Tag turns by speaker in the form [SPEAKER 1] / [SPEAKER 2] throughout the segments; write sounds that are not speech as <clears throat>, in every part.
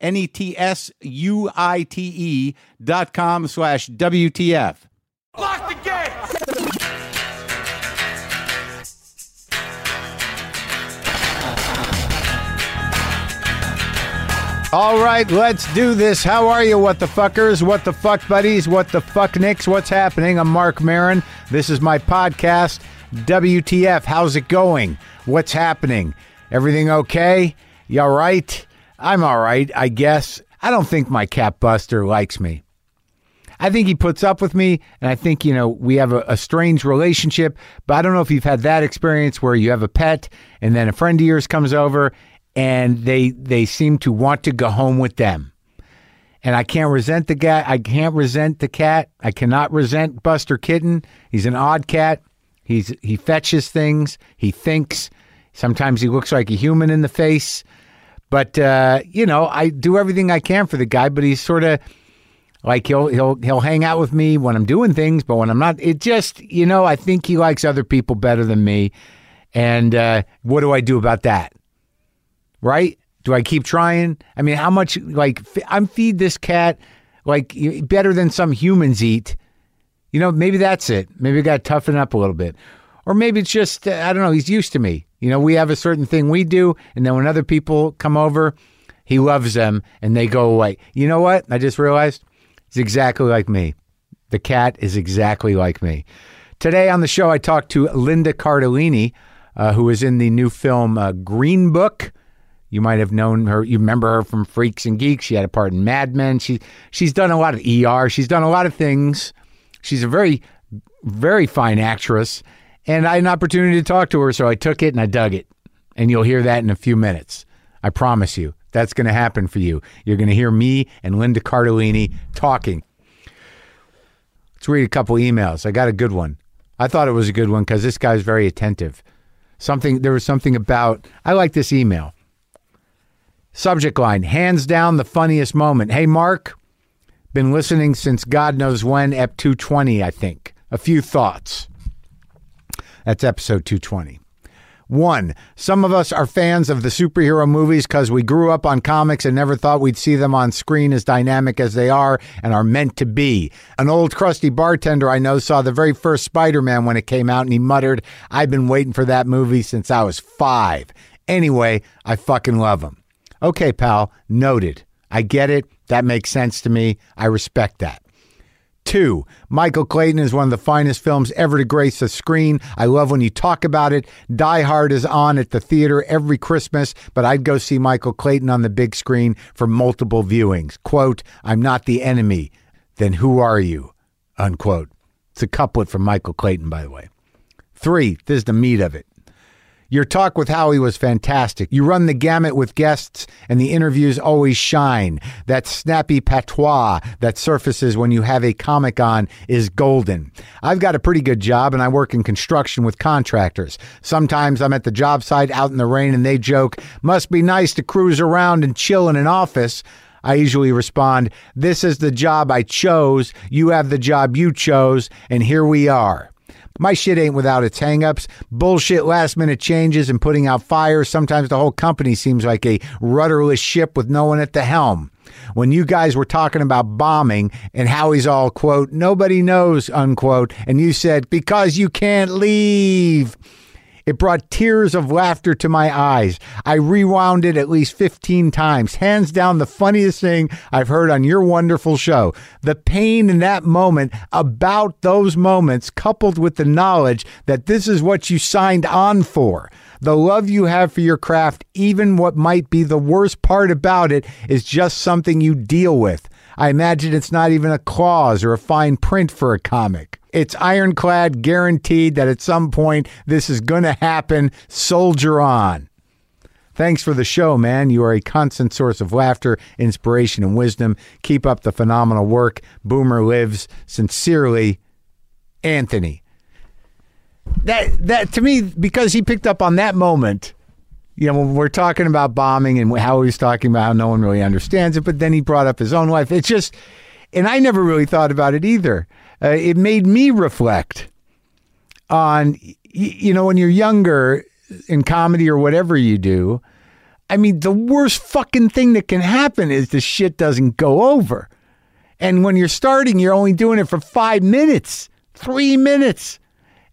[SPEAKER 1] N E T S U I T E dot com slash WTF.
[SPEAKER 2] Lock the gate!
[SPEAKER 1] All right, let's do this. How are you, what the fuckers? What the fuck buddies? What the fuck nicks? What's happening? I'm Mark Marin. This is my podcast, WTF. How's it going? What's happening? Everything okay? You all right? I'm all right, I guess. I don't think my cat Buster likes me. I think he puts up with me, and I think you know we have a, a strange relationship. But I don't know if you've had that experience where you have a pet, and then a friend of yours comes over, and they they seem to want to go home with them. And I can't resent the guy. I can't resent the cat. I cannot resent Buster Kitten. He's an odd cat. He's he fetches things. He thinks. Sometimes he looks like a human in the face. But uh, you know, I do everything I can for the guy. But he's sort of like he'll he'll he'll hang out with me when I'm doing things, but when I'm not, it just you know I think he likes other people better than me. And uh, what do I do about that? Right? Do I keep trying? I mean, how much like f- I'm feed this cat like y- better than some humans eat? You know, maybe that's it. Maybe I got to toughen up a little bit. Or maybe it's just, uh, I don't know, he's used to me. You know, we have a certain thing we do. And then when other people come over, he loves them and they go away. You know what? I just realized he's exactly like me. The cat is exactly like me. Today on the show, I talked to Linda Cardellini, uh, who is in the new film uh, Green Book. You might have known her. You remember her from Freaks and Geeks. She had a part in Mad Men. She she's done a lot of ER. She's done a lot of things. She's a very very fine actress, and I had an opportunity to talk to her, so I took it and I dug it. And you'll hear that in a few minutes. I promise you, that's going to happen for you. You're going to hear me and Linda Cardellini talking. Let's read a couple emails. I got a good one. I thought it was a good one because this guy's very attentive. Something there was something about. I like this email. Subject line: Hands down the funniest moment. Hey, Mark, been listening since God knows when, ep 220, I think. A few thoughts. That's episode 220. One, some of us are fans of the superhero movies because we grew up on comics and never thought we'd see them on screen as dynamic as they are and are meant to be. An old crusty bartender I know saw the very first Spider Man when it came out and he muttered, I've been waiting for that movie since I was five. Anyway, I fucking love him. Okay, pal, noted. I get it. That makes sense to me. I respect that. Two, Michael Clayton is one of the finest films ever to grace the screen. I love when you talk about it. Die Hard is on at the theater every Christmas, but I'd go see Michael Clayton on the big screen for multiple viewings. Quote, I'm not the enemy. Then who are you? Unquote. It's a couplet from Michael Clayton, by the way. Three, this is the meat of it. Your talk with Howie was fantastic. You run the gamut with guests, and the interviews always shine. That snappy patois that surfaces when you have a comic on is golden. I've got a pretty good job, and I work in construction with contractors. Sometimes I'm at the job site out in the rain, and they joke, Must be nice to cruise around and chill in an office. I usually respond, This is the job I chose. You have the job you chose, and here we are. My shit ain't without its hangups, bullshit last minute changes and putting out fires. Sometimes the whole company seems like a rudderless ship with no one at the helm. When you guys were talking about bombing and how he's all quote, nobody knows, unquote, and you said, because you can't leave. It brought tears of laughter to my eyes. I rewound it at least 15 times. Hands down, the funniest thing I've heard on your wonderful show. The pain in that moment, about those moments, coupled with the knowledge that this is what you signed on for. The love you have for your craft, even what might be the worst part about it, is just something you deal with. I imagine it's not even a clause or a fine print for a comic. It's ironclad, guaranteed that at some point this is going to happen. Soldier on. Thanks for the show, man. You are a constant source of laughter, inspiration, and wisdom. Keep up the phenomenal work. Boomer lives. Sincerely, Anthony. That that to me because he picked up on that moment. You know, when we're talking about bombing and how he's talking about how no one really understands it, but then he brought up his own life. It's just, and I never really thought about it either. Uh, it made me reflect on y- you know when you're younger in comedy or whatever you do i mean the worst fucking thing that can happen is the shit doesn't go over and when you're starting you're only doing it for 5 minutes 3 minutes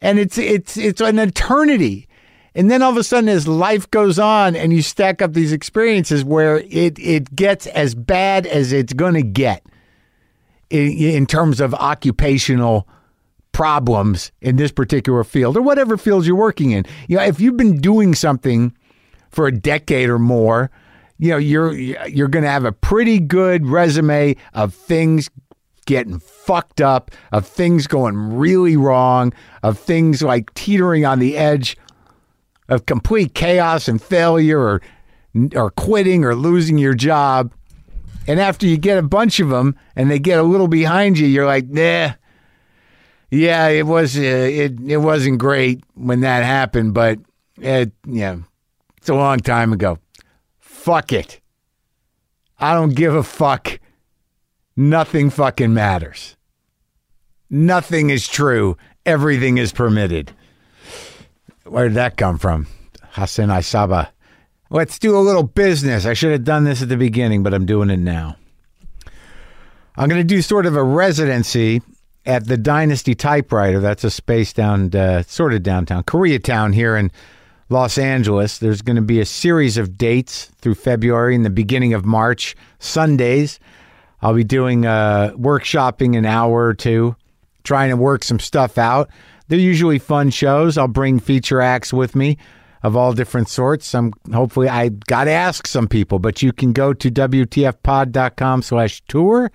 [SPEAKER 1] and it's it's it's an eternity and then all of a sudden as life goes on and you stack up these experiences where it it gets as bad as it's going to get in, in terms of occupational problems in this particular field or whatever field you're working in. You know, if you've been doing something for a decade or more, you know, you're you're going to have a pretty good resume of things getting fucked up, of things going really wrong, of things like teetering on the edge of complete chaos and failure or or quitting or losing your job. And after you get a bunch of them and they get a little behind you, you're like, nah, yeah, it was uh, it it wasn't great when that happened, but it, yeah, it's a long time ago. Fuck it. I don't give a fuck. Nothing fucking matters. Nothing is true. Everything is permitted. Where did that come from? Hassan Isaba. Let's do a little business. I should have done this at the beginning, but I'm doing it now. I'm going to do sort of a residency at the Dynasty Typewriter. That's a space down, uh, sort of downtown, Koreatown here in Los Angeles. There's going to be a series of dates through February and the beginning of March, Sundays. I'll be doing uh, workshopping an hour or two, trying to work some stuff out. They're usually fun shows. I'll bring feature acts with me of all different sorts. Some hopefully I got to ask some people, but you can go to wtfpod.com slash tour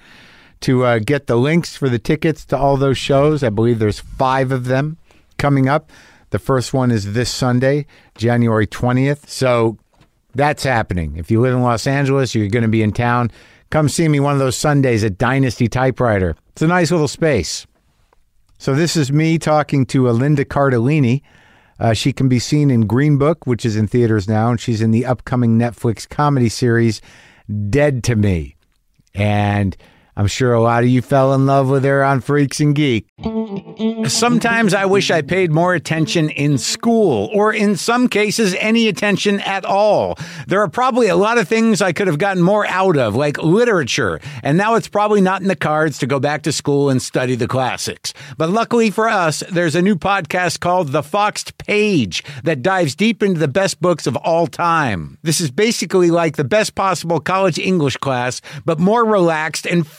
[SPEAKER 1] to uh, get the links for the tickets to all those shows. I believe there's five of them coming up. The first one is this Sunday, January 20th. So that's happening. If you live in Los Angeles, you're going to be in town. Come see me one of those Sundays at Dynasty Typewriter. It's a nice little space. So this is me talking to uh, Linda Cardellini. Uh, she can be seen in Green Book, which is in theaters now, and she's in the upcoming Netflix comedy series Dead to Me. And I'm sure a lot of you fell in love with her on Freaks and Geek. Sometimes I wish I paid more attention in school, or in some cases, any attention at all. There are probably a lot of things I could have gotten more out of, like literature, and now it's probably not in the cards to go back to school and study the classics. But luckily for us, there's a new podcast called The Foxed Page that dives deep into the best books of all time. This is basically like the best possible college English class, but more relaxed and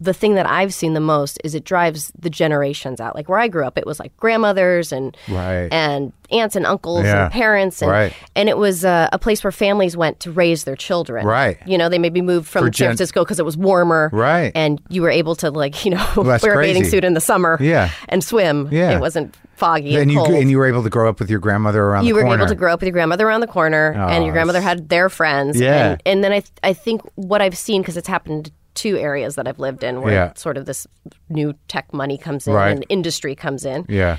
[SPEAKER 3] The thing that I've seen the most is it drives the generations out. Like where I grew up, it was like grandmothers and
[SPEAKER 1] Right.
[SPEAKER 3] and aunts and uncles
[SPEAKER 1] Yeah.
[SPEAKER 3] and parents, and
[SPEAKER 1] Right.
[SPEAKER 3] and it was uh, a place where families went to raise their children.
[SPEAKER 1] Right.
[SPEAKER 3] You know, they maybe moved from
[SPEAKER 1] For
[SPEAKER 3] San
[SPEAKER 1] gen-
[SPEAKER 3] Francisco because it was warmer.
[SPEAKER 1] Right.
[SPEAKER 3] And you were able to like you know <laughs>
[SPEAKER 1] that's
[SPEAKER 3] wear a bathing
[SPEAKER 1] crazy.
[SPEAKER 3] suit in the summer.
[SPEAKER 1] Yeah.
[SPEAKER 3] And swim.
[SPEAKER 1] Yeah.
[SPEAKER 3] It wasn't foggy and,
[SPEAKER 1] and you
[SPEAKER 3] cold.
[SPEAKER 1] and you were able to grow up with your grandmother around
[SPEAKER 3] You
[SPEAKER 1] the
[SPEAKER 3] were
[SPEAKER 1] corner. Oh,
[SPEAKER 3] able to grow up with your grandmother around the corner, and your grandmother had their friends.
[SPEAKER 1] Yeah.
[SPEAKER 3] And, and then I, th- I think what I've seen, because it's happened two areas that I've lived in where
[SPEAKER 1] Yeah.
[SPEAKER 3] sort of this new tech money comes in
[SPEAKER 1] Right.
[SPEAKER 3] and industry comes in.
[SPEAKER 1] Yeah.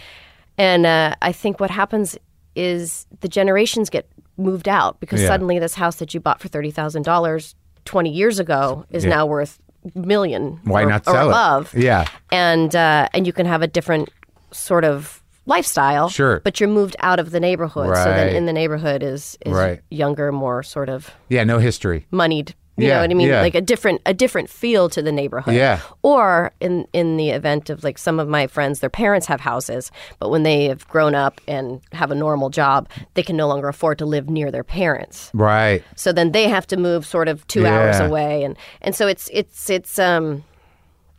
[SPEAKER 3] And uh, I think what happens is the generations get moved out because
[SPEAKER 1] Yeah.
[SPEAKER 3] suddenly this house that you bought for thirty thousand dollars twenty years ago is now worth million.
[SPEAKER 1] Why
[SPEAKER 3] or,
[SPEAKER 1] not
[SPEAKER 3] or
[SPEAKER 1] sell it?
[SPEAKER 3] above?
[SPEAKER 1] Yeah.
[SPEAKER 3] and uh, and you can have a different sort of lifestyle.
[SPEAKER 1] Sure.
[SPEAKER 3] but you're moved out of the neighborhood. So
[SPEAKER 1] Right.
[SPEAKER 3] then in the neighborhood is is
[SPEAKER 1] Right.
[SPEAKER 3] younger, more sort of
[SPEAKER 1] Yeah. No history.
[SPEAKER 3] moneyed. You
[SPEAKER 1] Yeah,
[SPEAKER 3] know what I mean?
[SPEAKER 1] yeah.
[SPEAKER 3] Like a different a different feel to the neighborhood.
[SPEAKER 1] Yeah.
[SPEAKER 3] Or in in the event of like some of my friends, their parents have houses, but when they have grown up and have a normal job, they can no longer afford to live near their parents.
[SPEAKER 1] Right.
[SPEAKER 3] So then they have to move sort of two hours
[SPEAKER 1] Yeah.
[SPEAKER 3] away and, and so it's it's it's um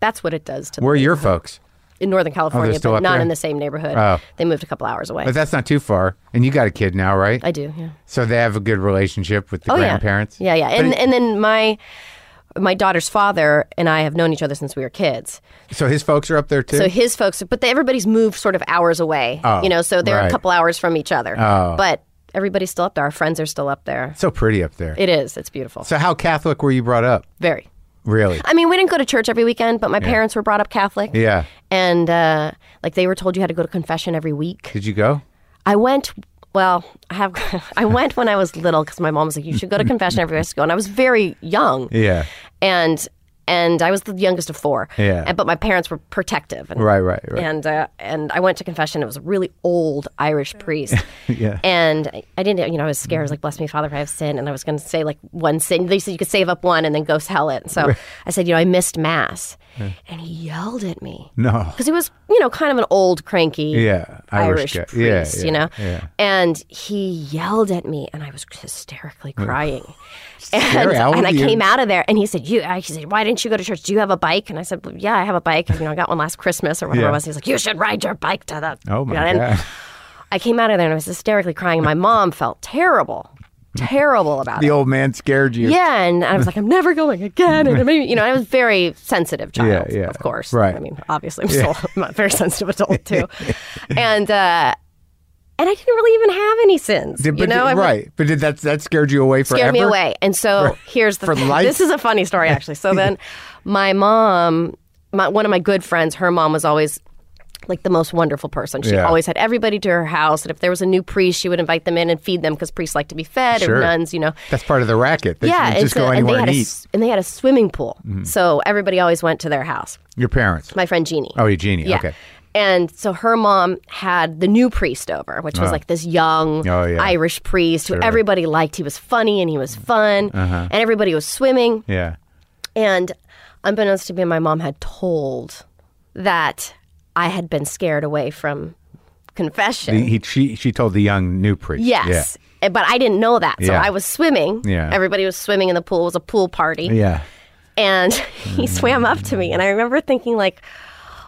[SPEAKER 3] that's what it does to
[SPEAKER 1] Where are
[SPEAKER 3] the,
[SPEAKER 1] your folks?
[SPEAKER 3] in Northern California,
[SPEAKER 1] Oh, still
[SPEAKER 3] but
[SPEAKER 1] up
[SPEAKER 3] not
[SPEAKER 1] there?
[SPEAKER 3] in the same neighborhood.
[SPEAKER 1] Oh.
[SPEAKER 3] They moved a couple hours away.
[SPEAKER 1] But that's not too far. And you got a kid now, right?
[SPEAKER 3] I do, yeah.
[SPEAKER 1] so they have a good relationship with the
[SPEAKER 3] Oh, yeah.
[SPEAKER 1] grandparents.
[SPEAKER 3] Yeah, yeah.
[SPEAKER 1] But
[SPEAKER 3] And
[SPEAKER 1] it-
[SPEAKER 3] and then my my daughter's father and I have known each other since we were kids.
[SPEAKER 1] so his folks are up there too.
[SPEAKER 3] So his folks, but they, everybody's moved sort of hours away.
[SPEAKER 1] Oh,
[SPEAKER 3] you know, so they're
[SPEAKER 1] right.
[SPEAKER 3] a couple hours from each other.
[SPEAKER 1] Oh.
[SPEAKER 3] But everybody's still up there. Our friends are still up there.
[SPEAKER 1] so pretty up there.
[SPEAKER 3] It is. It's beautiful.
[SPEAKER 1] so how Catholic were you brought up?
[SPEAKER 3] Very.
[SPEAKER 1] Really?
[SPEAKER 3] I mean, we didn't go to church every weekend, but my parents were brought up Catholic.
[SPEAKER 1] Yeah.
[SPEAKER 3] And uh, like they were told you had to go to confession every week.
[SPEAKER 1] Did you go?
[SPEAKER 3] I went. Well, I have. <laughs> I went when I was little because my mom was like, "You should go to confession every week." And I was very young.
[SPEAKER 1] Yeah.
[SPEAKER 3] and and I was the youngest of four.
[SPEAKER 1] Yeah.
[SPEAKER 3] And, but my parents were protective. And,
[SPEAKER 1] Right, right, right.
[SPEAKER 3] And uh, and I went to confession. It was a really old Irish priest.
[SPEAKER 1] <laughs> Yeah.
[SPEAKER 3] And I- I didn't, you know, I was scared. I was like, "Bless me, Father, if I have sin." And I was going to say like one sin. They said you could save up one and then go sell it. So I said, you know, I missed mass, and he yelled at me.
[SPEAKER 1] No.
[SPEAKER 3] Because he was, you know, kind of an old, cranky
[SPEAKER 1] Yeah, Irish
[SPEAKER 3] Irish,
[SPEAKER 1] guy. Yeah,
[SPEAKER 3] priest,
[SPEAKER 1] yeah,
[SPEAKER 3] you know?
[SPEAKER 1] yeah.
[SPEAKER 3] And he yelled at me, and I was hysterically crying.
[SPEAKER 1] <laughs>
[SPEAKER 3] and,
[SPEAKER 1] Scary, how old
[SPEAKER 3] and I
[SPEAKER 1] were you?
[SPEAKER 3] came out of there, and he said, "You." uh," He said, "Why didn't you go to church? Do you have a bike?" And I said, well, "Yeah, I have a bike. You know, I got one last Christmas or whatever
[SPEAKER 1] Yeah.
[SPEAKER 3] it was." He's like, "You should ride your bike to the."
[SPEAKER 1] Oh my
[SPEAKER 3] you know, and
[SPEAKER 1] god.
[SPEAKER 3] I came out of there, and I was hysterically crying. and My mom felt terrible,
[SPEAKER 1] <laughs>
[SPEAKER 3] terrible about it.
[SPEAKER 1] The old man scared you.
[SPEAKER 3] Yeah, and I was like, I'm never going again. And maybe, you know, I was very sensitive child,
[SPEAKER 1] <laughs> Yeah, yeah,
[SPEAKER 3] of course.
[SPEAKER 1] right.
[SPEAKER 3] I mean, obviously, I'm still I'm a <laughs> very sensitive
[SPEAKER 1] <laughs>
[SPEAKER 3] adult too. and uh, and I didn't really even have any sins.
[SPEAKER 1] Did-
[SPEAKER 3] you
[SPEAKER 1] but
[SPEAKER 3] know, I
[SPEAKER 1] did-
[SPEAKER 3] was-
[SPEAKER 1] right. but did that that scared you away forever?
[SPEAKER 3] scared me away. And so here's the
[SPEAKER 1] for
[SPEAKER 3] thing.
[SPEAKER 1] life?
[SPEAKER 3] This is a funny story actually.
[SPEAKER 1] <laughs>
[SPEAKER 3] So then my mom, my, one of my good friends, her mom was always like the most wonderful person. She
[SPEAKER 1] Yeah.
[SPEAKER 3] always had everybody to her house, and if there was a new priest, she would invite them in and feed them because priests like to be fed
[SPEAKER 1] Sure.
[SPEAKER 3] or nuns, you know
[SPEAKER 1] That's part of the racket. They
[SPEAKER 3] yeah,
[SPEAKER 1] shouldn't just
[SPEAKER 3] so-
[SPEAKER 1] go anywhere
[SPEAKER 3] they
[SPEAKER 1] and,
[SPEAKER 3] had a,
[SPEAKER 1] eat. Mm-hmm.
[SPEAKER 3] s- and they had a swimming pool, so everybody always went to their house.
[SPEAKER 1] Your parents.
[SPEAKER 3] My friend Jeannie.
[SPEAKER 1] Oh, Eugenie.
[SPEAKER 3] yeah.
[SPEAKER 1] Okay.
[SPEAKER 3] And so her mom had the new priest over, which was like this young
[SPEAKER 1] Uh-huh. Oh, yeah.
[SPEAKER 3] Irish priest who everybody liked. He was funny and he was fun, and everybody was swimming.
[SPEAKER 1] Uh-huh. Yeah.
[SPEAKER 3] And unbeknownst to me, my mom had told that I had been scared away from confession.
[SPEAKER 1] He, he- she she told the young new priest.
[SPEAKER 3] yes. Eh, But I didn't know that. So
[SPEAKER 1] Yeah.
[SPEAKER 3] I was swimming.
[SPEAKER 1] Yeah.
[SPEAKER 3] Everybody was swimming in the pool. It was a pool party
[SPEAKER 1] Yeah. Yeah.
[SPEAKER 3] and <laughs> he swam up to me and i remember thinking like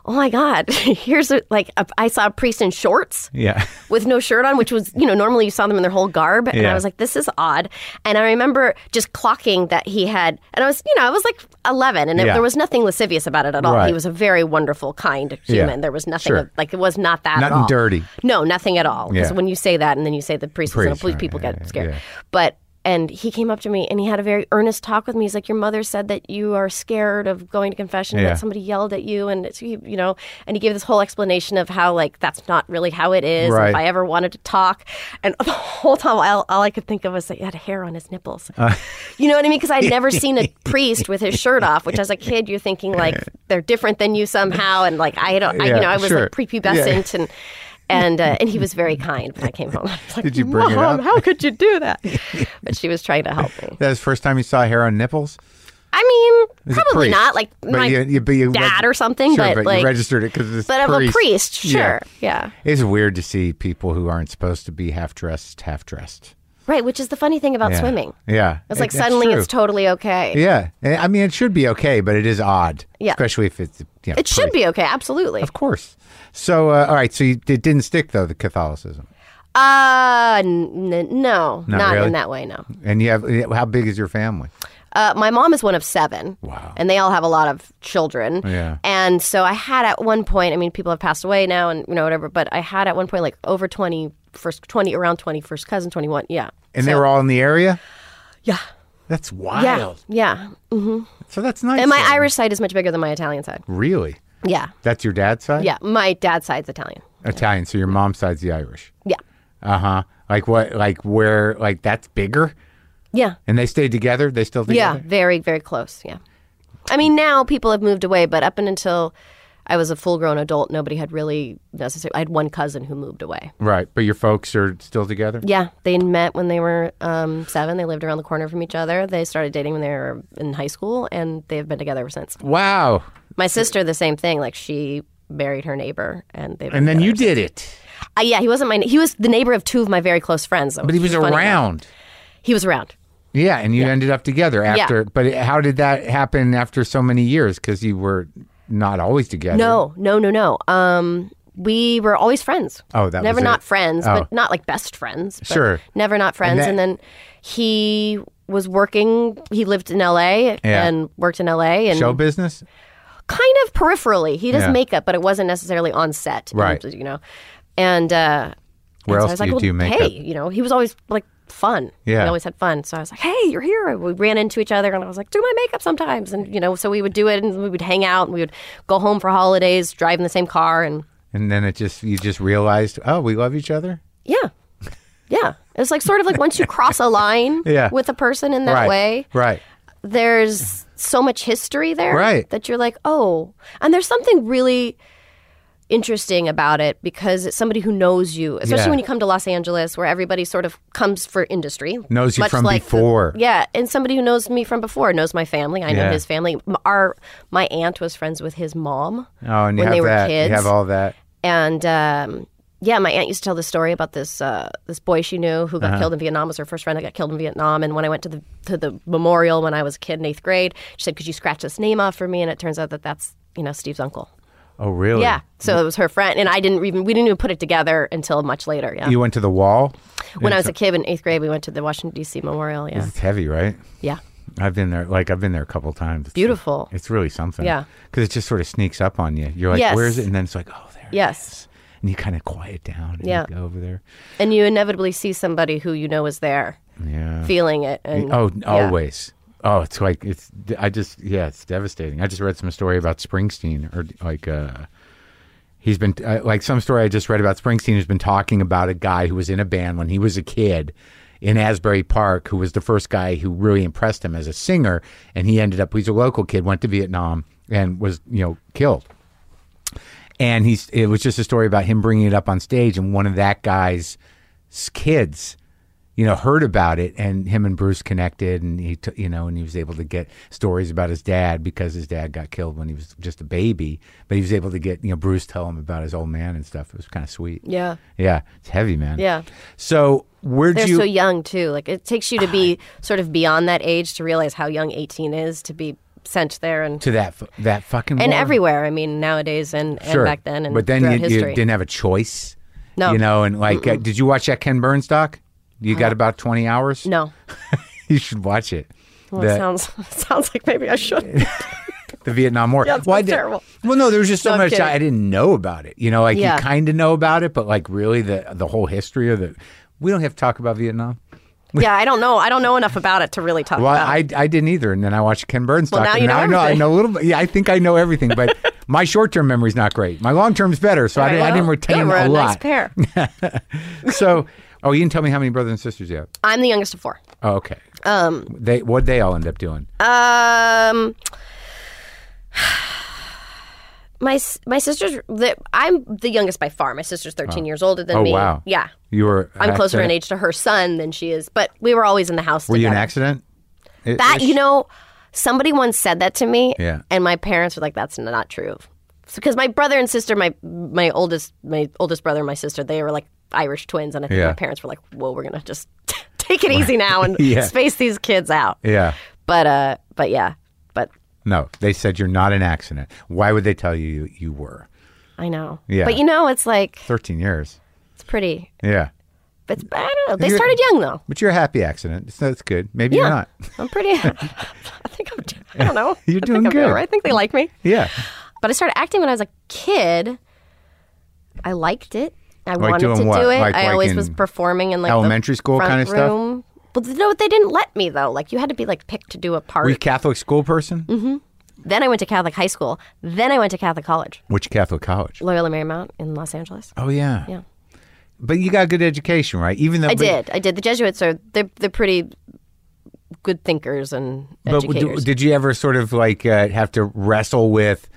[SPEAKER 3] oh my god <laughs> here's a, like a, i saw a priest in shorts
[SPEAKER 1] Yeah. <laughs>
[SPEAKER 3] with no shirt on which was you know normally you saw them in their whole garb and
[SPEAKER 1] Yeah.
[SPEAKER 3] i was like this is odd and i remember just clocking that he had and i was you know i was like 11 and it-
[SPEAKER 1] Yeah.
[SPEAKER 3] there was nothing lascivious about it at all
[SPEAKER 1] Right.
[SPEAKER 3] he was a very wonderful kind human
[SPEAKER 1] Yeah.
[SPEAKER 3] there was nothing
[SPEAKER 1] Sure.
[SPEAKER 3] of, like it was not that at
[SPEAKER 1] Nothing
[SPEAKER 3] all
[SPEAKER 1] dirty.
[SPEAKER 3] no nothing at all because
[SPEAKER 1] Yeah.
[SPEAKER 3] when you say that and then you say the priest, is in a
[SPEAKER 1] Priest,
[SPEAKER 3] police
[SPEAKER 1] right,
[SPEAKER 3] people
[SPEAKER 1] yeah,
[SPEAKER 3] get scared
[SPEAKER 1] yeah.
[SPEAKER 3] but and he came up to me and he had a very earnest talk with me. He's like, "Your mother said that you are scared of going to confession, and
[SPEAKER 1] Yeah.
[SPEAKER 3] that somebody yelled at you, and it's, you you know." And he gave this whole explanation of how like that's not really how it is. and
[SPEAKER 1] Right.
[SPEAKER 3] If I ever wanted to talk, and <laughs> the whole time all, all I could think of was that he had hair on his nipples.
[SPEAKER 1] Uh.
[SPEAKER 3] <laughs> you know what I mean? Because I'd never seen
[SPEAKER 1] <laughs>
[SPEAKER 3] a priest with his shirt off. Which as a kid, you're thinking like they're different than you somehow, and like I don't, I,
[SPEAKER 1] Yeah,
[SPEAKER 3] you know, I was
[SPEAKER 1] sure.
[SPEAKER 3] like prepubescent and. And, uh, and he was very kind when I came home. <laughs> I was like,
[SPEAKER 1] Did you bring it up?"
[SPEAKER 3] Mom,
[SPEAKER 1] <laughs>
[SPEAKER 3] how could you do that? but she was trying to help me.
[SPEAKER 1] That was the first time you saw hair on nipples.
[SPEAKER 3] I mean,
[SPEAKER 1] Is it
[SPEAKER 3] probably
[SPEAKER 1] priest?
[SPEAKER 3] not like
[SPEAKER 1] But
[SPEAKER 3] my
[SPEAKER 1] you- you- but you
[SPEAKER 3] dad
[SPEAKER 1] reg-
[SPEAKER 3] or something,
[SPEAKER 1] Sure,
[SPEAKER 3] but,
[SPEAKER 1] but
[SPEAKER 3] like
[SPEAKER 1] you registered it because it's
[SPEAKER 3] but of a priest,
[SPEAKER 1] Yeah.
[SPEAKER 3] sure, yeah.
[SPEAKER 1] It's weird to see people who aren't supposed to be half dressed, half dressed.
[SPEAKER 3] Right, which is the funny thing about
[SPEAKER 1] Yeah.
[SPEAKER 3] swimming.
[SPEAKER 1] Yeah.
[SPEAKER 3] It's like
[SPEAKER 1] It-
[SPEAKER 3] suddenly
[SPEAKER 1] true.
[SPEAKER 3] it's totally okay.
[SPEAKER 1] Yeah. And, I mean, it should be okay, but it is odd.
[SPEAKER 3] Yeah.
[SPEAKER 1] Especially if it's. You know,
[SPEAKER 3] It should
[SPEAKER 1] pretty-
[SPEAKER 3] be okay, absolutely.
[SPEAKER 1] Of course. So, uh, all right. So you, it didn't stick, though, the Catholicism.
[SPEAKER 3] Uh, n- n- no, not,
[SPEAKER 1] really?
[SPEAKER 3] in that way, no.
[SPEAKER 1] And you have. How big is your family?
[SPEAKER 3] Uh, my mom is one of seven.
[SPEAKER 1] Wow.
[SPEAKER 3] And they all have a lot of children.
[SPEAKER 1] Yeah.
[SPEAKER 3] And so I had at one point, I mean, people have passed away now and, you know, whatever, but I had at one point like over 20, first, 20, around 20, first cousin, 21. Yeah.
[SPEAKER 1] And they
[SPEAKER 3] So-
[SPEAKER 1] were all in the area?
[SPEAKER 3] Yeah.
[SPEAKER 1] That's
[SPEAKER 3] Yeah.
[SPEAKER 1] wild.
[SPEAKER 3] Yeah.
[SPEAKER 1] So that's nice.
[SPEAKER 3] And my
[SPEAKER 1] then.
[SPEAKER 3] Irish side is much bigger than my Italian side.
[SPEAKER 1] Really?
[SPEAKER 3] Yeah.
[SPEAKER 1] That's your dad's side?
[SPEAKER 3] Yeah. My dad's side's Italian.
[SPEAKER 1] Italian. So your mom's side's the Irish.
[SPEAKER 3] Yeah.
[SPEAKER 1] Uh huh. Like what? Like where? Like that's bigger.
[SPEAKER 3] Yeah.
[SPEAKER 1] And they stayed together. They still
[SPEAKER 3] Yeah,
[SPEAKER 1] together.
[SPEAKER 3] very, very close. Yeah. I mean, now people have moved away, but up and until I was a full grown adult, nobody had really necessarily. I had one cousin who moved away.
[SPEAKER 1] Right. But your folks are still together.
[SPEAKER 3] Yeah, they met when they were um, seven. They lived around the corner from each other. They started dating when they were in high school, and they've been together ever since.
[SPEAKER 1] Wow.
[SPEAKER 3] My sister, the same thing. Like, she married her neighbor, and they
[SPEAKER 1] And then you did it.
[SPEAKER 3] Uh, yeah, he wasn't my. He was the neighbor of two of my very close friends.
[SPEAKER 1] But he was around.
[SPEAKER 3] He was around.
[SPEAKER 1] Yeah, and you ended up together after. But how did that happen after so many years? Because you were not always together.
[SPEAKER 3] No, no, no, no. Um, we were always friends.
[SPEAKER 1] Oh, that
[SPEAKER 3] never
[SPEAKER 1] was it.
[SPEAKER 3] not friends,
[SPEAKER 1] Oh.
[SPEAKER 3] but not like best friends. but
[SPEAKER 1] Sure.
[SPEAKER 3] never not friends.
[SPEAKER 1] that-
[SPEAKER 3] And, then he was working. He lived in L.A.
[SPEAKER 1] Yeah.
[SPEAKER 3] and worked in L.A. and
[SPEAKER 1] show business.
[SPEAKER 3] kind of peripherally. He does
[SPEAKER 1] Yeah.
[SPEAKER 3] makeup, but it wasn't necessarily on set. and,
[SPEAKER 1] Right.
[SPEAKER 3] you know, and uh,
[SPEAKER 1] Where
[SPEAKER 3] and
[SPEAKER 1] else
[SPEAKER 3] so I was
[SPEAKER 1] do
[SPEAKER 3] like,
[SPEAKER 1] you
[SPEAKER 3] well,
[SPEAKER 1] do makeup?
[SPEAKER 3] Hey, you know, he was always like fun.
[SPEAKER 1] Yeah.
[SPEAKER 3] he always had fun. So I was like, hey, you're here. We ran into each other, and I was like, do my makeup sometimes, and you know, so we would do it, and we would hang out, and we would go home for holidays, drive in the same car, and
[SPEAKER 1] And then it just you just realized, oh, we love each other.
[SPEAKER 3] yeah, yeah. It's like sort of like once you cross a line
[SPEAKER 1] <laughs> Yeah.
[SPEAKER 3] with a person in that
[SPEAKER 1] right.
[SPEAKER 3] way,
[SPEAKER 1] Right.
[SPEAKER 3] there's so much history there
[SPEAKER 1] Right.
[SPEAKER 3] that you're like, oh, and there's something really interesting about it because it's somebody who knows you, especially
[SPEAKER 1] Yeah.
[SPEAKER 3] when you come to Los Angeles, where everybody sort of comes for industry,
[SPEAKER 1] Knows you
[SPEAKER 3] much
[SPEAKER 1] from
[SPEAKER 3] like the-
[SPEAKER 1] before.
[SPEAKER 3] yeah, and somebody who knows me from before knows my family. I know
[SPEAKER 1] Yeah.
[SPEAKER 3] his family. M- Our my aunt was friends with his mom
[SPEAKER 1] Oh, and you
[SPEAKER 3] when
[SPEAKER 1] have
[SPEAKER 3] they were
[SPEAKER 1] that.
[SPEAKER 3] kids,
[SPEAKER 1] You have all that.
[SPEAKER 3] and. Um, yeah, my aunt used to tell this story about this uh, this boy she knew who got
[SPEAKER 1] Uh-huh.
[SPEAKER 3] killed in Vietnam. It was her first friend that got killed in Vietnam. And when I went to the to the memorial when I was a kid in eighth grade, she said, "Could you scratch this name off for me?" And it turns out that that's you know Steve's uncle.
[SPEAKER 1] Oh, really?
[SPEAKER 3] Yeah, so it was her friend, and I didn't even we didn't even put it together until much later. Yeah,
[SPEAKER 1] You went to the wall.
[SPEAKER 3] when I was a kid in eighth grade, we went to the Washington D.C. memorial. Yeah,
[SPEAKER 1] It's heavy, right?
[SPEAKER 3] yeah,
[SPEAKER 1] I've been there. Like I've been there a couple times. It's,
[SPEAKER 3] Beautiful.
[SPEAKER 1] It's really something.
[SPEAKER 3] Yeah.
[SPEAKER 1] Because it just sort of sneaks up on you. You're like,
[SPEAKER 3] Yes.
[SPEAKER 1] where is it? And then it's like, oh, there. it
[SPEAKER 3] Yes.
[SPEAKER 1] is. And you kind of quiet down. And
[SPEAKER 3] Yeah.
[SPEAKER 1] You go over there.
[SPEAKER 3] and you inevitably see somebody who you know is there,
[SPEAKER 1] Yeah.
[SPEAKER 3] feeling it. And
[SPEAKER 1] Mm-hmm. Oh,
[SPEAKER 3] yeah.
[SPEAKER 1] always. Oh, it's like it's. I just yeah, it's devastating. I just read some story about Springsteen, or like uh, he's been uh, like some story I just read about Springsteen has been talking about a guy who was in a band when he was a kid in Asbury Park, who was the first guy who really impressed him as a singer, and he ended up he's a local kid, went to Vietnam, and was you know killed and he's it was just a story about him bringing it up on stage and one of that guy's s- kids you know heard about it and him and bruce connected and he t- you know and he was able to get stories about his dad because his dad got killed when he was just a baby but he was able to get you know bruce tell him about his old man and stuff it was kind of sweet
[SPEAKER 3] Yeah.
[SPEAKER 1] yeah it's heavy man
[SPEAKER 3] Yeah.
[SPEAKER 1] so where'd
[SPEAKER 3] They're
[SPEAKER 1] you
[SPEAKER 3] so young too. Like it takes you to be sort of beyond that age to realize how young 18 is to be sent there and
[SPEAKER 1] to that fu- that fucking
[SPEAKER 3] and
[SPEAKER 1] war?
[SPEAKER 3] everywhere. I mean, nowadays and, and
[SPEAKER 1] Sure.
[SPEAKER 3] back then and
[SPEAKER 1] but then you,
[SPEAKER 3] throughout
[SPEAKER 1] you
[SPEAKER 3] history.
[SPEAKER 1] didn't have a choice
[SPEAKER 3] No. Uh-huh.
[SPEAKER 1] you know and like uh, did you watch that ken burns doc you got about 20 hours
[SPEAKER 3] no,
[SPEAKER 1] <laughs> you should watch it.
[SPEAKER 3] well,
[SPEAKER 1] the,
[SPEAKER 3] it sounds <laughs> it sounds like maybe
[SPEAKER 1] <laughs>
[SPEAKER 3] I should.
[SPEAKER 1] the Vietnam
[SPEAKER 3] <laughs>
[SPEAKER 1] War.
[SPEAKER 3] Yeah, it
[SPEAKER 1] Well, I
[SPEAKER 3] sounds
[SPEAKER 1] did-
[SPEAKER 3] terrible.
[SPEAKER 1] Well, no, there was just so
[SPEAKER 3] No, I'm
[SPEAKER 1] much
[SPEAKER 3] kidding.
[SPEAKER 1] I, I didn't know about it. You know, like
[SPEAKER 3] Yeah.
[SPEAKER 1] you kind of know about it, but like really the the whole history of the. We don't have to talk about Vietnam.
[SPEAKER 3] yeah, I don't know. I don't know enough about it to really talk
[SPEAKER 1] Well,
[SPEAKER 3] about. it.
[SPEAKER 1] I, I didn't either, and then I watched Ken Burns
[SPEAKER 3] Oh. Well,
[SPEAKER 1] talk.
[SPEAKER 3] now
[SPEAKER 1] and
[SPEAKER 3] you know
[SPEAKER 1] I know I
[SPEAKER 3] everything.
[SPEAKER 1] know a little bit. Yeah, I think I know everything,
[SPEAKER 3] <laughs>
[SPEAKER 1] but my short term memory's not great. My long term's better, so I,
[SPEAKER 3] All
[SPEAKER 1] didn't,
[SPEAKER 3] right,
[SPEAKER 1] I didn't
[SPEAKER 3] well,
[SPEAKER 1] retain
[SPEAKER 3] good, we're
[SPEAKER 1] a
[SPEAKER 3] a
[SPEAKER 1] lot.
[SPEAKER 3] Nice
[SPEAKER 1] <laughs>
[SPEAKER 3] pair.
[SPEAKER 1] So, oh, you didn't tell me how many brothers and sisters you have.
[SPEAKER 3] I'm the youngest of four.
[SPEAKER 1] Oh, okay. Um, they what they all end up doing?
[SPEAKER 3] Um, <sighs> my s- my sister's. The, I'm the youngest by far. My sister's 13 years older than
[SPEAKER 1] oh,
[SPEAKER 3] me.
[SPEAKER 1] wow.
[SPEAKER 3] Yeah,
[SPEAKER 1] you were.
[SPEAKER 3] I'm closer in
[SPEAKER 1] accident-
[SPEAKER 3] age to her son than she is. But we were always in the house.
[SPEAKER 1] Were you in
[SPEAKER 3] together.
[SPEAKER 1] an accident?
[SPEAKER 3] That you know, Somebody once said that to me,
[SPEAKER 1] Yeah.
[SPEAKER 3] and my parents were like, "That's not true," because my brother and sister, my my oldest my oldest brother and my sister, they were like Irish twins, and I think
[SPEAKER 1] Yeah.
[SPEAKER 3] my parents were like, "Whoa, we're gonna just <laughs> take it easy now
[SPEAKER 1] <laughs>
[SPEAKER 3] and
[SPEAKER 1] Yeah.
[SPEAKER 3] space these kids out."
[SPEAKER 1] Yeah.
[SPEAKER 3] But uh, but yeah, but
[SPEAKER 1] No, they said you're not an accident. Why would they tell you you were?
[SPEAKER 3] I know.
[SPEAKER 1] Yeah.
[SPEAKER 3] But you know, it's like
[SPEAKER 1] 13 years.
[SPEAKER 3] it's pretty.
[SPEAKER 1] Yeah.
[SPEAKER 3] But it's, I don't know. They
[SPEAKER 1] You're-
[SPEAKER 3] started young though.
[SPEAKER 1] But you're a happy accident. So that's good. Maybe you're not. <laughs>
[SPEAKER 3] I'm pretty. <laughs> I think I'm. do- I don't know.
[SPEAKER 1] You're
[SPEAKER 3] I think
[SPEAKER 1] doing
[SPEAKER 3] I'm
[SPEAKER 1] good.
[SPEAKER 3] alright. I think they like me.
[SPEAKER 1] Yeah.
[SPEAKER 3] But I started acting when I was a kid. I liked it. I
[SPEAKER 1] Like
[SPEAKER 3] wanted
[SPEAKER 1] doing
[SPEAKER 3] to
[SPEAKER 1] what?
[SPEAKER 3] do it.
[SPEAKER 1] Like-
[SPEAKER 3] I
[SPEAKER 1] like
[SPEAKER 3] always
[SPEAKER 1] in
[SPEAKER 3] was performing in like
[SPEAKER 1] elementary
[SPEAKER 3] the
[SPEAKER 1] school
[SPEAKER 3] front
[SPEAKER 1] kinda stuff?
[SPEAKER 3] room. But no, they didn't let me though. Like you had to be like picked to do a part.
[SPEAKER 1] Were you a Catholic school person?
[SPEAKER 3] Mm-hmm. Then I went to Catholic high school. Then I went to Catholic college,
[SPEAKER 1] Which Catholic college?
[SPEAKER 3] Loyola Marymount in Los Angeles.
[SPEAKER 1] Oh, yeah.
[SPEAKER 3] Mm-hmm. Yeah.
[SPEAKER 1] But you got a good education, right? Even though
[SPEAKER 3] I did. I did. The Jesuits are they're they're pretty good thinkers and
[SPEAKER 1] But d-
[SPEAKER 3] educators.
[SPEAKER 1] did you ever sort of like uh, have to wrestle with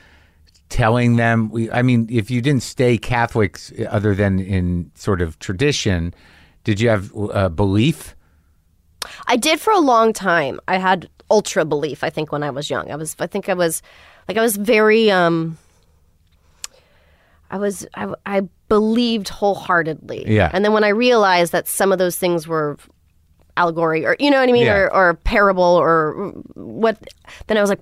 [SPEAKER 1] telling them? We, I mean, if you didn't stay Catholics uh, other than in sort of tradition, did you have uh, belief?
[SPEAKER 3] I did for a long time. I had ultra belief. I think when I was young, I was. I think I was, like, I was very. um I was. I, I believed wholeheartedly.
[SPEAKER 1] Yeah.
[SPEAKER 3] And then when I realized that some of those things were allegory, or you know what I mean,
[SPEAKER 1] Yeah.
[SPEAKER 3] or, or parable, or what, then I was like,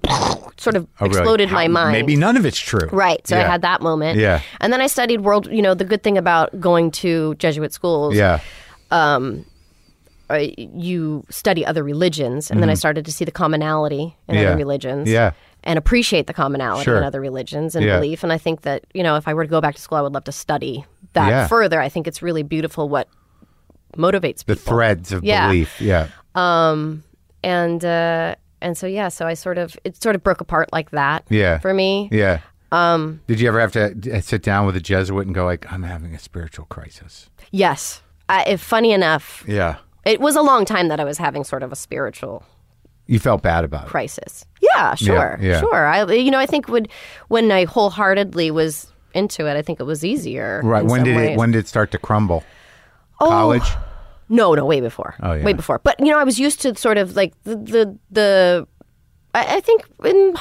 [SPEAKER 3] <laughs> sort of
[SPEAKER 1] Or Oh, really,
[SPEAKER 3] exploded
[SPEAKER 1] how-
[SPEAKER 3] my mind.
[SPEAKER 1] Maybe none of it's true.
[SPEAKER 3] Right. So
[SPEAKER 1] Yeah.
[SPEAKER 3] I had that moment.
[SPEAKER 1] Yeah.
[SPEAKER 3] And then I studied world. You know, the good thing about going to Jesuit schools
[SPEAKER 1] Yeah.
[SPEAKER 3] uh, you study other religions, and then I started to see the commonality
[SPEAKER 1] Mm-hmm.
[SPEAKER 3] in
[SPEAKER 1] Yeah.
[SPEAKER 3] other religions,
[SPEAKER 1] Yeah.
[SPEAKER 3] and appreciate the commonality
[SPEAKER 1] Sure.
[SPEAKER 3] in other religions and
[SPEAKER 1] Yeah.
[SPEAKER 3] belief. And I think that you know, if I were to go back to school, I would love to study that
[SPEAKER 1] Yeah.
[SPEAKER 3] further. I think it's really beautiful what motivates
[SPEAKER 1] The
[SPEAKER 3] people,
[SPEAKER 1] threads of
[SPEAKER 3] Yeah.
[SPEAKER 1] belief. Yeah.
[SPEAKER 3] and uh, and so yeah, so I sort of it sort of broke apart like that.
[SPEAKER 1] Yeah.
[SPEAKER 3] for me,
[SPEAKER 1] Yeah. Um, did you ever have to d- sit down with a Jesuit and go like, "I'm having a spiritual crisis"?
[SPEAKER 3] yes. I, it, funny enough,
[SPEAKER 1] Yeah.
[SPEAKER 3] it was a long time that I was having sort of a spiritual
[SPEAKER 1] You felt bad about it.
[SPEAKER 3] crisis. Yeah, sure,
[SPEAKER 1] yeah.
[SPEAKER 3] sure. I, you know, I think would when I wholeheartedly was into it, I think it was easier.
[SPEAKER 1] Right.
[SPEAKER 3] in
[SPEAKER 1] When
[SPEAKER 3] some
[SPEAKER 1] did it?
[SPEAKER 3] ways.
[SPEAKER 1] When did it start to crumble?
[SPEAKER 3] Oh,
[SPEAKER 1] College.
[SPEAKER 3] No, no, way before.
[SPEAKER 1] Oh, yeah.
[SPEAKER 3] Way before. But you know, I was used to sort of like the the. the I I think in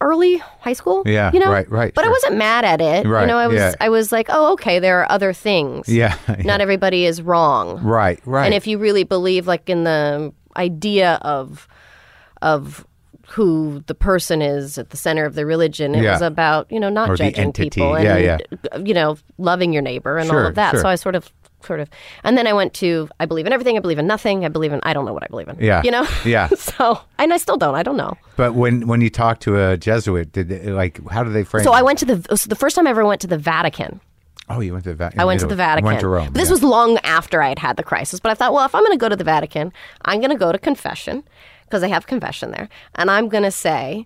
[SPEAKER 3] early high school,
[SPEAKER 1] Yeah,
[SPEAKER 3] you know,
[SPEAKER 1] right, right,
[SPEAKER 3] But
[SPEAKER 1] sure.
[SPEAKER 3] I wasn't mad at it,
[SPEAKER 1] Right,
[SPEAKER 3] You know, I was,
[SPEAKER 1] yeah.
[SPEAKER 3] I was like, oh, okay, there are other things.
[SPEAKER 1] Yeah.
[SPEAKER 3] not everybody is wrong,
[SPEAKER 1] Right. Right.
[SPEAKER 3] and if you really believe like in the idea of of who the person is at the center of the religion it
[SPEAKER 1] Yeah.
[SPEAKER 3] was about you know not
[SPEAKER 1] Or the
[SPEAKER 3] judging
[SPEAKER 1] entity.
[SPEAKER 3] people and
[SPEAKER 1] Yeah, yeah.
[SPEAKER 3] you know loving your neighbor and
[SPEAKER 1] Sure,
[SPEAKER 3] all of that
[SPEAKER 1] sure.
[SPEAKER 3] so i sort of sort of and then i went to i believe in everything i believe in nothing i believe in i don't know what i believe in
[SPEAKER 1] Yeah.
[SPEAKER 3] you know
[SPEAKER 1] Yeah.
[SPEAKER 3] <laughs> so and i still don't i don't know
[SPEAKER 1] But when when you talk to a Jesuit, did they, like how do they frame?
[SPEAKER 3] so
[SPEAKER 1] it?
[SPEAKER 3] i went to the so the first time i ever went to the vatican
[SPEAKER 1] Oh, you went to the Vatican.
[SPEAKER 3] I went to the Vatican.
[SPEAKER 1] Went to Rome.
[SPEAKER 3] But this
[SPEAKER 1] yeah.
[SPEAKER 3] was long after I had had the crisis. But I thought, well, if I'm going to go to the Vatican, I'm going to go to confession because they have confession there, and I'm going to say.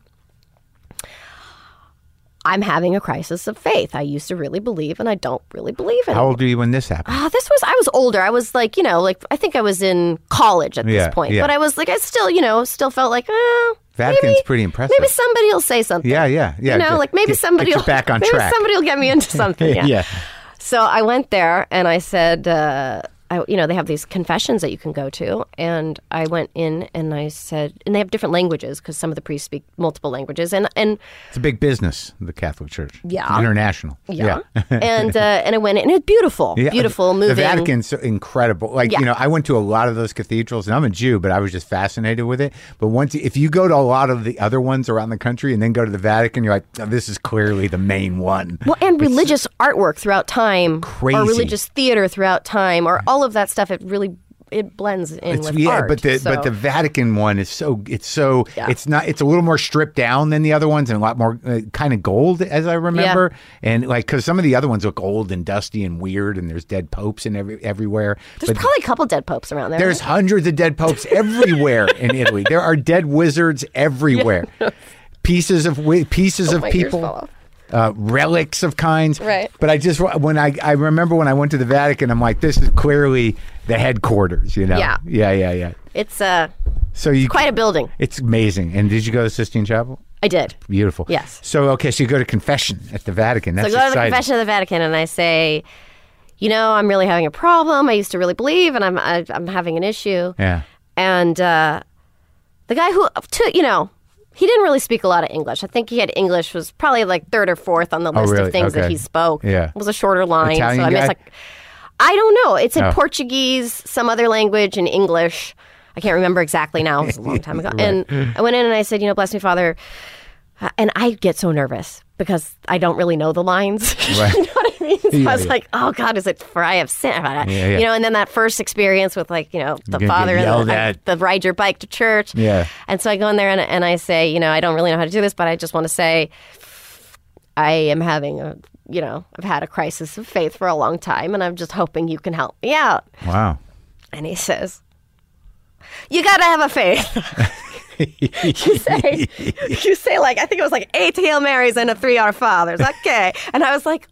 [SPEAKER 3] I'm having a crisis of faith. I used to really believe, and I don't really believe in.
[SPEAKER 1] How old were you when this happened?
[SPEAKER 3] Ah, this was I was older. I was like, you know, like I think I was in college at
[SPEAKER 1] Yeah,
[SPEAKER 3] this point.
[SPEAKER 1] yeah.
[SPEAKER 3] But I was like, I still, you know, still felt like, oh,
[SPEAKER 1] Vatican's
[SPEAKER 3] maybe,
[SPEAKER 1] pretty impressive.
[SPEAKER 3] Maybe somebody will say something.
[SPEAKER 1] Yeah, yeah, yeah.
[SPEAKER 3] You know,
[SPEAKER 1] Get-
[SPEAKER 3] like maybe
[SPEAKER 1] get- get
[SPEAKER 3] somebody
[SPEAKER 1] you
[SPEAKER 3] will
[SPEAKER 1] back on
[SPEAKER 3] maybe
[SPEAKER 1] track.
[SPEAKER 3] somebody will get
[SPEAKER 1] <laughs>
[SPEAKER 3] me into something.
[SPEAKER 1] Yeah.
[SPEAKER 3] So I went there and I said, uh, I, you know, they have these confessions that you can go to. And I went in and I said, and they have different languages because some of the priests speak multiple languages. And, and
[SPEAKER 1] It's a big business, the Catholic Church.
[SPEAKER 3] Yeah.
[SPEAKER 1] International. <laughs>
[SPEAKER 3] yeah. and, uh, and I went in and it's beautiful,
[SPEAKER 1] Yeah,
[SPEAKER 3] beautiful, moving.
[SPEAKER 1] The Vatican's incredible. Like
[SPEAKER 3] Yeah.
[SPEAKER 1] you know, I went to a lot of those cathedrals, and I'm a Jew, but I was just fascinated with it. But once, if you go to a lot of the other ones around the country, and then go to the Vatican, you're like, "Oh, this is clearly the main one.
[SPEAKER 3] Well, and religious artwork throughout time,
[SPEAKER 1] Crazy.
[SPEAKER 3] or religious theater throughout time, or all of that stuff. It really it blends in
[SPEAKER 1] It's-
[SPEAKER 3] with
[SPEAKER 1] yeah,
[SPEAKER 3] art.
[SPEAKER 1] but the
[SPEAKER 3] so-
[SPEAKER 1] but the Vatican one is so it's so
[SPEAKER 3] Yeah.
[SPEAKER 1] it's not it's a little more stripped down than the other ones and a lot more uh, kind of gold as I remember and like because some of the other ones look old and dusty and weird and there's dead popes and every everywhere.
[SPEAKER 3] there's
[SPEAKER 1] but
[SPEAKER 3] probably a couple dead popes around there.
[SPEAKER 1] there's
[SPEAKER 3] right?
[SPEAKER 1] hundreds of dead
[SPEAKER 3] <laughs>
[SPEAKER 1] popes everywhere in Italy. There are dead wizards
[SPEAKER 3] <laughs>
[SPEAKER 1] everywhere. Pieces of wi- pieces of
[SPEAKER 3] Oh, my ears
[SPEAKER 1] people
[SPEAKER 3] fell off.
[SPEAKER 1] uh, relics of kinds.
[SPEAKER 3] Right.
[SPEAKER 1] But I just wa- when I I remember when I went to the Vatican, I'm like, this is clearly the headquarters. You know.
[SPEAKER 3] Yeah.
[SPEAKER 1] Yeah. Yeah. Yeah.
[SPEAKER 3] it's uh,
[SPEAKER 1] So you
[SPEAKER 3] quite a building.
[SPEAKER 1] It's amazing. And did you go to Sistine Chapel?
[SPEAKER 3] I did.
[SPEAKER 1] Beautiful.
[SPEAKER 3] Yes.
[SPEAKER 1] So okay, so you go to confession at the Vatican.
[SPEAKER 3] So
[SPEAKER 1] That's
[SPEAKER 3] I go to the
[SPEAKER 1] exciting.
[SPEAKER 3] confession of the Vatican and I say, you know, I'm really having a problem. I used to really believe, and I'm I, I'm having an issue.
[SPEAKER 1] Yeah.
[SPEAKER 3] And uh, the guy who took, you know, He didn't really speak a lot of English. I think he had English was probably like third or fourth on the list
[SPEAKER 1] Oh, really?
[SPEAKER 3] of things that
[SPEAKER 1] Okay.
[SPEAKER 3] he spoke.
[SPEAKER 1] Yeah.
[SPEAKER 3] It was a shorter line.
[SPEAKER 1] Italian
[SPEAKER 3] so I mean,
[SPEAKER 1] guy?
[SPEAKER 3] it's like I don't know. It said
[SPEAKER 1] Oh.
[SPEAKER 3] Portuguese, some other language, and English. I can't remember exactly now. It was a long time
[SPEAKER 1] <laughs>
[SPEAKER 3] ago. And I went in and I said, you know, bless me, Father. Uh, And I get so nervous because I don't really know the lines. <laughs>
[SPEAKER 1] Right.
[SPEAKER 3] you know what I mean? So
[SPEAKER 1] Yeah,
[SPEAKER 3] I was
[SPEAKER 1] yeah.
[SPEAKER 3] like, oh God, is it for I have sin?
[SPEAKER 1] Yeah, yeah.
[SPEAKER 3] You know, and then that first experience with like, you know, the
[SPEAKER 1] gonna get
[SPEAKER 3] Father and
[SPEAKER 1] yelled
[SPEAKER 3] the,
[SPEAKER 1] at.
[SPEAKER 3] the ride your bike to church.
[SPEAKER 1] Yeah.
[SPEAKER 3] And so I go in there and, and I say, you know, I don't really know how to do this, but I just want to say I am having a, you know, I've had a crisis of faith for a long time and I'm just hoping you can help me out.
[SPEAKER 1] Wow.
[SPEAKER 3] And he says, you got to have a faith. <laughs> you say, you say like, I think it was like eight Hail Marys and a three Our Fathers. Okay. And I was like,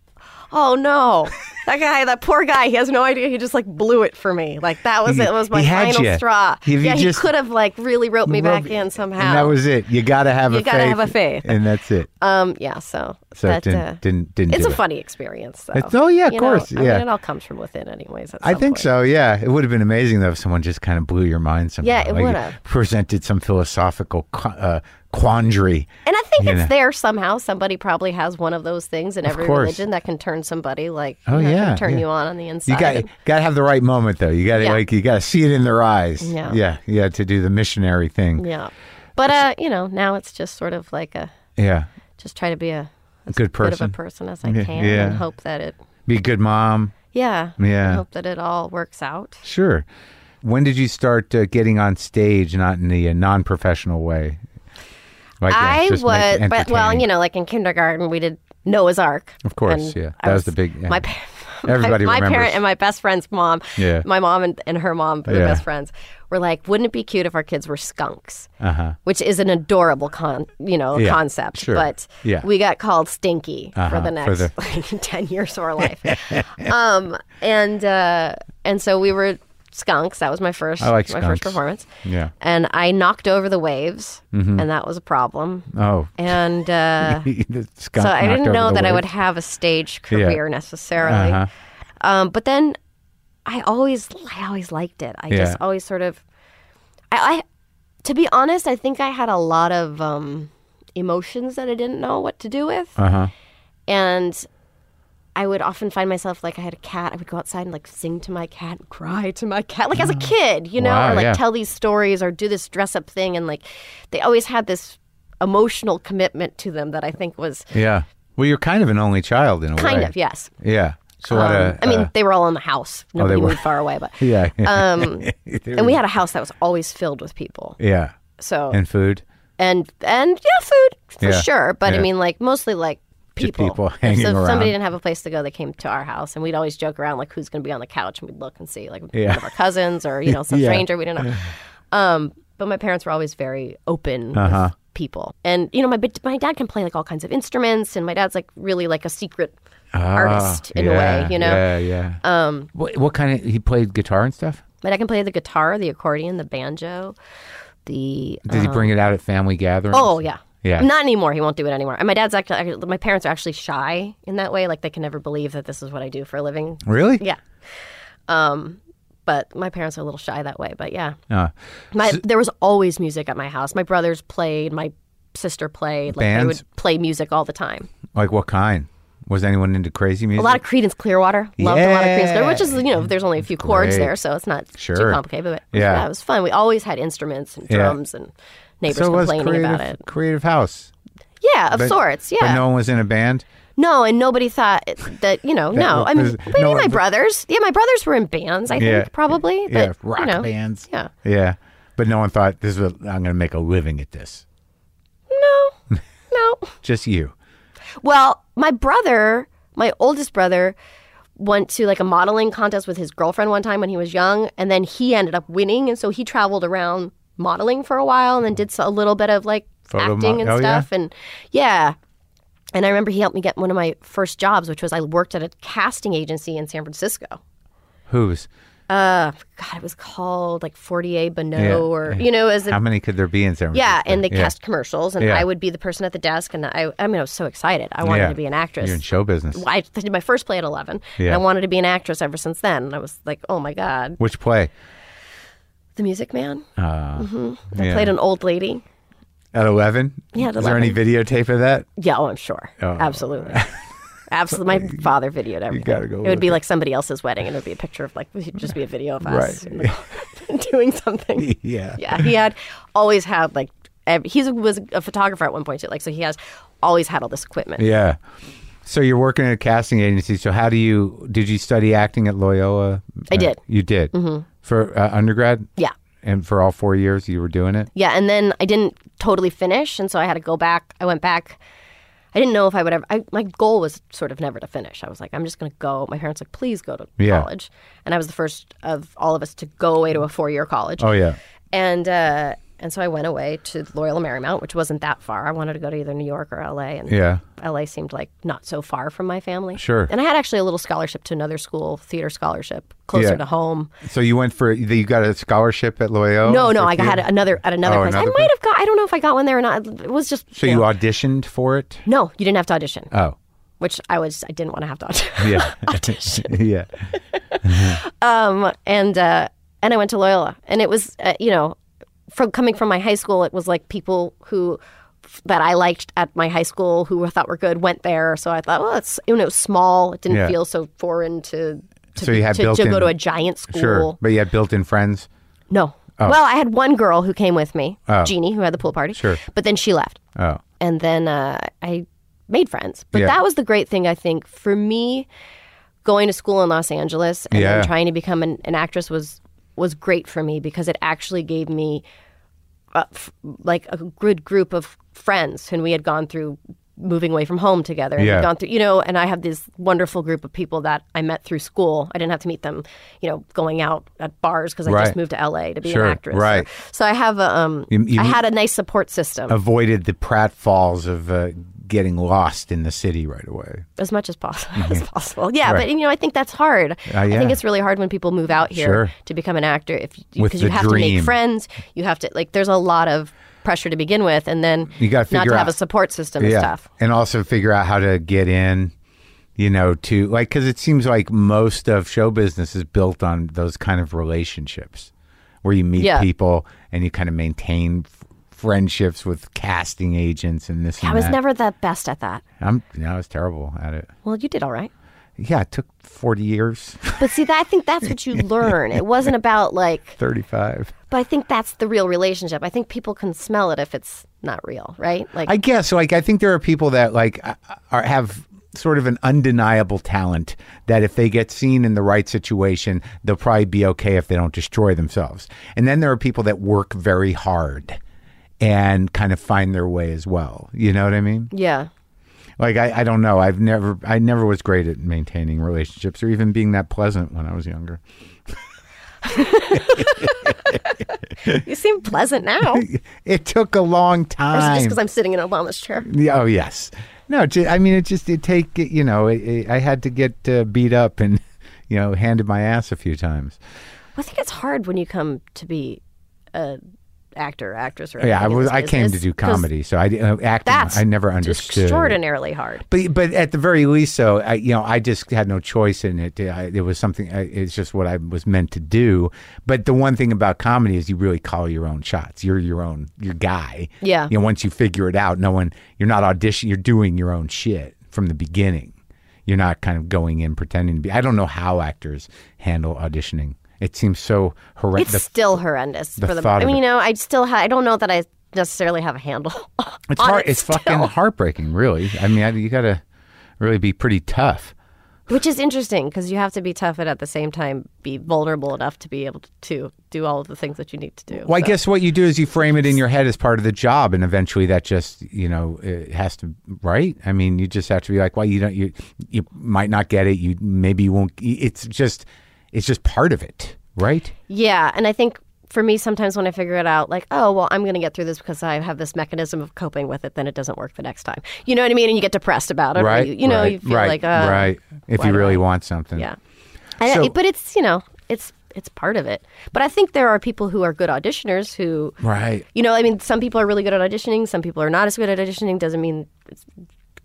[SPEAKER 3] oh no. That guy, that poor guy, he has no idea. He just like blew it for me. Like that was it. It was my
[SPEAKER 1] He had
[SPEAKER 3] final
[SPEAKER 1] ya.
[SPEAKER 3] straw.
[SPEAKER 1] If you
[SPEAKER 3] yeah,
[SPEAKER 1] just-
[SPEAKER 3] he could have like really roped me back
[SPEAKER 1] Rob-
[SPEAKER 3] in somehow.
[SPEAKER 1] And that was it. You gotta have
[SPEAKER 3] You
[SPEAKER 1] a
[SPEAKER 3] gotta
[SPEAKER 1] faith.
[SPEAKER 3] have a faith.
[SPEAKER 1] And that's it.
[SPEAKER 3] Um, yeah, so,
[SPEAKER 1] So
[SPEAKER 3] that,
[SPEAKER 1] it didn't-
[SPEAKER 3] uh,
[SPEAKER 1] didn't- didn't
[SPEAKER 3] It's
[SPEAKER 1] do
[SPEAKER 3] a
[SPEAKER 1] it.
[SPEAKER 3] funny experience, though.
[SPEAKER 1] It's- oh, yeah, of
[SPEAKER 3] You
[SPEAKER 1] course,
[SPEAKER 3] I
[SPEAKER 1] yeah.
[SPEAKER 3] mean, it all comes from within, anyways. at
[SPEAKER 1] I
[SPEAKER 3] some
[SPEAKER 1] think
[SPEAKER 3] point.
[SPEAKER 1] so. Yeah, it would have been amazing though if someone just kind of blew your mind somehow.
[SPEAKER 3] Yeah, it
[SPEAKER 1] Like,
[SPEAKER 3] would've.
[SPEAKER 1] presented some philosophical qu- uh, quandary.
[SPEAKER 3] And I think
[SPEAKER 1] You
[SPEAKER 3] it's
[SPEAKER 1] know.
[SPEAKER 3] there somehow. Somebody probably has one of those things in every
[SPEAKER 1] course.
[SPEAKER 3] religion that can turn somebody like
[SPEAKER 1] Oh,
[SPEAKER 3] you know,
[SPEAKER 1] yeah,
[SPEAKER 3] can turn
[SPEAKER 1] yeah.
[SPEAKER 3] you on on the inside.
[SPEAKER 1] You got got to have the right moment though. You got to
[SPEAKER 3] Yeah.
[SPEAKER 1] like you got to see it in their eyes.
[SPEAKER 3] Yeah.
[SPEAKER 1] yeah, yeah. To do the missionary thing.
[SPEAKER 3] yeah, but uh, you know, now it's just sort of like a
[SPEAKER 1] Yeah.
[SPEAKER 3] just try to be a
[SPEAKER 1] A good
[SPEAKER 3] bit of a
[SPEAKER 1] person.
[SPEAKER 3] person as I
[SPEAKER 1] Yeah,
[SPEAKER 3] can
[SPEAKER 1] yeah.
[SPEAKER 3] and hope that it
[SPEAKER 1] Be a good mom.
[SPEAKER 3] yeah
[SPEAKER 1] Yeah.
[SPEAKER 3] hope that it all works out.
[SPEAKER 1] Sure. When did you start uh, getting on stage, not in the uh, non-professional way? Like, uh,
[SPEAKER 3] I
[SPEAKER 1] just
[SPEAKER 3] was,
[SPEAKER 1] make-
[SPEAKER 3] but well,
[SPEAKER 1] entertaining.
[SPEAKER 3] you know, like in kindergarten, we did Noah's Ark.
[SPEAKER 1] Of course,
[SPEAKER 3] And
[SPEAKER 1] yeah.
[SPEAKER 3] I
[SPEAKER 1] That was the big- yeah.
[SPEAKER 3] My, pa- <laughs>
[SPEAKER 1] Everybody
[SPEAKER 3] my, my
[SPEAKER 1] remembers.
[SPEAKER 3] parent and my best friend's mom.
[SPEAKER 1] Yeah.
[SPEAKER 3] My mom and, and her mom were the
[SPEAKER 1] Yeah.
[SPEAKER 3] best friends. Were like, wouldn't it be cute if our kids were skunks?
[SPEAKER 1] Uh-huh.
[SPEAKER 3] Which is an adorable con, you know,
[SPEAKER 1] Yeah,
[SPEAKER 3] concept.
[SPEAKER 1] sure.
[SPEAKER 3] But
[SPEAKER 1] Yeah.
[SPEAKER 3] we got called Stinky
[SPEAKER 1] Uh-huh,
[SPEAKER 3] for
[SPEAKER 1] for
[SPEAKER 3] the next
[SPEAKER 1] the-
[SPEAKER 3] <laughs> like, ten years of
[SPEAKER 1] <laughs>
[SPEAKER 3] our life. um, and uh, and so we were skunks. That was my first
[SPEAKER 1] I like
[SPEAKER 3] my
[SPEAKER 1] skunks.
[SPEAKER 3] first performance.
[SPEAKER 1] Yeah.
[SPEAKER 3] And I knocked over the waves, and that was a problem
[SPEAKER 1] Oh. <laughs>
[SPEAKER 3] and uh,
[SPEAKER 1] The skunk
[SPEAKER 3] so I
[SPEAKER 1] knocked
[SPEAKER 3] didn't
[SPEAKER 1] over
[SPEAKER 3] know
[SPEAKER 1] the
[SPEAKER 3] that I
[SPEAKER 1] wave.
[SPEAKER 3] would have a stage career necessarily.
[SPEAKER 1] Uh-huh.
[SPEAKER 3] Um, but then I always, I always liked it. I
[SPEAKER 1] Yeah.
[SPEAKER 3] just always sort of, I, I, to be honest, I think I had a lot of um, emotions that I didn't know what to do with,
[SPEAKER 1] Uh-huh.
[SPEAKER 3] and I would often find myself like I had a cat. I would go outside and like sing to my cat and cry to my
[SPEAKER 1] <gasps>
[SPEAKER 3] cat, like as a kid, you know,
[SPEAKER 1] Wow,
[SPEAKER 3] or like
[SPEAKER 1] yeah.
[SPEAKER 3] tell these stories or do this dress up thing. And like they always had this emotional commitment to them that I think was
[SPEAKER 1] Yeah. Well, you're kind of an only child in a way.
[SPEAKER 3] kind of, yes.
[SPEAKER 1] Yeah. So what
[SPEAKER 3] Um,
[SPEAKER 1] a,
[SPEAKER 3] I mean,
[SPEAKER 1] uh, <laughs>
[SPEAKER 3] they were all in the house. Nobody
[SPEAKER 1] were.
[SPEAKER 3] moved far away, but
[SPEAKER 1] <laughs> yeah. <laughs>
[SPEAKER 3] um,
[SPEAKER 1] There
[SPEAKER 3] and we
[SPEAKER 1] you-
[SPEAKER 3] had a house that was always filled with people.
[SPEAKER 1] yeah.
[SPEAKER 3] So
[SPEAKER 1] And food.
[SPEAKER 3] and and yeah, food for
[SPEAKER 1] Yeah.
[SPEAKER 3] sure. But
[SPEAKER 1] Yeah.
[SPEAKER 3] I mean, like mostly like
[SPEAKER 1] Just
[SPEAKER 3] people.
[SPEAKER 1] people
[SPEAKER 3] If
[SPEAKER 1] hanging
[SPEAKER 3] so- if
[SPEAKER 1] around.
[SPEAKER 3] somebody didn't have a place to go, they came to our house, and we'd always joke around like who's going to be on the couch, and we'd look and see like
[SPEAKER 1] Yeah.
[SPEAKER 3] one of our cousins or
[SPEAKER 1] <laughs>
[SPEAKER 3] you know some
[SPEAKER 1] Yeah.
[SPEAKER 3] stranger we didn't know. Um, but my parents were always very open. with
[SPEAKER 1] Uh-huh.
[SPEAKER 3] people and you know my bit- my dad can play like all kinds of instruments and my dad's like really like a secret artist in a
[SPEAKER 1] Ah, yeah,
[SPEAKER 3] way you know
[SPEAKER 1] Yeah, yeah. Um, what, what kind of, he played guitar and stuff?
[SPEAKER 3] my dad can play the guitar the accordion the banjo the
[SPEAKER 1] Did he bring it out at family gatherings?
[SPEAKER 3] Uh-huh. Oh yeah.
[SPEAKER 1] Yeah.
[SPEAKER 3] Not anymore. He won't do it anymore. And my dad's actually, actually- my parents are actually shy in that way. Like they can never believe that this is what I do for a living.
[SPEAKER 1] Really?
[SPEAKER 3] Yeah. Um, but my parents are a little shy that way. But yeah,
[SPEAKER 1] Uh,
[SPEAKER 3] my there was always music at my house. My brothers played. My sister played. Like they
[SPEAKER 1] Bands?
[SPEAKER 3] would play music all the time.
[SPEAKER 1] like what kind? Was anyone into crazy music?
[SPEAKER 3] A lot of Creedence Clearwater. Loved a lot of Creedence
[SPEAKER 1] Yeah.
[SPEAKER 3] Clearwater, which is you know there's only a few chords
[SPEAKER 1] Great.
[SPEAKER 3] there, so it's not
[SPEAKER 1] Sure.
[SPEAKER 3] too complicated. But
[SPEAKER 1] Yeah.
[SPEAKER 3] yeah. it was fun. We always had instruments and
[SPEAKER 1] Yeah.
[SPEAKER 3] drums and neighbors
[SPEAKER 1] so it was
[SPEAKER 3] complaining
[SPEAKER 1] creative,
[SPEAKER 3] about it.
[SPEAKER 1] creative house.
[SPEAKER 3] Yeah, of
[SPEAKER 1] But-
[SPEAKER 3] sorts. Yeah.
[SPEAKER 1] But no one was in a band?
[SPEAKER 3] No, and nobody thought that you
[SPEAKER 1] <laughs>
[SPEAKER 3] know. no, I
[SPEAKER 1] was-
[SPEAKER 3] mean maybe
[SPEAKER 1] no,
[SPEAKER 3] my
[SPEAKER 1] but-
[SPEAKER 3] brothers. Yeah, my brothers were in bands. I
[SPEAKER 1] Yeah.
[SPEAKER 3] think probably. But,
[SPEAKER 1] yeah, rock
[SPEAKER 3] you know,
[SPEAKER 1] bands.
[SPEAKER 3] Yeah.
[SPEAKER 1] Yeah. But no one thought, this is what, I'm going to make a living at this.
[SPEAKER 3] No,
[SPEAKER 1] <laughs>
[SPEAKER 3] no.
[SPEAKER 1] Just you.
[SPEAKER 3] Well, my brother, my oldest brother, went to like a modeling contest with his girlfriend one time when he was young, and then he ended up winning, and so he traveled around modeling for a while, and then did so- a little bit of like
[SPEAKER 1] Photo
[SPEAKER 3] acting
[SPEAKER 1] mo-
[SPEAKER 3] and
[SPEAKER 1] oh, yeah?
[SPEAKER 3] stuff, and yeah. And I remember he helped me get one of my first jobs, which was I worked at a casting agency in San Francisco.
[SPEAKER 1] Who's?
[SPEAKER 3] uh god it was called like Fortier Bonneau
[SPEAKER 1] Yeah,
[SPEAKER 3] or you know as
[SPEAKER 1] How
[SPEAKER 3] a
[SPEAKER 1] many could there be in San Francisco?
[SPEAKER 3] yeah and they cast commercials and
[SPEAKER 1] Yeah.
[SPEAKER 3] I would be the person at the desk and I I mean I was so excited I wanted
[SPEAKER 1] Yeah.
[SPEAKER 3] to be an actress
[SPEAKER 1] You're in show business.
[SPEAKER 3] I did my first play at 11
[SPEAKER 1] Yeah.
[SPEAKER 3] and I wanted to be an actress ever since then and I was like oh my god
[SPEAKER 1] Which play?
[SPEAKER 3] the music man
[SPEAKER 1] Uh,
[SPEAKER 3] I
[SPEAKER 1] yeah.
[SPEAKER 3] played an old lady
[SPEAKER 1] At 11?
[SPEAKER 3] Yeah, at
[SPEAKER 1] Is there any videotape of that? <laughs>
[SPEAKER 3] Yeah, oh, I'm sure.
[SPEAKER 1] Oh. <laughs>
[SPEAKER 3] Absolutely. Absolutely. My father videoed everything.
[SPEAKER 1] gotta go
[SPEAKER 3] it would
[SPEAKER 1] look
[SPEAKER 3] be like somebody else's wedding, and it would be a picture of like, it'd just be a video of us <laughs>
[SPEAKER 1] Right.
[SPEAKER 3] in the car doing
[SPEAKER 1] <laughs>
[SPEAKER 3] something.
[SPEAKER 1] Yeah.
[SPEAKER 3] Yeah. He had always had like, he was a photographer at one point too. Like, so he has always had all this equipment.
[SPEAKER 1] Yeah. So you're working at a casting agency. So how do you did you study acting at Loyola? Uh,
[SPEAKER 3] I did. Mm-hmm.
[SPEAKER 1] You did for uh, undergrad.
[SPEAKER 3] Yeah.
[SPEAKER 1] And for all four years, you were doing it.
[SPEAKER 3] Yeah, and then I didn't totally finish, and so I had to go back. I went back. I didn't know if I would ever. I, my goal was sort of never to finish. I was like, I'm just going to go. My parents like, please go to
[SPEAKER 1] Yeah.
[SPEAKER 3] college, and I was the first of all of us to go away to a four year college.
[SPEAKER 1] Oh yeah.
[SPEAKER 3] and uh, and so I went away to Loyola Marymount, which wasn't that far. I wanted to go to either New York or L.A. and
[SPEAKER 1] Yeah.
[SPEAKER 3] LA seemed like not so far from my family.
[SPEAKER 1] Sure.
[SPEAKER 3] And I had actually a little scholarship to another school, theater scholarship, closer
[SPEAKER 1] Yeah.
[SPEAKER 3] to home.
[SPEAKER 1] So you went for you got a scholarship at Loyola.
[SPEAKER 3] No, no,
[SPEAKER 1] for
[SPEAKER 3] I had
[SPEAKER 1] theater?
[SPEAKER 3] another at another
[SPEAKER 1] Oh,
[SPEAKER 3] place.
[SPEAKER 1] another
[SPEAKER 3] I might have got. I don't know if I got one there or not. It was just.
[SPEAKER 1] So you auditioned for it.
[SPEAKER 3] No, you didn't have to audition,
[SPEAKER 1] Oh. <laughs>
[SPEAKER 3] which I was. I didn't want to have to <laughs> audition.
[SPEAKER 1] Yeah. yeah.
[SPEAKER 3] and uh, and I went to Loyola, and it was uh, you know, from coming from my high school, it was like people who that I liked at my high school who I thought were good went there. So I thought, well, it's you know, it was small. It didn't
[SPEAKER 1] Yeah.
[SPEAKER 3] feel so foreign to. To,
[SPEAKER 1] So you had
[SPEAKER 3] to, to
[SPEAKER 1] built-in-
[SPEAKER 3] go to a giant school.
[SPEAKER 1] Sure. Oh. But you had built-in friends.
[SPEAKER 3] No. Well, I had one girl who came with me, Jeannie, who had the pool party.
[SPEAKER 1] Oh. Sure.
[SPEAKER 3] But then she left.
[SPEAKER 1] Oh.
[SPEAKER 3] And then uh, I made friends. But
[SPEAKER 1] Yeah.
[SPEAKER 3] that was the great thing, I think, for me, going to school in Los Angeles and
[SPEAKER 1] Yeah.
[SPEAKER 3] then trying to become an, an actress was was great for me because it actually gave me uh, f- like a good group of friends and we had gone through moving away from home together and
[SPEAKER 1] Yeah.
[SPEAKER 3] we'd gone through you know and i have this wonderful group of people that i met through school i didn't have to meet them you know going out at bars because i
[SPEAKER 1] Right.
[SPEAKER 3] just moved to la to be
[SPEAKER 1] Sure,
[SPEAKER 3] an actress
[SPEAKER 1] right.
[SPEAKER 3] so i have a um
[SPEAKER 1] You- you-
[SPEAKER 3] i had a nice support system
[SPEAKER 1] Avoided the pratfalls of uh, getting lost in the city right away.
[SPEAKER 3] as much as possible <laughs> as possible yeah
[SPEAKER 1] Mm-hmm. Right. Uh,
[SPEAKER 3] but you know i think that's hard i
[SPEAKER 1] yeah.
[SPEAKER 3] think it's really hard when people move out here
[SPEAKER 1] Sure.
[SPEAKER 3] to become an actor if
[SPEAKER 1] With
[SPEAKER 3] because you
[SPEAKER 1] the
[SPEAKER 3] have to
[SPEAKER 1] dream.
[SPEAKER 3] make friends you have to like there's a lot of pressure to begin with and then
[SPEAKER 1] You gotta
[SPEAKER 3] not
[SPEAKER 1] figure
[SPEAKER 3] to have
[SPEAKER 1] out-
[SPEAKER 3] a support system and stuff
[SPEAKER 1] And also figure out how to get in, you know, to like, because it seems like most of show business is built on those kind of relationships where you meet
[SPEAKER 3] Yeah.
[SPEAKER 1] people and you kind of maintain f- friendships with casting agents and this
[SPEAKER 3] i
[SPEAKER 1] and
[SPEAKER 3] was
[SPEAKER 1] that.
[SPEAKER 3] never the best at that
[SPEAKER 1] I'm, no, I was terrible at it.
[SPEAKER 3] well you did all right
[SPEAKER 1] Yeah, it took 40 years, <laughs>
[SPEAKER 3] but see that, i think that's what you learn it wasn't about like
[SPEAKER 1] 35.
[SPEAKER 3] but i think that's the real relationship i think people can smell it if it's not real right like
[SPEAKER 1] I guess like I think there are people that like a- are have sort of an undeniable talent that if they get seen in the right situation, they'll probably be okay if they don't destroy themselves. And then there are people that work very hard and kind of find their way as well. You know what I mean?
[SPEAKER 3] yeah
[SPEAKER 1] Like I, I don't know. I've never I never was great at maintaining relationships or even being that pleasant when I was younger. <laughs>
[SPEAKER 3] you seem
[SPEAKER 1] <laughs>
[SPEAKER 3] pleasant now
[SPEAKER 1] It took a long
[SPEAKER 3] Or is it just
[SPEAKER 1] time.
[SPEAKER 3] because i'm sitting in obama's chair
[SPEAKER 1] Yeah, Oh yes. No, ju- I mean it just it take you know it, it, I had to get uh, beat up and <laughs> you know handed my ass a few times.
[SPEAKER 3] I think it's hard when you come to be a actor, actress, or
[SPEAKER 1] Oh, Yeah, I
[SPEAKER 3] anything in
[SPEAKER 1] was
[SPEAKER 3] this
[SPEAKER 1] I came to
[SPEAKER 3] business,
[SPEAKER 1] do
[SPEAKER 3] 'cause
[SPEAKER 1] comedy, so I di- uh, acting
[SPEAKER 3] That's
[SPEAKER 1] I never understood.
[SPEAKER 3] Extraordinarily hard.
[SPEAKER 1] But but at the very least, so I you know I just had no choice in it. I, it was something. I, it's just what I was meant to do. But the one thing about comedy is you really call your own shots. You're your own your guy.
[SPEAKER 3] Yeah.
[SPEAKER 1] You know, once you figure it out, no one you're not audition. You're doing your own shit from the beginning. You're not kind of going in pretending to be. I don't know how actors handle auditioning. It seems so
[SPEAKER 3] It's
[SPEAKER 1] horrendous.
[SPEAKER 3] still horrendous for the.
[SPEAKER 1] thought
[SPEAKER 3] I
[SPEAKER 1] of
[SPEAKER 3] mean,
[SPEAKER 1] it-
[SPEAKER 3] you know, I still ha- I don't know that I necessarily have a handle.
[SPEAKER 1] It's
[SPEAKER 3] on <laughs>
[SPEAKER 1] hard.
[SPEAKER 3] it
[SPEAKER 1] It's fucking
[SPEAKER 3] still.
[SPEAKER 1] heartbreaking, really. I mean, I, you got to really be pretty tough.
[SPEAKER 3] Which is interesting because you have to be tough and at the same time be vulnerable enough to be able to, to do all of the things that you need to do.
[SPEAKER 1] Well, I
[SPEAKER 3] So-
[SPEAKER 1] guess what you do is you frame it in your head as part of the job, and eventually that just you know it has to right. I mean, you just have to be like, well, you don't you you might not get it. You maybe you won't. It's just it's just part of it, right?
[SPEAKER 3] Yeah, and I think for me sometimes when I figure it out, like, oh well, I'm going to get through this because I have this mechanism of coping with it. Then it doesn't work the next time. You know what I mean? And you get depressed about it. or
[SPEAKER 1] right.
[SPEAKER 3] you, you know,
[SPEAKER 1] right,
[SPEAKER 3] you feel
[SPEAKER 1] right,
[SPEAKER 3] like, uh,
[SPEAKER 1] right. If
[SPEAKER 3] why
[SPEAKER 1] you
[SPEAKER 3] do
[SPEAKER 1] really
[SPEAKER 3] I-
[SPEAKER 1] want something,
[SPEAKER 3] Yeah, I,
[SPEAKER 1] So-
[SPEAKER 3] but it's you know, it's it's part of it. But I think there are people who are good auditioners who,
[SPEAKER 1] right.
[SPEAKER 3] you know, I mean, some people are really good at auditioning. Some people are not as good at auditioning. Doesn't mean it's,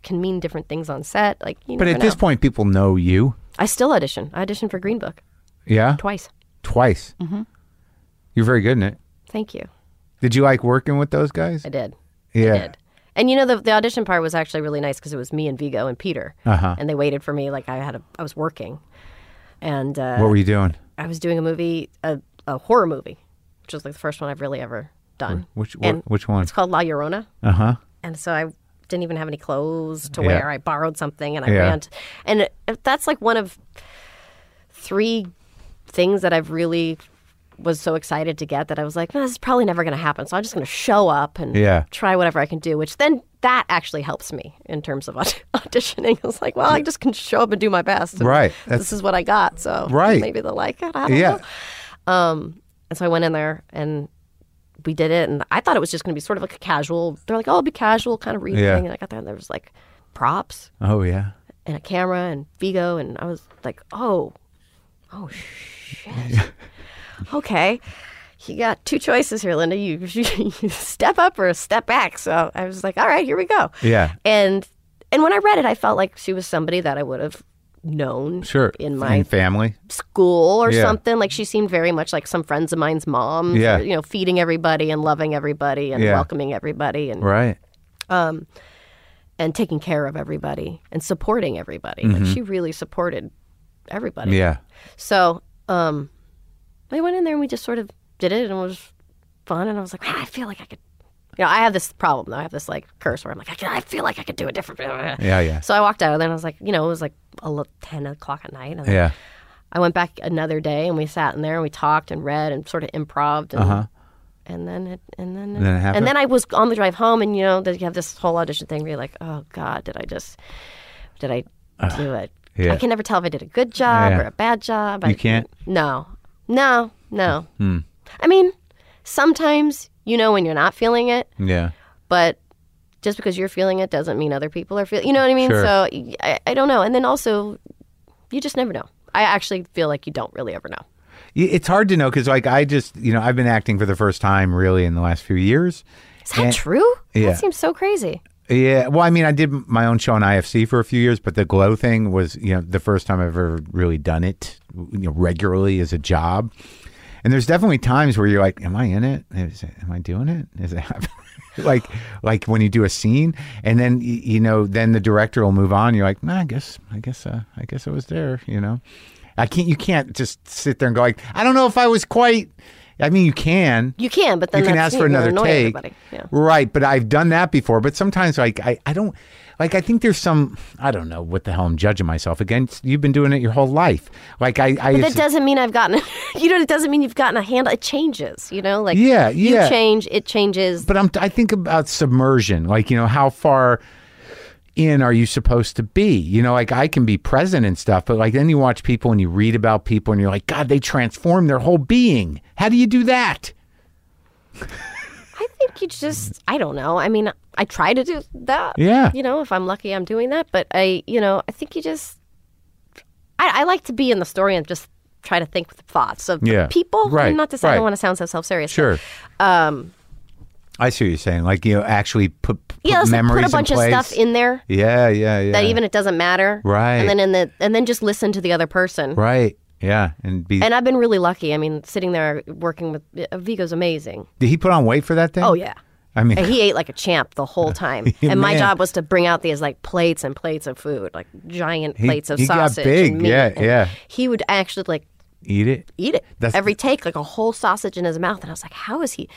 [SPEAKER 3] can mean different things on set. Like, you
[SPEAKER 1] But
[SPEAKER 3] never
[SPEAKER 1] at this
[SPEAKER 3] know.
[SPEAKER 1] point, people know you.
[SPEAKER 3] I still audition. I auditioned for Green Book
[SPEAKER 1] Yeah,
[SPEAKER 3] twice.
[SPEAKER 1] twice. Mm-hmm. You're very good in it.
[SPEAKER 3] Thank you.
[SPEAKER 1] Did you like working with those guys?
[SPEAKER 3] I did.
[SPEAKER 1] Yeah.
[SPEAKER 3] I did. And you know the the audition part was actually really nice because it was me and Vigo and Peter,
[SPEAKER 1] Uh-huh.
[SPEAKER 3] and they waited for me like I had a I was working, and uh,
[SPEAKER 1] What were you doing?
[SPEAKER 3] I was doing a movie a, a horror movie, which was like the first one I've really ever done.
[SPEAKER 1] Which wh-
[SPEAKER 3] And
[SPEAKER 1] which one?
[SPEAKER 3] It's called La Llorona.
[SPEAKER 1] Uh huh.
[SPEAKER 3] and so I didn't even have any clothes to
[SPEAKER 1] Yeah.
[SPEAKER 3] wear. I borrowed something and I
[SPEAKER 1] Yeah.
[SPEAKER 3] ran. t- and it- it- that's like one of three things that I've really was so excited to get that I was like, no, this is probably never going to happen. So I'm just going to show up and
[SPEAKER 1] Yeah.
[SPEAKER 3] try whatever I can do, which then that actually helps me in terms of aud- <laughs> auditioning. It's like, well, I just can show up and do my best. and
[SPEAKER 1] Right. That's-
[SPEAKER 3] This is what I got. So
[SPEAKER 1] Right.
[SPEAKER 3] maybe they'll like it. I don't
[SPEAKER 1] Yeah.
[SPEAKER 3] know. Um, And so I went in there and we did it. And I thought it was just going to be sort of like a casual, they're like, oh, it'll be casual kind of reading.
[SPEAKER 1] Yeah.
[SPEAKER 3] And I got there and there was like props
[SPEAKER 1] Oh yeah.
[SPEAKER 3] and a camera and Vigo. And I was like, oh, oh, shit. <laughs> okay. You got two choices here, Linda. You, <laughs> you step up or step back. So I was like, all right, here we go.
[SPEAKER 1] Yeah.
[SPEAKER 3] And and when I read it, I felt like she was somebody that I would have known
[SPEAKER 1] Sure.
[SPEAKER 3] in my
[SPEAKER 1] family.
[SPEAKER 3] school or
[SPEAKER 1] Yeah.
[SPEAKER 3] something. Like she seemed very much like some friends of mine's mom.
[SPEAKER 1] Yeah.
[SPEAKER 3] You know, feeding everybody and loving everybody and
[SPEAKER 1] Yeah.
[SPEAKER 3] welcoming everybody and
[SPEAKER 1] Right.
[SPEAKER 3] and taking care of everybody and supporting everybody. Like she really supported everybody.
[SPEAKER 1] Mm-hmm. Yeah.
[SPEAKER 3] So um, we went in there and we just sort of did it and it was fun. And I was like, "Man, I feel like I could. You know, I have this problem though. I have this like curse where I'm like, I, can, I feel like I could do it different.
[SPEAKER 1] Yeah, yeah.
[SPEAKER 3] So I walked out of there and I was like, you know, it was like a little- 10 o'clock at night. And
[SPEAKER 1] Yeah.
[SPEAKER 3] I went back another day and we sat in there and we talked and read and sort of improv and, and then it and then
[SPEAKER 1] Uh-huh. then it happened?
[SPEAKER 3] and then I was on the drive home and you know that you have this whole audition thing where you're like oh god did I just did I do it
[SPEAKER 1] Uh, yeah.
[SPEAKER 3] I can never tell if I did a good job
[SPEAKER 1] Yeah.
[SPEAKER 3] or a bad job
[SPEAKER 1] You can't? Hmm.
[SPEAKER 3] no no no I mean sometimes you know when you're not feeling it
[SPEAKER 1] Yeah.
[SPEAKER 3] but just because you're feeling it doesn't mean other people are feeling you know what i mean
[SPEAKER 1] Sure.
[SPEAKER 3] so I, I don't know and then also you just never know i actually feel like you don't really ever know
[SPEAKER 1] Y- It's hard to know because, like, I just, you know, I've been acting for the first time really in the last few years.
[SPEAKER 3] is that
[SPEAKER 1] And-
[SPEAKER 3] true
[SPEAKER 1] yeah.
[SPEAKER 3] that seems so crazy
[SPEAKER 1] Yeah. Well, I mean, I did my own show on IFC for a few years, but the glow thing was, you know, the first time I've ever really done it, you know, regularly as a job. And there's definitely times where you're like, "Am I in it? Is it am I doing it? Is it happening?" <laughs> like, like when you do a scene, and then y- you know, then the director will move on. You're like, "Nah, I guess, I guess, uh, I guess I was there." You know, I can't. You can't just sit there and go like, "I don't know if I was quite." I mean, you can
[SPEAKER 3] you can but then
[SPEAKER 1] you can
[SPEAKER 3] that's,
[SPEAKER 1] ask for
[SPEAKER 3] you're
[SPEAKER 1] another
[SPEAKER 3] gonna annoy
[SPEAKER 1] take
[SPEAKER 3] everybody. yeah
[SPEAKER 1] right but i've done that before but sometimes like I, I don't like i think there's some i don't know what the hell i'm judging myself against you've been doing it your whole life like i, I
[SPEAKER 3] but that doesn't mean I've gotten, <laughs> you know, it doesn't mean you've gotten a handle. It changes, you know, like
[SPEAKER 1] Yeah, yeah.
[SPEAKER 3] you change, it changes.
[SPEAKER 1] but i'm i think about submersion like you know how far in are you supposed to be you know like i can be present and stuff but like then you watch people and you read about people and you're like god they transform their whole being how do you do that
[SPEAKER 3] I think you just I don't know. I mean, I try to do that.
[SPEAKER 1] Yeah.
[SPEAKER 3] You know, if I'm lucky I'm doing that, but I, you know, I think you just I, I like to be in the story and just try to think with the thoughts of the
[SPEAKER 1] Yeah.
[SPEAKER 3] people.
[SPEAKER 1] Right,
[SPEAKER 3] Not to say I
[SPEAKER 1] right.
[SPEAKER 3] don't want to sound so self serious.
[SPEAKER 1] sure um i see what you're saying like you know actually put, put
[SPEAKER 3] Yeah, let's like,
[SPEAKER 1] memories
[SPEAKER 3] put a bunch
[SPEAKER 1] in
[SPEAKER 3] of
[SPEAKER 1] place
[SPEAKER 3] stuff in there
[SPEAKER 1] yeah yeah yeah
[SPEAKER 3] that even it doesn't matter.
[SPEAKER 1] Right.
[SPEAKER 3] And then in the and then just listen to the other person.
[SPEAKER 1] Right. Yeah. And be
[SPEAKER 3] And I've been really lucky. I mean, sitting there working with uh, Vigo's amazing.
[SPEAKER 1] did he put on weight for that thing?
[SPEAKER 3] Oh yeah.
[SPEAKER 1] I mean,
[SPEAKER 3] And he ate like a champ
[SPEAKER 1] <laughs>
[SPEAKER 3] the whole time.
[SPEAKER 1] Yeah,
[SPEAKER 3] and my
[SPEAKER 1] man.
[SPEAKER 3] job was to bring out these like plates and plates of food, like giant plates of
[SPEAKER 1] he got
[SPEAKER 3] sausage.
[SPEAKER 1] big,
[SPEAKER 3] and meat.
[SPEAKER 1] yeah,
[SPEAKER 3] And
[SPEAKER 1] yeah.
[SPEAKER 3] He would actually like
[SPEAKER 1] <laughs> eat it.
[SPEAKER 3] eat it
[SPEAKER 1] That's-
[SPEAKER 3] every take, like a whole sausage in his mouth. And I was like, how is he,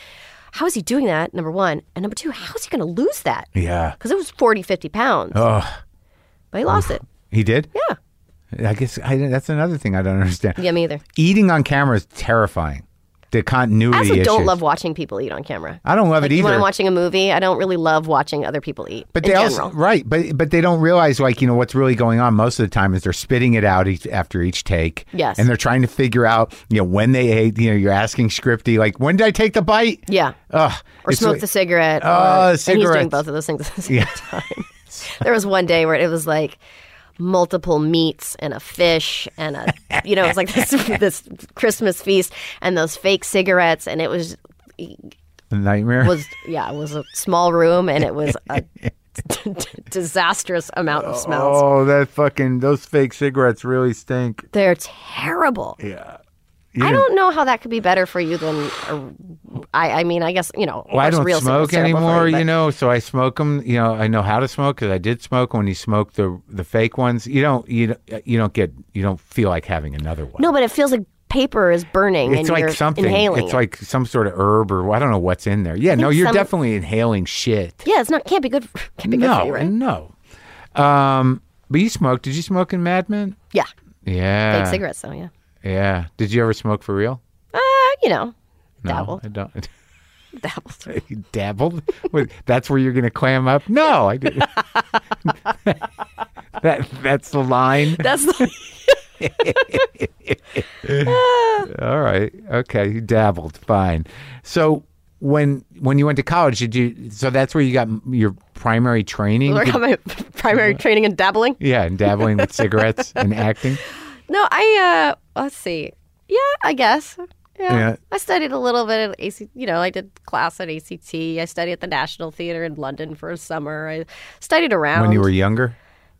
[SPEAKER 3] how is he doing that? Number one. And number two, how is he going to lose that?
[SPEAKER 1] Yeah.
[SPEAKER 3] Because it was 40, 50 pounds.
[SPEAKER 1] Oh,
[SPEAKER 3] But he lost it.
[SPEAKER 1] he did.
[SPEAKER 3] Yeah.
[SPEAKER 1] I guess I, that's another thing I don't understand.
[SPEAKER 3] Yeah, me either.
[SPEAKER 1] Eating on camera is terrifying. The continuity.
[SPEAKER 3] I also don't
[SPEAKER 1] issues.
[SPEAKER 3] love watching people eat on camera.
[SPEAKER 1] I don't love
[SPEAKER 3] Like,
[SPEAKER 1] it
[SPEAKER 3] When
[SPEAKER 1] either.
[SPEAKER 3] I'm watching a movie, I don't really love watching other people eat.
[SPEAKER 1] But
[SPEAKER 3] in
[SPEAKER 1] they
[SPEAKER 3] general.
[SPEAKER 1] also right, but but they don't realize like you know what's really going on most of the time is they're spitting it out each, after each take.
[SPEAKER 3] Yes.
[SPEAKER 1] and they're trying to figure out you know when they ate. You know, you're asking scripty like, when did I take the bite?
[SPEAKER 3] Yeah.
[SPEAKER 1] Ugh,
[SPEAKER 3] or
[SPEAKER 1] it's
[SPEAKER 3] smoke
[SPEAKER 1] like-
[SPEAKER 3] the cigarette.
[SPEAKER 1] Oh,
[SPEAKER 3] or,
[SPEAKER 1] the
[SPEAKER 3] And he's
[SPEAKER 1] cigarettes.
[SPEAKER 3] doing both of those things at the same time. <laughs> there was one day where it was like multiple meats and a fish and a you know it was like this <laughs> this Christmas feast and those fake cigarettes and it was
[SPEAKER 1] nightmare.
[SPEAKER 3] <laughs> was yeah it was a small room and it was a <laughs> disastrous amount of smells.
[SPEAKER 1] oh, that fucking those fake cigarettes really stink.
[SPEAKER 3] They're terrible.
[SPEAKER 1] Yeah.
[SPEAKER 3] I don't know how that could be better for you than. a- I I mean, I guess you know. of
[SPEAKER 1] Well, I
[SPEAKER 3] course,
[SPEAKER 1] don't
[SPEAKER 3] real cigarettes
[SPEAKER 1] smoke
[SPEAKER 3] are terrible for
[SPEAKER 1] anymore, you
[SPEAKER 3] but-
[SPEAKER 1] know. So I smoke them. You know, I know how to smoke because I did smoke when you smoke the the fake ones. You don't you don't- you don't get you don't feel like having another one.
[SPEAKER 3] No, but it feels like paper is burning
[SPEAKER 1] it's
[SPEAKER 3] and
[SPEAKER 1] like
[SPEAKER 3] you're
[SPEAKER 1] something.
[SPEAKER 3] inhaling.
[SPEAKER 1] It's
[SPEAKER 3] it.
[SPEAKER 1] like some sort of herb or I don't know what's in there. Yeah, no, you're
[SPEAKER 3] some-
[SPEAKER 1] definitely inhaling shit.
[SPEAKER 3] yeah, it's not can't be good. <laughs> For, can't be good
[SPEAKER 1] no,
[SPEAKER 3] for you, right?
[SPEAKER 1] no. Um, but you smoked? Did you smoke in Mad Men?
[SPEAKER 3] Yeah,
[SPEAKER 1] Yeah,
[SPEAKER 3] fake cigarettes though. Yeah,
[SPEAKER 1] Yeah. Did you ever smoke for real?
[SPEAKER 3] uh, you know,
[SPEAKER 1] No,
[SPEAKER 3] dabbled,
[SPEAKER 1] I don't. <laughs>
[SPEAKER 3] dabbled.
[SPEAKER 1] You <laughs> dabbled? Wait, that's where you're going to clam up? No, I didn't. <laughs> that that's the line.
[SPEAKER 3] <laughs> That's the,
[SPEAKER 1] <laughs> All right. Okay, you dabbled. Fine. So when when you went to college, did you? So that's where you got m- your primary training.
[SPEAKER 3] where I
[SPEAKER 1] Did-
[SPEAKER 3] got my primary training in dabbling.
[SPEAKER 1] <laughs> yeah, and dabbling with cigarettes and acting.
[SPEAKER 3] No, I uh let's see. Yeah, I guess. Yeah.
[SPEAKER 1] Yeah.
[SPEAKER 3] I studied a little bit at AC, you know, I did class at ACT. I studied at the National Theater in London for a summer. I studied around.
[SPEAKER 1] When you were younger,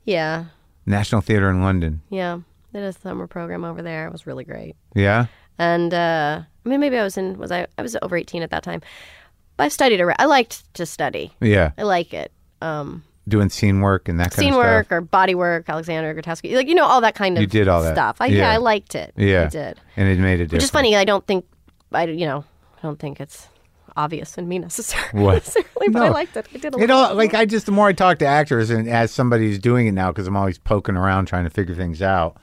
[SPEAKER 3] Yeah.
[SPEAKER 1] National Theater in London.
[SPEAKER 3] Yeah. Did a summer program over there. It was really great.
[SPEAKER 1] Yeah.
[SPEAKER 3] And uh I mean maybe I was in was I I was over 18 at that time. But I studied around. I liked to study.
[SPEAKER 1] Yeah,
[SPEAKER 3] I like it. Um
[SPEAKER 1] doing scene work and that kind
[SPEAKER 3] scene
[SPEAKER 1] of stuff.
[SPEAKER 3] work or body work, Alexander Grotowski. Like you know all that kind of
[SPEAKER 1] You did all that.
[SPEAKER 3] stuff. I, yeah.
[SPEAKER 1] Yeah.
[SPEAKER 3] I liked it.
[SPEAKER 1] Yeah,
[SPEAKER 3] I did.
[SPEAKER 1] and it made a
[SPEAKER 3] Which
[SPEAKER 1] difference.
[SPEAKER 3] is funny. I don't think I, you know, I don't think it's obvious in me <laughs> necessarily.
[SPEAKER 1] What?
[SPEAKER 3] necessarily, but I
[SPEAKER 1] No.
[SPEAKER 3] liked it. I did a
[SPEAKER 1] It
[SPEAKER 3] lot.
[SPEAKER 1] all like I just the more I talk to actors and as somebody who's doing it now because I'm always poking around trying to figure things out.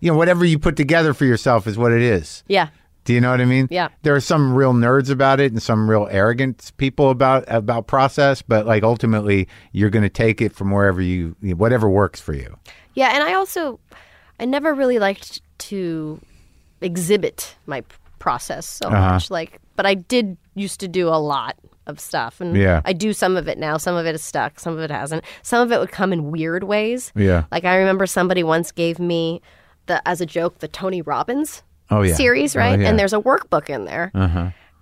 [SPEAKER 1] You know, whatever you put together for yourself is what it is.
[SPEAKER 3] Yeah,
[SPEAKER 1] Do you know what I mean?
[SPEAKER 3] Yeah.
[SPEAKER 1] There are some real nerds about it and some real arrogant people about about process, but like ultimately you're going to take it from wherever you whatever works for you.
[SPEAKER 3] yeah. And I also, I never really liked to exhibit my p- process so
[SPEAKER 1] Uh-huh.
[SPEAKER 3] much. Like, but I did used to do a lot of stuff, and
[SPEAKER 1] Yeah.
[SPEAKER 3] I do some of it now. Some of it is stuck. Some of it hasn't. Some of it would come in weird ways.
[SPEAKER 1] Yeah.
[SPEAKER 3] Like I remember somebody once gave me the as a joke the Tony Robbins
[SPEAKER 1] Oh, yeah.
[SPEAKER 3] series,
[SPEAKER 1] Oh,
[SPEAKER 3] right?
[SPEAKER 1] yeah. Uh-huh.
[SPEAKER 3] And there's a workbook in there.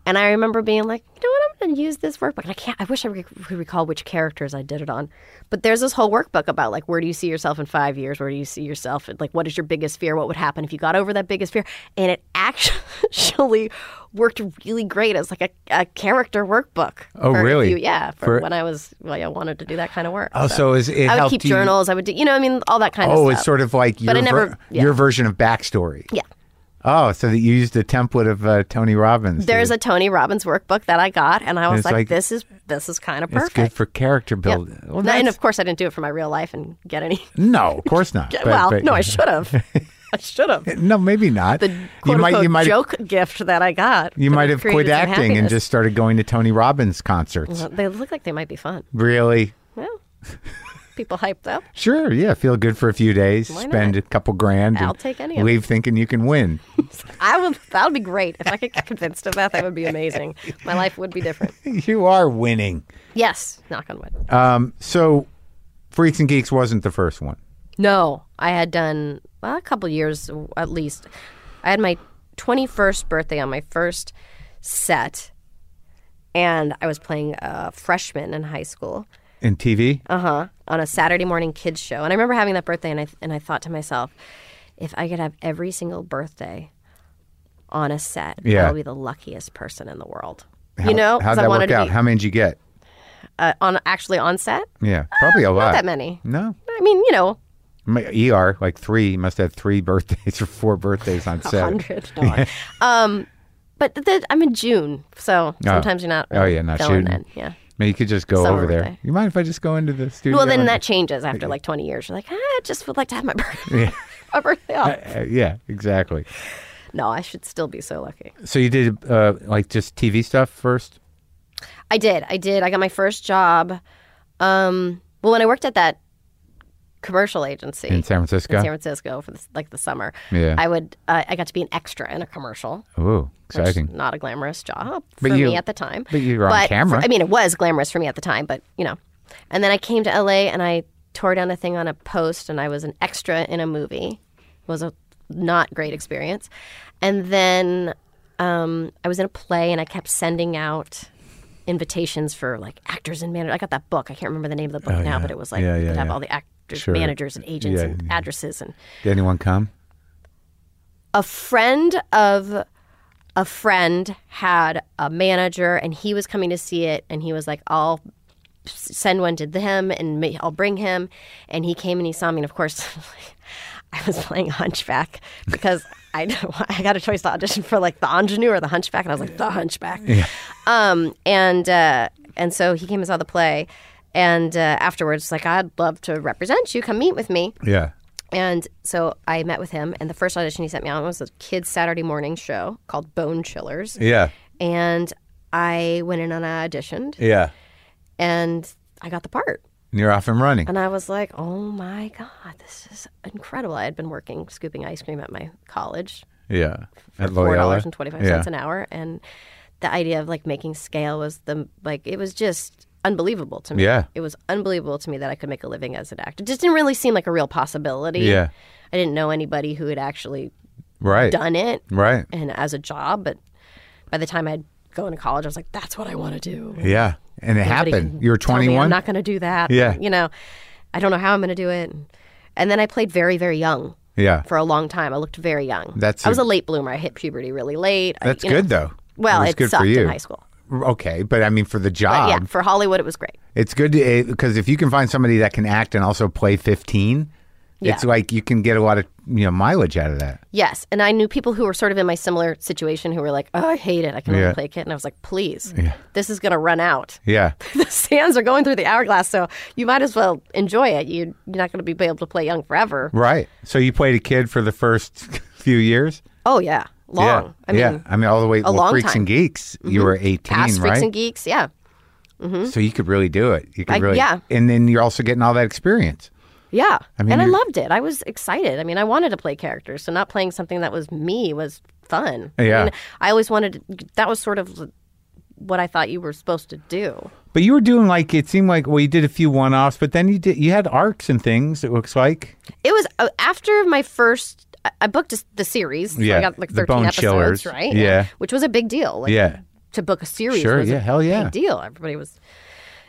[SPEAKER 3] And I remember being like, you know what? I'm going to use this workbook. And I can't. I wish I re- could recall which characters I did it on. But there's this whole workbook about like, where do you see yourself in five years? Where do you see yourself? And, Like, what is your biggest fear? What would happen if you got over that biggest fear? And it <laughs> actually worked really great as like a, a character workbook.
[SPEAKER 1] Oh,
[SPEAKER 3] for a
[SPEAKER 1] really?
[SPEAKER 3] few- yeah, for,
[SPEAKER 1] For-
[SPEAKER 3] when I was well, I wanted to do that kind of work.
[SPEAKER 1] Oh, so is it
[SPEAKER 3] I would
[SPEAKER 1] helped
[SPEAKER 3] keep
[SPEAKER 1] you-
[SPEAKER 3] journals. I would do, you know, what I mean, all that kind of stuff.
[SPEAKER 1] Oh, it's sort of like your
[SPEAKER 3] But I never-
[SPEAKER 1] ver-
[SPEAKER 3] yeah.
[SPEAKER 1] your version of backstory.
[SPEAKER 3] yeah.
[SPEAKER 1] Oh, so that you used the template of uh, Tony Robbins.
[SPEAKER 3] There's a Tony Robbins workbook that I got, and I was
[SPEAKER 1] it's
[SPEAKER 3] like,
[SPEAKER 1] like-
[SPEAKER 3] "This is this is kind of
[SPEAKER 1] it's
[SPEAKER 3] perfect."
[SPEAKER 1] good for character
[SPEAKER 3] Yep.
[SPEAKER 1] building. Well,
[SPEAKER 3] and
[SPEAKER 1] that's-
[SPEAKER 3] of course, I didn't do it for my real life and
[SPEAKER 1] <laughs>
[SPEAKER 3] get any.
[SPEAKER 1] no, of course not. But-
[SPEAKER 3] well,
[SPEAKER 1] but-
[SPEAKER 3] no, I
[SPEAKER 1] <laughs>
[SPEAKER 3] should have. I should have.
[SPEAKER 1] No, maybe not.
[SPEAKER 3] The quote unquote
[SPEAKER 1] you might
[SPEAKER 3] joke gift that I got.
[SPEAKER 1] you
[SPEAKER 3] that
[SPEAKER 1] might have
[SPEAKER 3] created
[SPEAKER 1] quit
[SPEAKER 3] some
[SPEAKER 1] acting and
[SPEAKER 3] happiness.
[SPEAKER 1] just started going to Tony Robbins concerts.
[SPEAKER 3] Well, They look like they might be fun.
[SPEAKER 1] Really? <laughs>
[SPEAKER 3] Well, people hyped up.
[SPEAKER 1] Sure, yeah, feel good for a few days,
[SPEAKER 3] Why not?
[SPEAKER 1] spend a couple grand
[SPEAKER 3] I'll
[SPEAKER 1] and
[SPEAKER 3] take any of
[SPEAKER 1] leave thinking you can win. <laughs>
[SPEAKER 3] I would. That would be great if I could get convinced of that. That would be amazing. My life would be different.
[SPEAKER 1] you are winning.
[SPEAKER 3] Yes, knock on wood.
[SPEAKER 1] Um, so Freaks and Geeks wasn't the first one.
[SPEAKER 3] No, I had done well, a couple years at least. I had my 21st birthday on my first set, and I was playing a freshman in high school
[SPEAKER 1] In TV?
[SPEAKER 3] uh-huh, on a Saturday morning kids show. And I remember having that birthday, and I, and I thought to myself, if I could have every single birthday on a set,
[SPEAKER 1] Yeah.
[SPEAKER 3] I would be the luckiest person in the world. you know,
[SPEAKER 1] How'd
[SPEAKER 3] because I
[SPEAKER 1] that
[SPEAKER 3] wanted
[SPEAKER 1] work out?
[SPEAKER 3] to be
[SPEAKER 1] How many did you get?
[SPEAKER 3] uh, on actually on set.
[SPEAKER 1] Yeah, probably a lot.
[SPEAKER 3] Not that many.
[SPEAKER 1] No.
[SPEAKER 3] I mean, you know,
[SPEAKER 1] My ER, like three, must have three birthdays <laughs> or four birthdays on set. <laughs>
[SPEAKER 3] hundred. No. um, but th- th- I'm in June, so sometimes you're not.
[SPEAKER 1] Oh, yeah, not
[SPEAKER 3] feeling
[SPEAKER 1] shooting.
[SPEAKER 3] it. Yeah.
[SPEAKER 1] I mean, you could just go
[SPEAKER 3] Summer
[SPEAKER 1] over there.
[SPEAKER 3] birthday.
[SPEAKER 1] You mind if I just go into the studio?
[SPEAKER 3] Well, then
[SPEAKER 1] and-
[SPEAKER 3] that changes after like 20 years. You're like, ah, I just would like to have my <laughs> birthday.
[SPEAKER 1] Yeah.
[SPEAKER 3] my birthday off.
[SPEAKER 1] <laughs> Uh, yeah, exactly.
[SPEAKER 3] No, I should still be so lucky.
[SPEAKER 1] So you did uh, like just TV stuff first?
[SPEAKER 3] I did. I did. I got my first job. Um, well, when I worked at that commercial agency
[SPEAKER 1] In San Francisco?
[SPEAKER 3] in San Francisco for the, like the summer,
[SPEAKER 1] Yeah.
[SPEAKER 3] I would. Uh, I got to be an extra in a commercial.
[SPEAKER 1] Ooh,
[SPEAKER 3] which is
[SPEAKER 1] exciting.
[SPEAKER 3] Not a glamorous job for
[SPEAKER 1] But you-
[SPEAKER 3] me at the time.
[SPEAKER 1] but you were on camera.
[SPEAKER 3] for- I mean, it was glamorous for me at the time, but you know. And then I came to LA and I tore down a thing on a post, and I was an extra in a movie. It was a not great experience. And then um, I was in a play, and I kept sending out invitations for like actors and managers. I got that book. I can't remember the name of the book now, but it was like
[SPEAKER 1] Oh, Yeah,
[SPEAKER 3] you
[SPEAKER 1] yeah,
[SPEAKER 3] could have
[SPEAKER 1] yeah.
[SPEAKER 3] all the actors,
[SPEAKER 1] Sure.
[SPEAKER 3] managers, and agents,
[SPEAKER 1] Yeah,
[SPEAKER 3] and addresses, and
[SPEAKER 1] Did anyone come?
[SPEAKER 3] a friend of a friend had a manager and he was coming to see it and he was like i'll s- send one to them and ma- i'll bring him and he came and he saw me and of course <laughs> i was playing hunchback because <laughs> I, know- I got a choice to audition for like the ingenue or the hunchback and i was like the hunchback um, and uh, and so he came and saw the play and uh, afterwards like i'd love to represent you come meet with me
[SPEAKER 1] Yeah.
[SPEAKER 3] and so I met with him, and the first audition he sent me on was a kids' Saturday morning show called Bone Chillers.
[SPEAKER 1] Yeah.
[SPEAKER 3] And I went in and I auditioned,
[SPEAKER 1] Yeah.
[SPEAKER 3] and I got the part.
[SPEAKER 1] And you're off and running.
[SPEAKER 3] And I was like, oh my God, this is incredible. I had been working scooping ice cream at my college
[SPEAKER 1] Yeah. At
[SPEAKER 3] four
[SPEAKER 1] Loyola.
[SPEAKER 3] dollars and twenty five
[SPEAKER 1] yeah.
[SPEAKER 3] cents an hour, and the idea of like making scale was the like it was just unbelievable to me.
[SPEAKER 1] Yeah.
[SPEAKER 3] it was unbelievable to me that I could make a living as an actor. It just didn't really seem like a real possibility.
[SPEAKER 1] Yeah.
[SPEAKER 3] I didn't know anybody who had actually
[SPEAKER 1] Right.
[SPEAKER 3] done it
[SPEAKER 1] Right.
[SPEAKER 3] and as a job, but by the time I'd go into college, I was like, that's what I want to do.
[SPEAKER 1] Yeah. And it
[SPEAKER 3] Nobody
[SPEAKER 1] happened.
[SPEAKER 3] can
[SPEAKER 1] You were
[SPEAKER 3] tell me
[SPEAKER 1] 21.
[SPEAKER 3] I'm not going to do that.
[SPEAKER 1] Yeah.
[SPEAKER 3] You know, I don't know how I'm going to do it. And then I played very, very young
[SPEAKER 1] yeah.
[SPEAKER 3] for a long time. I looked very young.
[SPEAKER 1] That's
[SPEAKER 3] I was
[SPEAKER 1] a-
[SPEAKER 3] a late bloomer. I hit puberty really late. I-
[SPEAKER 1] That's
[SPEAKER 3] you know.
[SPEAKER 1] good though.
[SPEAKER 3] Well,
[SPEAKER 1] it, was
[SPEAKER 3] it
[SPEAKER 1] good
[SPEAKER 3] sucked
[SPEAKER 1] for you. Um,
[SPEAKER 3] in high school.
[SPEAKER 1] Okay, but I mean for the
[SPEAKER 3] But
[SPEAKER 1] job,
[SPEAKER 3] yeah, for Hollywood, it was great.
[SPEAKER 1] it's good because if you can find somebody that can act and also play 15, it's
[SPEAKER 3] Yeah.
[SPEAKER 1] like you can get a lot of you know mileage out of that.
[SPEAKER 3] Yes, and I knew people who were sort of in my similar situation who were like, "Oh, I hate it. I can
[SPEAKER 1] Yeah.
[SPEAKER 3] only play a kid." And I was like, "Please, this is going to run out.
[SPEAKER 1] Yeah.
[SPEAKER 3] <laughs> the sands are going through the hourglass, so you might as well enjoy it. You, you're not going to be able to play young forever."
[SPEAKER 1] Right. So you played a kid for the first <laughs> few years.
[SPEAKER 3] Oh yeah, long.
[SPEAKER 1] Yeah.
[SPEAKER 3] I mean,
[SPEAKER 1] yeah. I mean, all the way. well,
[SPEAKER 3] long
[SPEAKER 1] Freaks
[SPEAKER 3] time. Mm-hmm.
[SPEAKER 1] and Geeks. You were 18,
[SPEAKER 3] past
[SPEAKER 1] right?
[SPEAKER 3] freaks and geeks. Yeah,
[SPEAKER 1] So you could really do it. You could
[SPEAKER 3] I-
[SPEAKER 1] really.
[SPEAKER 3] yeah.
[SPEAKER 1] And then you're also getting all that experience.
[SPEAKER 3] yeah.
[SPEAKER 1] mean,
[SPEAKER 3] and I
[SPEAKER 1] you're-
[SPEAKER 3] loved it. I was excited. I mean, I wanted to play characters, so not playing something that was me was fun.
[SPEAKER 1] Yeah.
[SPEAKER 3] I, mean, I always wanted. That was sort of what I thought you were supposed to do.
[SPEAKER 1] But you were doing like it seemed like well you did a few one offs, but then you did you had arcs and things. It looks like
[SPEAKER 3] It was uh, after my first. I- I booked a- the series. so
[SPEAKER 1] Yeah,
[SPEAKER 3] I got like
[SPEAKER 1] the
[SPEAKER 3] thirteen
[SPEAKER 1] Bone
[SPEAKER 3] episodes,
[SPEAKER 1] Chillers.
[SPEAKER 3] right?
[SPEAKER 1] Yeah.
[SPEAKER 3] which was a big deal. Like,
[SPEAKER 1] Yeah.
[SPEAKER 3] to book a series.
[SPEAKER 1] Sure,
[SPEAKER 3] was
[SPEAKER 1] yeah,
[SPEAKER 3] a
[SPEAKER 1] hell yeah.
[SPEAKER 3] big deal. Everybody was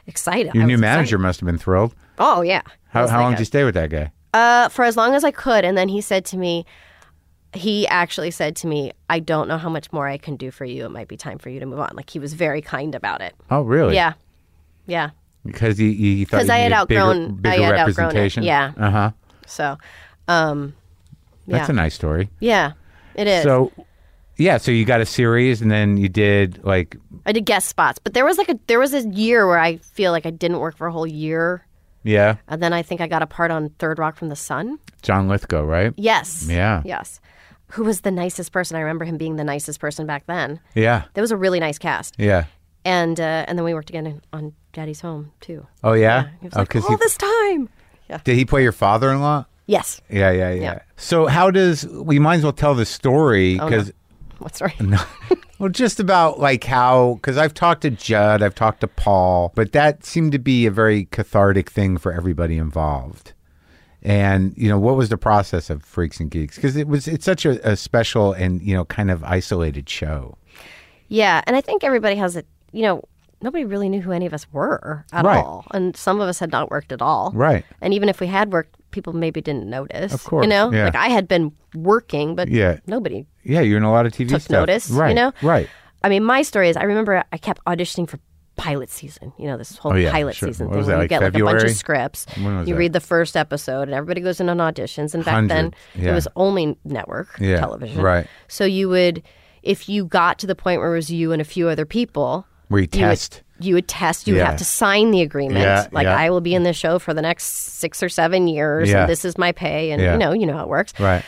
[SPEAKER 3] excited.
[SPEAKER 1] your
[SPEAKER 3] I
[SPEAKER 1] new
[SPEAKER 3] was
[SPEAKER 1] manager must have been thrilled.
[SPEAKER 3] excited. Oh yeah. It
[SPEAKER 1] How,
[SPEAKER 3] was
[SPEAKER 1] how
[SPEAKER 3] like
[SPEAKER 1] long
[SPEAKER 3] a-
[SPEAKER 1] did you stay with that guy?
[SPEAKER 3] Uh, for as long as I could, and then he said to me, he actually said to me, "I don't know how much more I can do for you. It might be time for you to move on." Like he was very kind about it.
[SPEAKER 1] Oh, really?
[SPEAKER 3] Yeah, yeah.
[SPEAKER 1] Because you, you you thought
[SPEAKER 3] Because
[SPEAKER 1] you
[SPEAKER 3] I had
[SPEAKER 1] needed
[SPEAKER 3] outgrown,
[SPEAKER 1] bigger, bigger
[SPEAKER 3] I had
[SPEAKER 1] representation.
[SPEAKER 3] outgrown it. Yeah.
[SPEAKER 1] Uh huh.
[SPEAKER 3] So, um, yeah,
[SPEAKER 1] That's a nice story.
[SPEAKER 3] yeah. It is.
[SPEAKER 1] So, yeah. So you got a series, and then you did like
[SPEAKER 3] I did guest spots, but there was like a there was a year where I feel like I didn't work for a whole year,
[SPEAKER 1] yeah,
[SPEAKER 3] and then I think I got a part on Third Rock from the Sun.
[SPEAKER 1] John Lithgow, right?
[SPEAKER 3] Yes.
[SPEAKER 1] Yeah.
[SPEAKER 3] Yes. Who was the nicest person? I remember him being the nicest person back then.
[SPEAKER 1] Yeah.
[SPEAKER 3] That was a really nice cast.
[SPEAKER 1] Yeah.
[SPEAKER 3] And uh, and then we worked again in- on Daddy's Home too.
[SPEAKER 1] Oh yeah.
[SPEAKER 3] He was
[SPEAKER 1] oh,
[SPEAKER 3] like, all
[SPEAKER 1] he,
[SPEAKER 3] this time. Yeah.
[SPEAKER 1] did he play your father-in-law?
[SPEAKER 3] Yes.
[SPEAKER 1] Yeah, yeah, yeah.
[SPEAKER 3] Yeah. Oh,
[SPEAKER 1] So how does we might as well tell the story because
[SPEAKER 3] What story?
[SPEAKER 1] Well, just about like how, because I've talked to Judd, I've talked to Paul, but that seemed to be a very cathartic thing for everybody involved. And you know, what was the process of Freaks and Geeks? Because it was it's such a, a special and you know kind of isolated show.
[SPEAKER 3] Yeah, and I think everybody has it. You know, nobody really knew who any of us were at
[SPEAKER 1] Right.
[SPEAKER 3] all, and some of us had not worked at all.
[SPEAKER 1] Right.
[SPEAKER 3] And even if we had worked, people maybe didn't notice. Of
[SPEAKER 1] course,
[SPEAKER 3] you know,
[SPEAKER 1] yeah.
[SPEAKER 3] like I had been working, but
[SPEAKER 1] Yeah.
[SPEAKER 3] nobody
[SPEAKER 1] Yeah, you're in a lot of TV
[SPEAKER 3] took
[SPEAKER 1] stuff.
[SPEAKER 3] notice.
[SPEAKER 1] right?
[SPEAKER 3] You know,
[SPEAKER 1] right?
[SPEAKER 3] I mean, my story is I remember I kept auditioning for pilot season. You know, this whole
[SPEAKER 1] Oh, yeah,
[SPEAKER 3] pilot
[SPEAKER 1] sure.
[SPEAKER 3] season
[SPEAKER 1] What
[SPEAKER 3] thing
[SPEAKER 1] was
[SPEAKER 3] where
[SPEAKER 1] that,
[SPEAKER 3] you
[SPEAKER 1] like
[SPEAKER 3] get like a bunch
[SPEAKER 1] February?
[SPEAKER 3] of scripts.
[SPEAKER 1] When was
[SPEAKER 3] you
[SPEAKER 1] that?
[SPEAKER 3] read the first episode, and everybody goes in on auditions. And back then,
[SPEAKER 1] Hundreds, yeah.
[SPEAKER 3] it was only network
[SPEAKER 1] Yeah,
[SPEAKER 3] television,
[SPEAKER 1] right.
[SPEAKER 3] So you would, if you got to the point where it was you and a few other people,
[SPEAKER 1] Where you
[SPEAKER 3] you would-
[SPEAKER 1] test.
[SPEAKER 3] You would test. You would
[SPEAKER 1] Yeah.
[SPEAKER 3] have to sign the agreement.
[SPEAKER 1] Yeah,
[SPEAKER 3] like
[SPEAKER 1] yeah.
[SPEAKER 3] I will be in this show for the next six or seven years,
[SPEAKER 1] Yeah.
[SPEAKER 3] and this is my pay. And
[SPEAKER 1] Yeah.
[SPEAKER 3] you know, you know how it works
[SPEAKER 1] Right.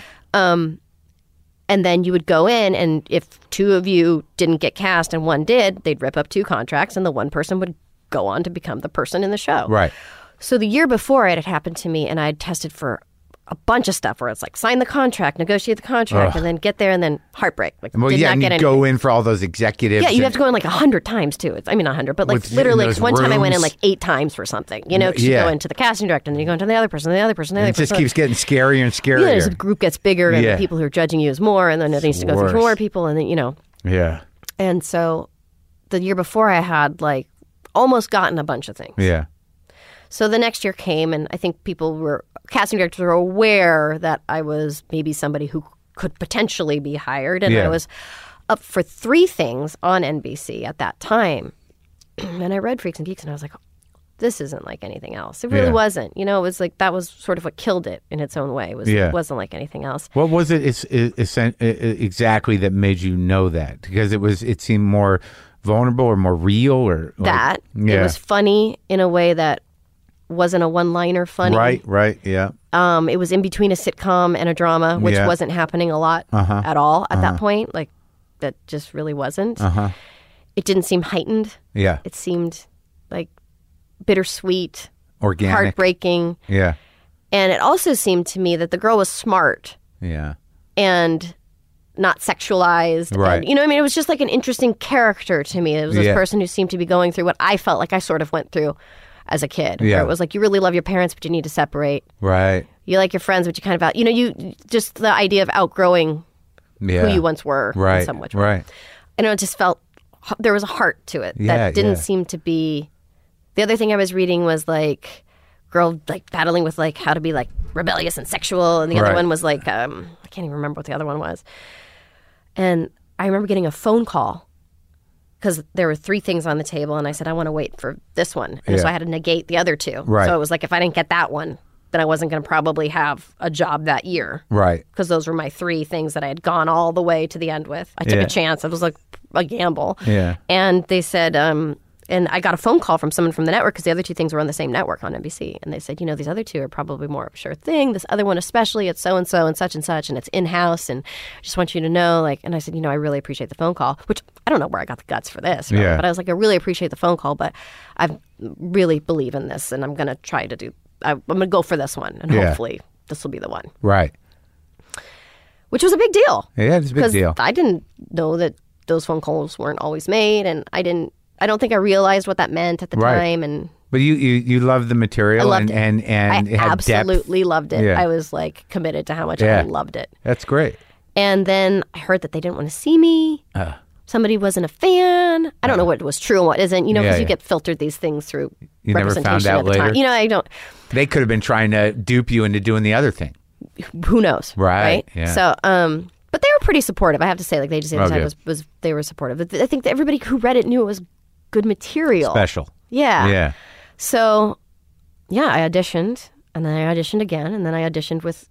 [SPEAKER 3] and then you would go in and if two of you didn't get cast and one did they'd rip up two contracts and the one person would go on to become the person in the show
[SPEAKER 1] Right.
[SPEAKER 3] so the year before it had happened to me and i had tested for a bunch of stuff where it's like sign the contract negotiate the contract and then get there and then heartbreak like
[SPEAKER 1] Well,
[SPEAKER 3] did
[SPEAKER 1] yeah,
[SPEAKER 3] not
[SPEAKER 1] and
[SPEAKER 3] get
[SPEAKER 1] you
[SPEAKER 3] any
[SPEAKER 1] go in for all those executives.
[SPEAKER 3] yeah, you
[SPEAKER 1] and-
[SPEAKER 3] have to go in like a hundred times too. It's, I mean, a hundred, but like
[SPEAKER 1] With- in
[SPEAKER 3] literally,
[SPEAKER 1] those
[SPEAKER 3] like, one time I went in
[SPEAKER 1] rooms.
[SPEAKER 3] like eight times for something. You know, 'cause you
[SPEAKER 1] Yeah.
[SPEAKER 3] go into the casting director, and then you go into the other person, and the other person, and the
[SPEAKER 1] It
[SPEAKER 3] other
[SPEAKER 1] just
[SPEAKER 3] person.
[SPEAKER 1] keeps getting scarier and
[SPEAKER 3] yeah, as the
[SPEAKER 1] scarier.
[SPEAKER 3] group gets bigger, and
[SPEAKER 1] Yeah.
[SPEAKER 3] the people who are judging you is more, and then it needs to go
[SPEAKER 1] worse.
[SPEAKER 3] through more people, and then you know,
[SPEAKER 1] Yeah.
[SPEAKER 3] and so the year before, I had like almost gotten a bunch of things.
[SPEAKER 1] Yeah.
[SPEAKER 3] So the next year came, and I think people were, casting directors were aware that I was maybe somebody who could potentially be hired. And
[SPEAKER 1] Yeah.
[SPEAKER 3] I was up for three things on NBC at that time. <clears throat> and I read Freaks and Geeks and I was like, this isn't like anything else. It really
[SPEAKER 1] Yeah.
[SPEAKER 3] wasn't. You know, it was like that was sort of what killed it in its own way. Was
[SPEAKER 1] Yeah.
[SPEAKER 3] it wasn't like anything else.
[SPEAKER 1] What was it is, is, essen- i- i- exactly that made you know that? Because it was it seemed more vulnerable or more real or like-
[SPEAKER 3] that.
[SPEAKER 1] Yeah.
[SPEAKER 3] It was funny in a way that wasn't a one liner funny.
[SPEAKER 1] right, right, yeah,
[SPEAKER 3] Um, it was in between a sitcom and a drama, which
[SPEAKER 1] Yeah. Uh-huh.
[SPEAKER 3] wasn't happening a lot at all at that point. Like, that just really wasn't.
[SPEAKER 1] Uh-huh.
[SPEAKER 3] It didn't seem heightened.
[SPEAKER 1] yeah,
[SPEAKER 3] It seemed like bittersweet,
[SPEAKER 1] organic,
[SPEAKER 3] heartbreaking.
[SPEAKER 1] yeah,
[SPEAKER 3] And it also seemed to me that the girl was smart
[SPEAKER 1] yeah,
[SPEAKER 3] and not sexualized.
[SPEAKER 1] Right.
[SPEAKER 3] And, you know, what I mean, it was just like an interesting character to me. It was this
[SPEAKER 1] Yeah.
[SPEAKER 3] person who seemed to be going through what I felt like I sort of went through as a kid. where
[SPEAKER 1] Yeah.
[SPEAKER 3] it was like you really love your parents, but you need to separate.
[SPEAKER 1] right,
[SPEAKER 3] You like your friends, but you kind of out. You know, you just the idea of outgrowing
[SPEAKER 1] yeah,
[SPEAKER 3] who you once were
[SPEAKER 1] right,
[SPEAKER 3] in some much way.
[SPEAKER 1] right,
[SPEAKER 3] And it just felt there was a heart to it
[SPEAKER 1] Yeah,
[SPEAKER 3] that didn't
[SPEAKER 1] yeah.
[SPEAKER 3] seem to be. The other thing I was reading was like girl like battling with like how to be like rebellious and sexual, and the
[SPEAKER 1] Right.
[SPEAKER 3] other one was like um, I can't even remember what the other one was. And I remember getting a phone call because there were three things on the table, and I said I want to wait for this one, and so
[SPEAKER 1] Yeah.
[SPEAKER 3] I had to negate the other two.
[SPEAKER 1] Right.
[SPEAKER 3] So it was like if I didn't get that one, then I wasn't going to probably have a job that year
[SPEAKER 1] right,
[SPEAKER 3] because those were my three things that I had gone all the way to the end with. I took
[SPEAKER 1] Yeah.
[SPEAKER 3] a chance. It was like a gamble.
[SPEAKER 1] Yeah.
[SPEAKER 3] And they said, um, and I got a phone call from someone from the network because the other two things were on the same network on NBC. And they said, you know, these other two are probably more of a sure thing. This other one, especially, it's so and so and such and such, and it's in house. And I just want you to know, like, and I said, you know, I really appreciate the phone call, which I don't know where I got the guts for this. really,
[SPEAKER 1] Yeah.
[SPEAKER 3] But I was like, I really appreciate the phone call, but I really believe in this, and I'm going to try to do, I, I'm going to go for this one, and
[SPEAKER 1] Yeah.
[SPEAKER 3] hopefully this will be the one
[SPEAKER 1] right,
[SPEAKER 3] which was a big deal.
[SPEAKER 1] Yeah, it's a big
[SPEAKER 3] 'Cause
[SPEAKER 1] deal.
[SPEAKER 3] I didn't know that those phone calls weren't always made, and I didn't. I don't think I realized what that meant at the
[SPEAKER 1] Right.
[SPEAKER 3] time, and
[SPEAKER 1] but you you you loved the material
[SPEAKER 3] loved it.
[SPEAKER 1] and, and and
[SPEAKER 3] I
[SPEAKER 1] it had depth.
[SPEAKER 3] absolutely loved it.
[SPEAKER 1] Yeah.
[SPEAKER 3] I was like committed to how much
[SPEAKER 1] Yeah.
[SPEAKER 3] I loved it.
[SPEAKER 1] That's great.
[SPEAKER 3] And then I heard that they didn't want to see me.
[SPEAKER 1] Uh.
[SPEAKER 3] Somebody wasn't a fan. I don't know what was true and what isn't. You know,
[SPEAKER 1] Yeah,
[SPEAKER 3] because
[SPEAKER 1] yeah.
[SPEAKER 3] you get filtered these things through
[SPEAKER 1] You never found
[SPEAKER 3] representation
[SPEAKER 1] out
[SPEAKER 3] at the
[SPEAKER 1] later?
[SPEAKER 3] time. You know, I don't.
[SPEAKER 1] They could have been trying to dupe you into doing the other thing.
[SPEAKER 3] who knows
[SPEAKER 1] Right, yeah.
[SPEAKER 3] so um but they were pretty supportive i have to say like they just
[SPEAKER 1] Oh, good.
[SPEAKER 3] was, was they were supportive But i think that everybody who read it knew it was good material
[SPEAKER 1] Special.
[SPEAKER 3] yeah
[SPEAKER 1] Yeah.
[SPEAKER 3] so yeah i auditioned and then i auditioned again and then i auditioned with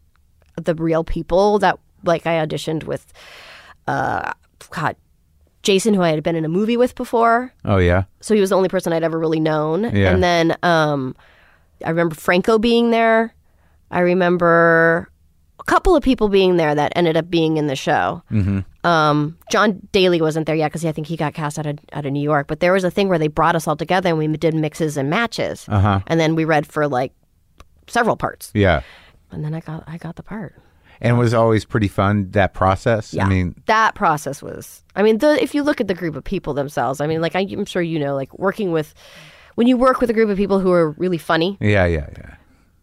[SPEAKER 3] the real people that like i auditioned with uh god jason who i had been in a movie with before
[SPEAKER 1] Oh yeah.
[SPEAKER 3] so he was the only person I'd ever really known.
[SPEAKER 1] Yeah.
[SPEAKER 3] And then um, I remember Franco being there. I remember a couple of people being there that ended up being in the show. Mm-hmm. Um, John Daly wasn't there yet because I think he got cast out of out of New York. But there was a thing where they brought us all together and we did mixes and matches, uh-huh. and then we read for like several parts,
[SPEAKER 1] Yeah.
[SPEAKER 3] and then I got I got the part.
[SPEAKER 1] And it was always pretty fun that process. I mean,
[SPEAKER 3] that process was. I mean, the, if you look at the group of people themselves, I mean, like I, I'm sure you know, like working with, when you work with a group of people who are really funny,
[SPEAKER 1] yeah, yeah, yeah.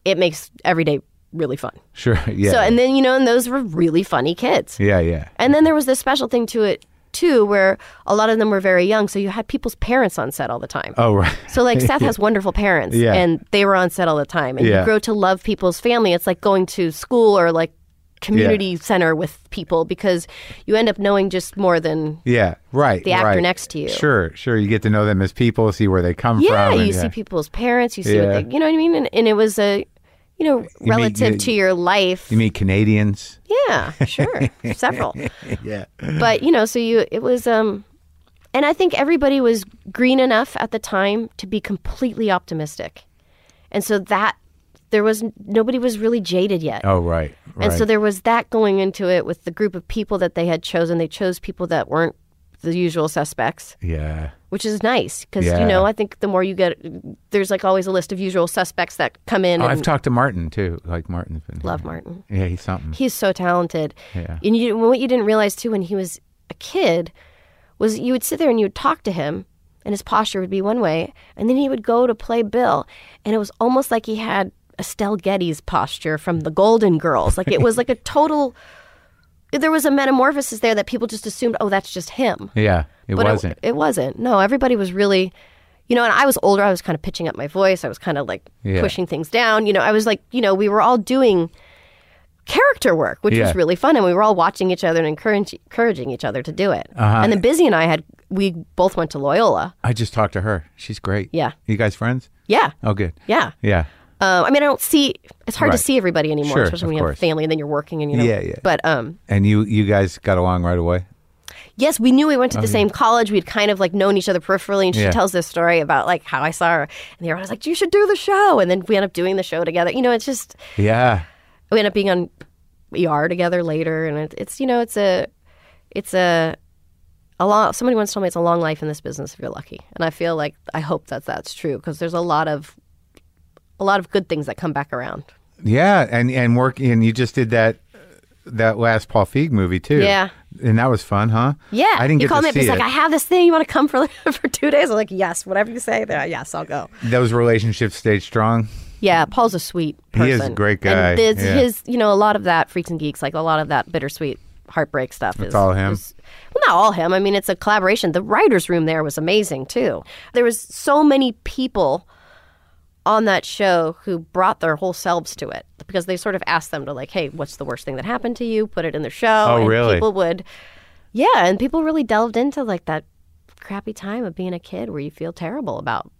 [SPEAKER 3] it makes every day really fun.
[SPEAKER 1] Sure. <laughs> Yeah.
[SPEAKER 3] So, and then you know, and those were really funny kids.
[SPEAKER 1] yeah, yeah.
[SPEAKER 3] And then there was this special thing to it too, where a lot of them were very young, so you had people's parents on set all the time.
[SPEAKER 1] Oh <laughs> right.
[SPEAKER 3] So like Seth has wonderful parents,
[SPEAKER 1] Yeah.
[SPEAKER 3] and they were on set all the time, and
[SPEAKER 1] Yeah.
[SPEAKER 3] you grow to love people's family. It's like going to school or like community center with people because you end up knowing just more than
[SPEAKER 1] Yeah, right.
[SPEAKER 3] the actor
[SPEAKER 1] right.
[SPEAKER 3] next to you.
[SPEAKER 1] Sure, sure. You get to know them as people, see where they come
[SPEAKER 3] yeah,
[SPEAKER 1] from.
[SPEAKER 3] you
[SPEAKER 1] and, uh,
[SPEAKER 3] see people's parents, you see
[SPEAKER 1] Yeah.
[SPEAKER 3] what they, you know what I mean, and, and it was a, you know, relative
[SPEAKER 1] you-
[SPEAKER 3] to your life.
[SPEAKER 1] You meet Canadians.
[SPEAKER 3] Yeah,
[SPEAKER 1] <laughs>
[SPEAKER 3] sure, several.
[SPEAKER 1] Yeah.
[SPEAKER 3] But you know, so you it was um and I think everybody was green enough at the time to be completely optimistic. And so that there was nobody was really jaded yet.
[SPEAKER 1] Oh right, right.
[SPEAKER 3] And so there was that going into it with the group of people that they had chosen. They chose people that weren't the usual suspects,
[SPEAKER 1] yeah,
[SPEAKER 3] which is nice because
[SPEAKER 1] Yeah.
[SPEAKER 3] you know I think the more you get, there's like always a list of usual suspects that come in.
[SPEAKER 1] oh,
[SPEAKER 3] and
[SPEAKER 1] I've talked to Martin too. Like Martin's been.
[SPEAKER 3] love Martin.
[SPEAKER 1] Yeah, he's something.
[SPEAKER 3] He's so talented.
[SPEAKER 1] Yeah.
[SPEAKER 3] And you, what you didn't realize too when he was a kid was you would sit there and you would talk to him, and his posture would be one way, and then he would go to play Bill, and it was almost like he had Estelle Getty's posture from The Golden Girls. Like it was like a total. There was a metamorphosis there that people just assumed, oh, that's just him.
[SPEAKER 1] Yeah, it
[SPEAKER 3] But
[SPEAKER 1] wasn't.
[SPEAKER 3] It, wasn't. No, everybody was really, you know, and I was older. I was kind of pitching up my voice. I was kind of like
[SPEAKER 1] Yeah.
[SPEAKER 3] pushing things down. You know, I was like, you know, we were all doing character work, which
[SPEAKER 1] Yeah.
[SPEAKER 3] was really fun, and we were all watching each other and encourage, encouraging each other to do it.
[SPEAKER 1] Uh-huh.
[SPEAKER 3] And then Busy and I had we both went to Loyola.
[SPEAKER 1] I just talked to her. She's great.
[SPEAKER 3] Yeah.
[SPEAKER 1] You guys friends?
[SPEAKER 3] Yeah,
[SPEAKER 1] Oh, good.
[SPEAKER 3] yeah.
[SPEAKER 1] Yeah.
[SPEAKER 3] Uh, I mean, I don't see. It's hard
[SPEAKER 1] Right.
[SPEAKER 3] to see everybody anymore,
[SPEAKER 1] Sure,
[SPEAKER 3] especially when
[SPEAKER 1] of
[SPEAKER 3] you have
[SPEAKER 1] course.
[SPEAKER 3] a family and then you're working and you know.
[SPEAKER 1] Yeah, yeah.
[SPEAKER 3] But um,
[SPEAKER 1] And you you guys got along right away?
[SPEAKER 3] yes, we knew we went to the same college. We'd kind of like known each other peripherally, and she
[SPEAKER 1] Oh, Yeah.
[SPEAKER 3] tells this story about like how I saw her, and the other was like, "You should do the show," and then we end up doing the show together. You know, it's just
[SPEAKER 1] Yeah.
[SPEAKER 3] we end up being on ER together later, and it, it's you know, it's a, it's a. A long, somebody once told me it's a long life in this business if you're lucky, and I feel like I hope that that's true because there's a lot of, a lot of good things that come back around.
[SPEAKER 1] Yeah, and and work and you just did that that last Paul Feig movie too.
[SPEAKER 3] Yeah.
[SPEAKER 1] and that was fun, huh?
[SPEAKER 3] Yeah,
[SPEAKER 1] I didn't
[SPEAKER 3] you
[SPEAKER 1] get
[SPEAKER 3] called
[SPEAKER 1] to
[SPEAKER 3] me up.
[SPEAKER 1] see
[SPEAKER 3] He's like,
[SPEAKER 1] it.
[SPEAKER 3] I have this thing. You want to come for <laughs> for two days? I'm like, yes, whatever you say. They're like, yes, I'll go.
[SPEAKER 1] Those relationships stayed strong.
[SPEAKER 3] Yeah, Paul's a sweet person.
[SPEAKER 1] He is a great guy,
[SPEAKER 3] And this,
[SPEAKER 1] yeah.
[SPEAKER 3] His, you know, a lot of that freaks and geeks, like a lot of that bittersweet heartbreak stuff. It's
[SPEAKER 1] all him?
[SPEAKER 3] well, not all him. I mean, it's a collaboration. The writers' room there was amazing too. There was so many people on that show who brought their whole selves to it because they sort of asked them to like, hey, what's the worst thing that happened to you? Put it in the show.
[SPEAKER 1] Oh,
[SPEAKER 3] and
[SPEAKER 1] really?
[SPEAKER 3] People would, yeah, and people really delved into like that crappy time of being a kid where you feel terrible about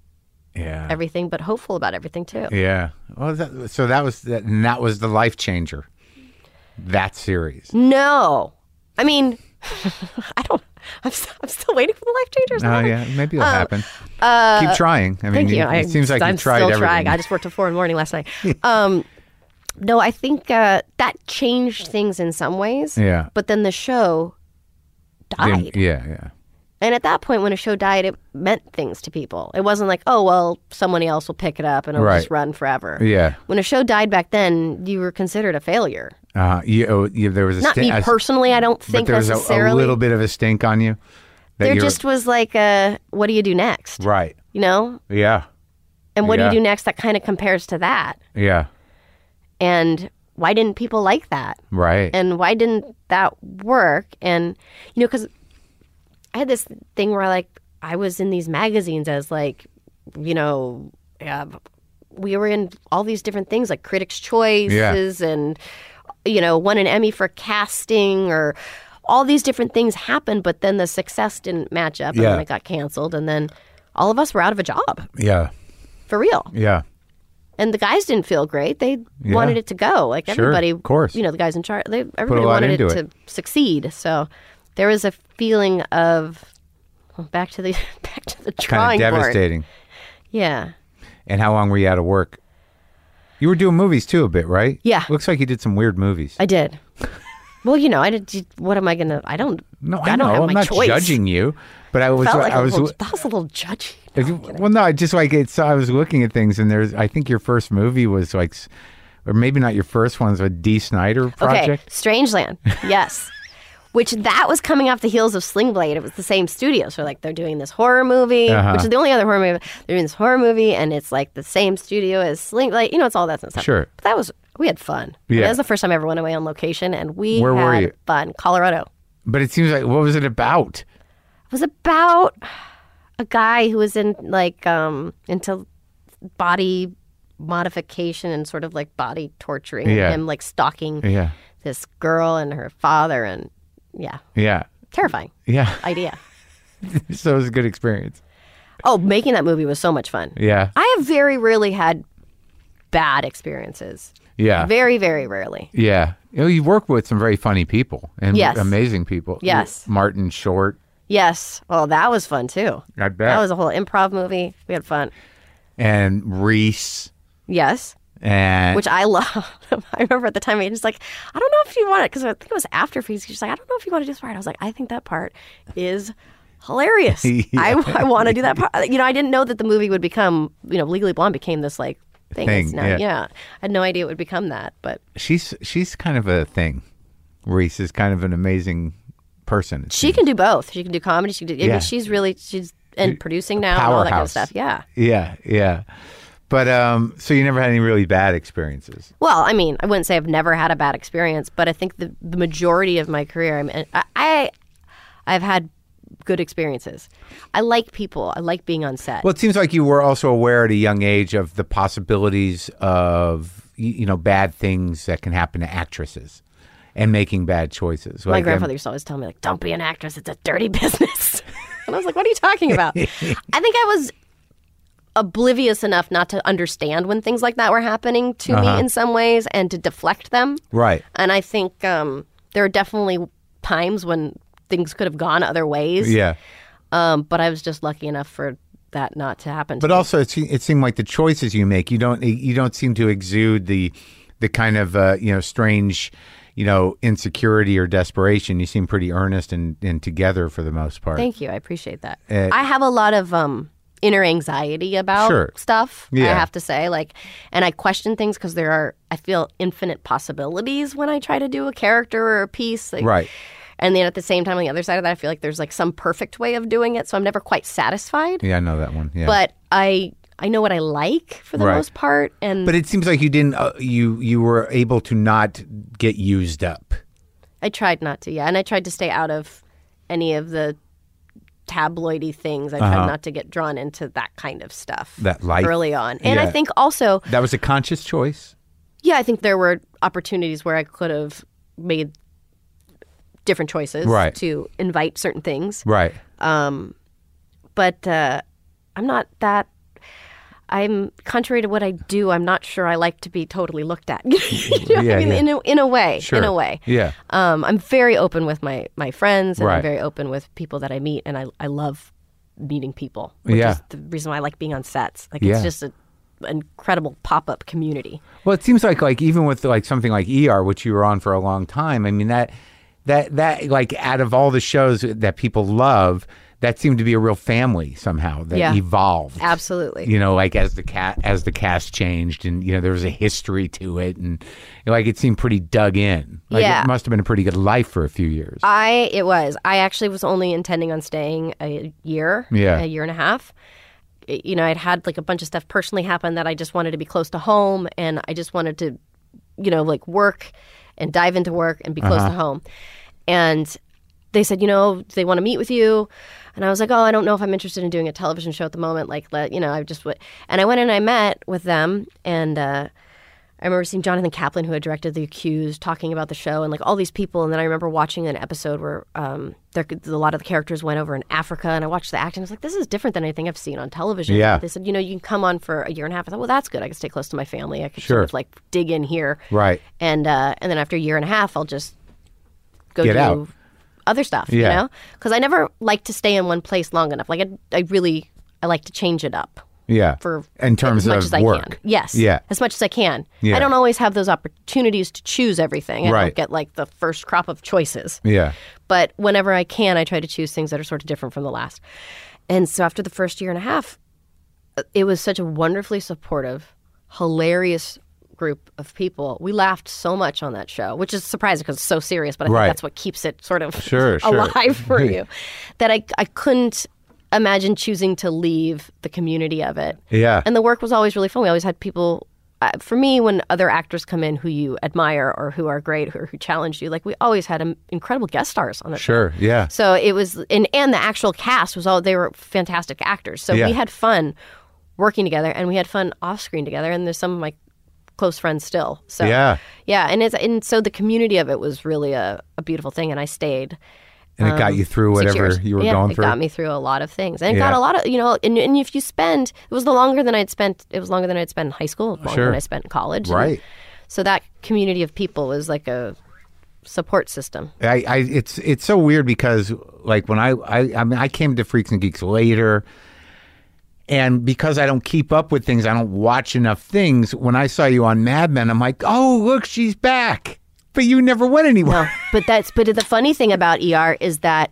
[SPEAKER 1] Yeah,
[SPEAKER 3] everything, but hopeful about everything too.
[SPEAKER 1] yeah. Well, that, so that was that, and that was the life changer. That series.
[SPEAKER 3] No. I mean, <laughs> I don't. I'm, st- I'm still waiting for the life changers.
[SPEAKER 1] Oh
[SPEAKER 3] I don't-
[SPEAKER 1] yeah, maybe it'll happen. Keep trying. I mean,
[SPEAKER 3] uh, Thank you.
[SPEAKER 1] It,
[SPEAKER 3] I,
[SPEAKER 1] seems like
[SPEAKER 3] I'm
[SPEAKER 1] you tried
[SPEAKER 3] still
[SPEAKER 1] everything.
[SPEAKER 3] trying. I just worked till four in the morning last night. Um, no, I think uh, that changed things in some ways.
[SPEAKER 1] Yeah.
[SPEAKER 3] But then the show
[SPEAKER 1] Then-
[SPEAKER 3] died.
[SPEAKER 1] yeah, yeah.
[SPEAKER 3] And at that point, when a show died, it meant things to people. It wasn't like, oh, well, someone else will pick it up and it'll just
[SPEAKER 1] Right.
[SPEAKER 3] run forever.
[SPEAKER 1] Yeah.
[SPEAKER 3] When a show died back then, you were considered a failure.
[SPEAKER 1] Uh, you, oh, you, there was a
[SPEAKER 3] Not
[SPEAKER 1] sti-
[SPEAKER 3] me
[SPEAKER 1] a s-
[SPEAKER 3] personally. I don't think
[SPEAKER 1] but there was a,
[SPEAKER 3] necessarily.
[SPEAKER 1] a little bit of a stink on you. That
[SPEAKER 3] there
[SPEAKER 1] you were-
[SPEAKER 3] just was like a what do you do next
[SPEAKER 1] right.
[SPEAKER 3] you know
[SPEAKER 1] Yeah,
[SPEAKER 3] and what
[SPEAKER 1] Yeah.
[SPEAKER 3] do you do next that kind of compares to that
[SPEAKER 1] yeah.
[SPEAKER 3] and why didn't people like that
[SPEAKER 1] Right.
[SPEAKER 3] and why didn't that work and you know because i had this thing where like i was in these magazines as like you know uh, we were in all these different things like critics choices and you know won an emmy for casting or all these different things happened but then the success didn't match up and
[SPEAKER 1] Yeah.
[SPEAKER 3] then it got canceled and then all of us were out of a job
[SPEAKER 1] yeah,
[SPEAKER 3] for real
[SPEAKER 1] yeah.
[SPEAKER 3] and the guys didn't feel great. They
[SPEAKER 1] Yeah.
[SPEAKER 3] wanted it to go. Like
[SPEAKER 1] Sure,
[SPEAKER 3] everybody,
[SPEAKER 1] of course.
[SPEAKER 3] you know, the guys in charge. They everybody
[SPEAKER 1] lot
[SPEAKER 3] wanted it,
[SPEAKER 1] into it.
[SPEAKER 3] to succeed. So there was a feeling of well, back to the <laughs> back to the
[SPEAKER 1] Kind
[SPEAKER 3] drawing
[SPEAKER 1] of
[SPEAKER 3] board.
[SPEAKER 1] devastating.
[SPEAKER 3] Yeah,
[SPEAKER 1] And how long were you out of work? You were doing movies too, a bit, right?
[SPEAKER 3] Yeah.
[SPEAKER 1] Looks like you did some weird movies.
[SPEAKER 3] I did. well, you know, I did. What am I gonna? I don't.
[SPEAKER 1] no,
[SPEAKER 3] I,
[SPEAKER 1] I, know.
[SPEAKER 3] don't have
[SPEAKER 1] I'm
[SPEAKER 3] my
[SPEAKER 1] not
[SPEAKER 3] choice.
[SPEAKER 1] judging you, but I was.
[SPEAKER 3] Felt like
[SPEAKER 1] I
[SPEAKER 3] a
[SPEAKER 1] was.
[SPEAKER 3] little, that was a little judgy.
[SPEAKER 1] if you- well, no, I just like it's. I was looking at things, and there's. I think your first movie was like, s- or maybe not your first one was a D. Snyder
[SPEAKER 3] Okay,
[SPEAKER 1] project.
[SPEAKER 3] Strangeland.
[SPEAKER 1] <laughs>
[SPEAKER 3] Yes. Which that was coming off the heels of Sling Blade. It was the same studio. So like they're doing this horror movie,
[SPEAKER 1] Uh-huh.
[SPEAKER 3] which is the only other horror movie. They're doing this horror movie and it's like the same studio as Sling Blade. You know, it's all that stuff.
[SPEAKER 1] Sure.
[SPEAKER 3] But that was we had fun.
[SPEAKER 1] Yeah.
[SPEAKER 3] That was the first time I ever went away on location and we
[SPEAKER 1] Where
[SPEAKER 3] had
[SPEAKER 1] were you?
[SPEAKER 3] fun. Colorado.
[SPEAKER 1] But it seems like what was it about?
[SPEAKER 3] It was about a guy who was in like um into body modification and sort of like body torturing and
[SPEAKER 1] Yeah.
[SPEAKER 3] him like stalking
[SPEAKER 1] Yeah,
[SPEAKER 3] this girl and her father and yeah
[SPEAKER 1] yeah,
[SPEAKER 3] terrifying
[SPEAKER 1] yeah. <laughs>
[SPEAKER 3] idea
[SPEAKER 1] so it was a good experience.
[SPEAKER 3] oh making that movie was so much fun
[SPEAKER 1] Yeah,
[SPEAKER 3] i have very rarely had bad experiences
[SPEAKER 1] yeah,
[SPEAKER 3] very very rarely
[SPEAKER 1] yeah. You know, you work with some very funny people and
[SPEAKER 3] Yes.
[SPEAKER 1] amazing people.
[SPEAKER 3] Yes.
[SPEAKER 1] Martin Short.
[SPEAKER 3] yes well that was fun too
[SPEAKER 1] I bet.
[SPEAKER 3] that was a whole improv movie we had fun
[SPEAKER 1] and Reese
[SPEAKER 3] yes
[SPEAKER 1] and
[SPEAKER 3] which I <laughs> love. I remember at the time, he was like, I don't know if you want it, because I think it was after Feast. She's like, I don't know if you want to do this part. I was like, I think that part is
[SPEAKER 1] <laughs>
[SPEAKER 3] hilarious. I, I want to do that part. You know, I didn't know that the movie would become, you know, Legally Blonde became this like thing.
[SPEAKER 1] Thing,
[SPEAKER 3] it's now,
[SPEAKER 1] yeah.
[SPEAKER 3] yeah. I had no idea it would become that, but
[SPEAKER 1] she's she's kind of a thing. Reese is kind of an amazing person. it
[SPEAKER 3] she
[SPEAKER 1] seems.
[SPEAKER 3] can do both. She can do comedy. She can do, I
[SPEAKER 1] Yeah.
[SPEAKER 3] mean, she's really, she's, and producing now and all that kind
[SPEAKER 1] powerhouse.
[SPEAKER 3] of stuff. Yeah.
[SPEAKER 1] yeah, yeah. But um, so you never had any really bad experiences.
[SPEAKER 3] Well, I mean, I wouldn't say I've never had a bad experience, but I think the, the majority of my career, I mean, I, I I've had good experiences. I like people. I like being on set.
[SPEAKER 1] Well, it seems like you were also aware at a young age of the possibilities of y- you know bad things that can happen to actresses and making bad choices.
[SPEAKER 3] My
[SPEAKER 1] Like, um,
[SPEAKER 3] grandfather used to always tell me, like, don't be an actress. It's a dirty <laughs> business. and I was like, what are you
[SPEAKER 1] <laughs>
[SPEAKER 3] talking about? I think I was oblivious enough not to understand when things like that were happening to
[SPEAKER 1] Uh-huh.
[SPEAKER 3] me in some ways and to deflect them.
[SPEAKER 1] right?
[SPEAKER 3] And I think um, there are definitely times when things could have gone other ways.
[SPEAKER 1] Yeah.
[SPEAKER 3] Um, but I was just lucky enough for that not to happen. to
[SPEAKER 1] But
[SPEAKER 3] me.
[SPEAKER 1] also, it, se- it seemed like the choices you make, you don't you don't seem to exude the the kind of uh, you know strange you know insecurity or desperation. You seem pretty earnest and, and together for the most part.
[SPEAKER 3] Thank you. I appreciate that.
[SPEAKER 1] Eh,
[SPEAKER 3] I have a lot of um, inner anxiety about
[SPEAKER 1] Sure.
[SPEAKER 3] stuff. I
[SPEAKER 1] Yeah.
[SPEAKER 3] have to say, like, and I question things because there are. I feel infinite possibilities when I try to do a character or a piece. Like,
[SPEAKER 1] Right.
[SPEAKER 3] And then at the same time, on the other side of that, I feel like there's like some perfect way of doing it, so I'm never quite satisfied.
[SPEAKER 1] Yeah, I know that one. Yeah.
[SPEAKER 3] But I I know what I like for the
[SPEAKER 1] Right.
[SPEAKER 3] most part, and
[SPEAKER 1] But it seems like you didn't. Uh, you you were able to not get used up.
[SPEAKER 3] I tried not to, yeah. And I tried to stay out of any of the tabloidy things. I tried not to get drawn into that kind of stuff.
[SPEAKER 1] Uh-huh. That life.
[SPEAKER 3] Early on. And I
[SPEAKER 1] Yeah.
[SPEAKER 3] think also,
[SPEAKER 1] That was a conscious choice.
[SPEAKER 3] yeah, I think there were opportunities where I could have made different choices
[SPEAKER 1] Right.
[SPEAKER 3] to invite certain things.
[SPEAKER 1] Right.
[SPEAKER 3] But uh, I'm not that. I'm contrary to what I do. I'm not sure I like to be totally looked at. <laughs> you know what
[SPEAKER 1] Yeah,
[SPEAKER 3] I mean?
[SPEAKER 1] yeah.
[SPEAKER 3] In, a, in a way,
[SPEAKER 1] Sure.
[SPEAKER 3] in a way.
[SPEAKER 1] Yeah.
[SPEAKER 3] Um, I'm very open with my my friends, and
[SPEAKER 1] Right.
[SPEAKER 3] I'm very open with people that I meet, and I I love meeting people. Which
[SPEAKER 1] Yeah.
[SPEAKER 3] is the reason why I like being on sets. Like
[SPEAKER 1] Yeah.
[SPEAKER 3] it's just a an incredible pop up community.
[SPEAKER 1] Well, it seems like like even with like something like ER, which you were on for a long time. I mean that that that like out of all the shows that people love, that seemed to be a real family somehow that
[SPEAKER 3] Yeah.
[SPEAKER 1] evolved.
[SPEAKER 3] Absolutely.
[SPEAKER 1] You know, like as the cat as the cast changed, and you know there was a history to it, and like it seemed pretty dug in. Like,
[SPEAKER 3] Yeah. Uh,
[SPEAKER 1] it must have been a pretty good life for a few years.
[SPEAKER 3] I it was. I actually was only intending on staying a year,
[SPEAKER 1] Yeah.
[SPEAKER 3] a year and a half. I- You know, I'd had like a bunch of stuff personally happen that I just wanted to be close to home, and I just wanted to, you know, like work and dive into work and be close
[SPEAKER 1] Uh-huh.
[SPEAKER 3] to home. And they said, you know, they want to meet with you, and I was like, oh, I don't know if I'm interested in doing a television show at the moment. Like, let you know, I just would. And I went and I met with them, and. uh I remember seeing Jonathan Kaplan, who had directed The Accused, talking about the show and like all these people. And then I remember watching an episode where um, there, a lot of the characters went over in Africa, and I watched the acting. I was like, this is different than anything I've seen on television.
[SPEAKER 1] Yeah.
[SPEAKER 3] They said, you know, you can come on for a year and a half. I thought, well, that's good. I can stay close to my family. I could
[SPEAKER 1] Sure.
[SPEAKER 3] sort of like dig in here.
[SPEAKER 1] Right.
[SPEAKER 3] And uh, and then after a year and a half, I'll just go
[SPEAKER 1] Get
[SPEAKER 3] do
[SPEAKER 1] out.
[SPEAKER 3] other stuff.
[SPEAKER 1] Yeah.
[SPEAKER 3] You know, because I never like to stay in one place long enough. Like I, I really, I like to change it up
[SPEAKER 1] yeah.
[SPEAKER 3] for
[SPEAKER 1] in terms
[SPEAKER 3] as much
[SPEAKER 1] of
[SPEAKER 3] as I
[SPEAKER 1] work.
[SPEAKER 3] can. Yes.
[SPEAKER 1] Yeah.
[SPEAKER 3] As much as I can.
[SPEAKER 1] Yeah.
[SPEAKER 3] I don't always have those opportunities to choose everything. I
[SPEAKER 1] Right.
[SPEAKER 3] don't get like the first crop of choices.
[SPEAKER 1] Yeah.
[SPEAKER 3] But whenever I can, I try to choose things that are sort of different from the last. And so after the first year and a half, uh, it was such a wonderfully supportive, hilarious group of people. We laughed so much on that show, which is surprising because it's so serious, but I
[SPEAKER 1] Right.
[SPEAKER 3] think that's what keeps it sort of <laughs>
[SPEAKER 1] Sure, sure.
[SPEAKER 3] alive
[SPEAKER 1] <laughs>
[SPEAKER 3] for you. That I, I couldn't imagine choosing to leave the community of it.
[SPEAKER 1] Yeah.
[SPEAKER 3] And the work was always really fun. We always had people. Uh, for me, when other actors come in who you admire or who are great or who challenge you, like we always had um, incredible guest stars on the show.
[SPEAKER 1] Sure. Yeah.
[SPEAKER 3] So it was, and and the actual cast was all they were fantastic actors. So
[SPEAKER 1] Yeah.
[SPEAKER 3] we had fun working together, and we had fun off screen together. And there's some of my close friends still. So
[SPEAKER 1] Yeah.
[SPEAKER 3] yeah, and it's and so the community of it was really a, a beautiful thing, and I stayed.
[SPEAKER 1] And it got you through
[SPEAKER 3] Um, six
[SPEAKER 1] whatever
[SPEAKER 3] years.
[SPEAKER 1] you were
[SPEAKER 3] Yeah,
[SPEAKER 1] going
[SPEAKER 3] it
[SPEAKER 1] through.
[SPEAKER 3] got me through a lot of things, and it
[SPEAKER 1] Yeah.
[SPEAKER 3] got a lot of you know. And, and if you spend, it was the longer than I'd spent. It was longer than I'd spent in high school, longer
[SPEAKER 1] Sure.
[SPEAKER 3] than I spent in college, and
[SPEAKER 1] Right.
[SPEAKER 3] so that community of people was like a support system.
[SPEAKER 1] I, I it's it's so weird because like when I, I I mean I came to Freaks and Geeks later and because I don't keep up with things, I don't watch enough things, when I saw you on Mad Men, I'm like, Oh, look, she's back. But you never went anywhere.
[SPEAKER 3] No, but that's but the funny thing about ER is that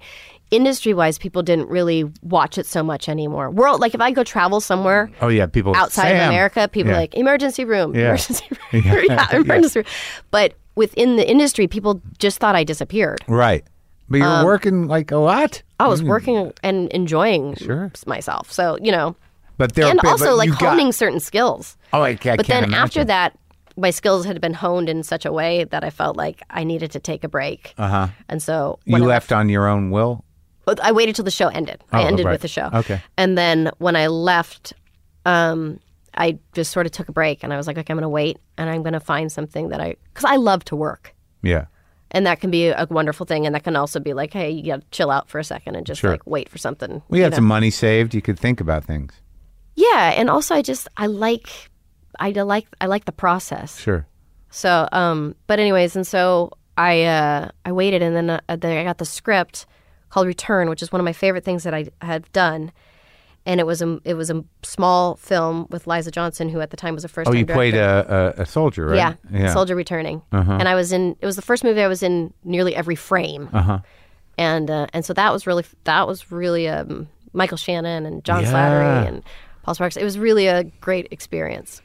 [SPEAKER 3] industry wise, people didn't really watch it so much anymore. World like if I go travel somewhere
[SPEAKER 1] Oh yeah, people
[SPEAKER 3] outside
[SPEAKER 1] Sam.
[SPEAKER 3] of America, people
[SPEAKER 1] Yeah.
[SPEAKER 3] are like emergency room,
[SPEAKER 1] Yeah. <laughs>
[SPEAKER 3] emergency room, <laughs> yeah, emergency room. But within the industry, people just thought I disappeared.
[SPEAKER 1] Right. But you're
[SPEAKER 3] um,
[SPEAKER 1] working like a lot.
[SPEAKER 3] I was working and enjoying
[SPEAKER 1] Mm. Sure.
[SPEAKER 3] myself, so you know,
[SPEAKER 1] But there
[SPEAKER 3] and
[SPEAKER 1] but
[SPEAKER 3] also like
[SPEAKER 1] you got-
[SPEAKER 3] honing certain skills.
[SPEAKER 1] Oh, I, I can't
[SPEAKER 3] but then
[SPEAKER 1] imagine.
[SPEAKER 3] after that my skills had been honed in such a way that i felt like i needed to take a break uh-huh. and so
[SPEAKER 1] you
[SPEAKER 3] when I-
[SPEAKER 1] left on your own will?
[SPEAKER 3] But I waited till the show ended. I
[SPEAKER 1] Oh,
[SPEAKER 3] ended
[SPEAKER 1] right.
[SPEAKER 3] with the show.
[SPEAKER 1] Okay.
[SPEAKER 3] And then when I left, um, I just sort of took a break and I was like, okay, I'm going to wait and I'm going to find something that I, because I love to work.
[SPEAKER 1] Yeah.
[SPEAKER 3] And that can be a wonderful thing. And that can also be like, hey, you got to chill out for a second and just
[SPEAKER 1] Sure.
[SPEAKER 3] like wait for something.
[SPEAKER 1] We
[SPEAKER 3] you
[SPEAKER 1] had
[SPEAKER 3] know?
[SPEAKER 1] some money saved. You could think about things.
[SPEAKER 3] Yeah. And also, I just, I like, I do like, I like the process.
[SPEAKER 1] Sure.
[SPEAKER 3] So, um, but anyways, and so I uh, I waited, and then, uh, then I got the script called Return, which is one of my favorite things that I had done, and it was a it was a small film with Liza Johnson, who at the time was a first.
[SPEAKER 1] Oh, you played a, a, a soldier, right? Uh-huh.
[SPEAKER 3] yeah, soldier returning, and I was in it was the first movie I was in nearly every frame,
[SPEAKER 1] Uh-huh.
[SPEAKER 3] and uh, and so that was really that was really um, Michael Shannon and John
[SPEAKER 1] Yeah.
[SPEAKER 3] Slattery and Paul Sparks. It was really a great experience.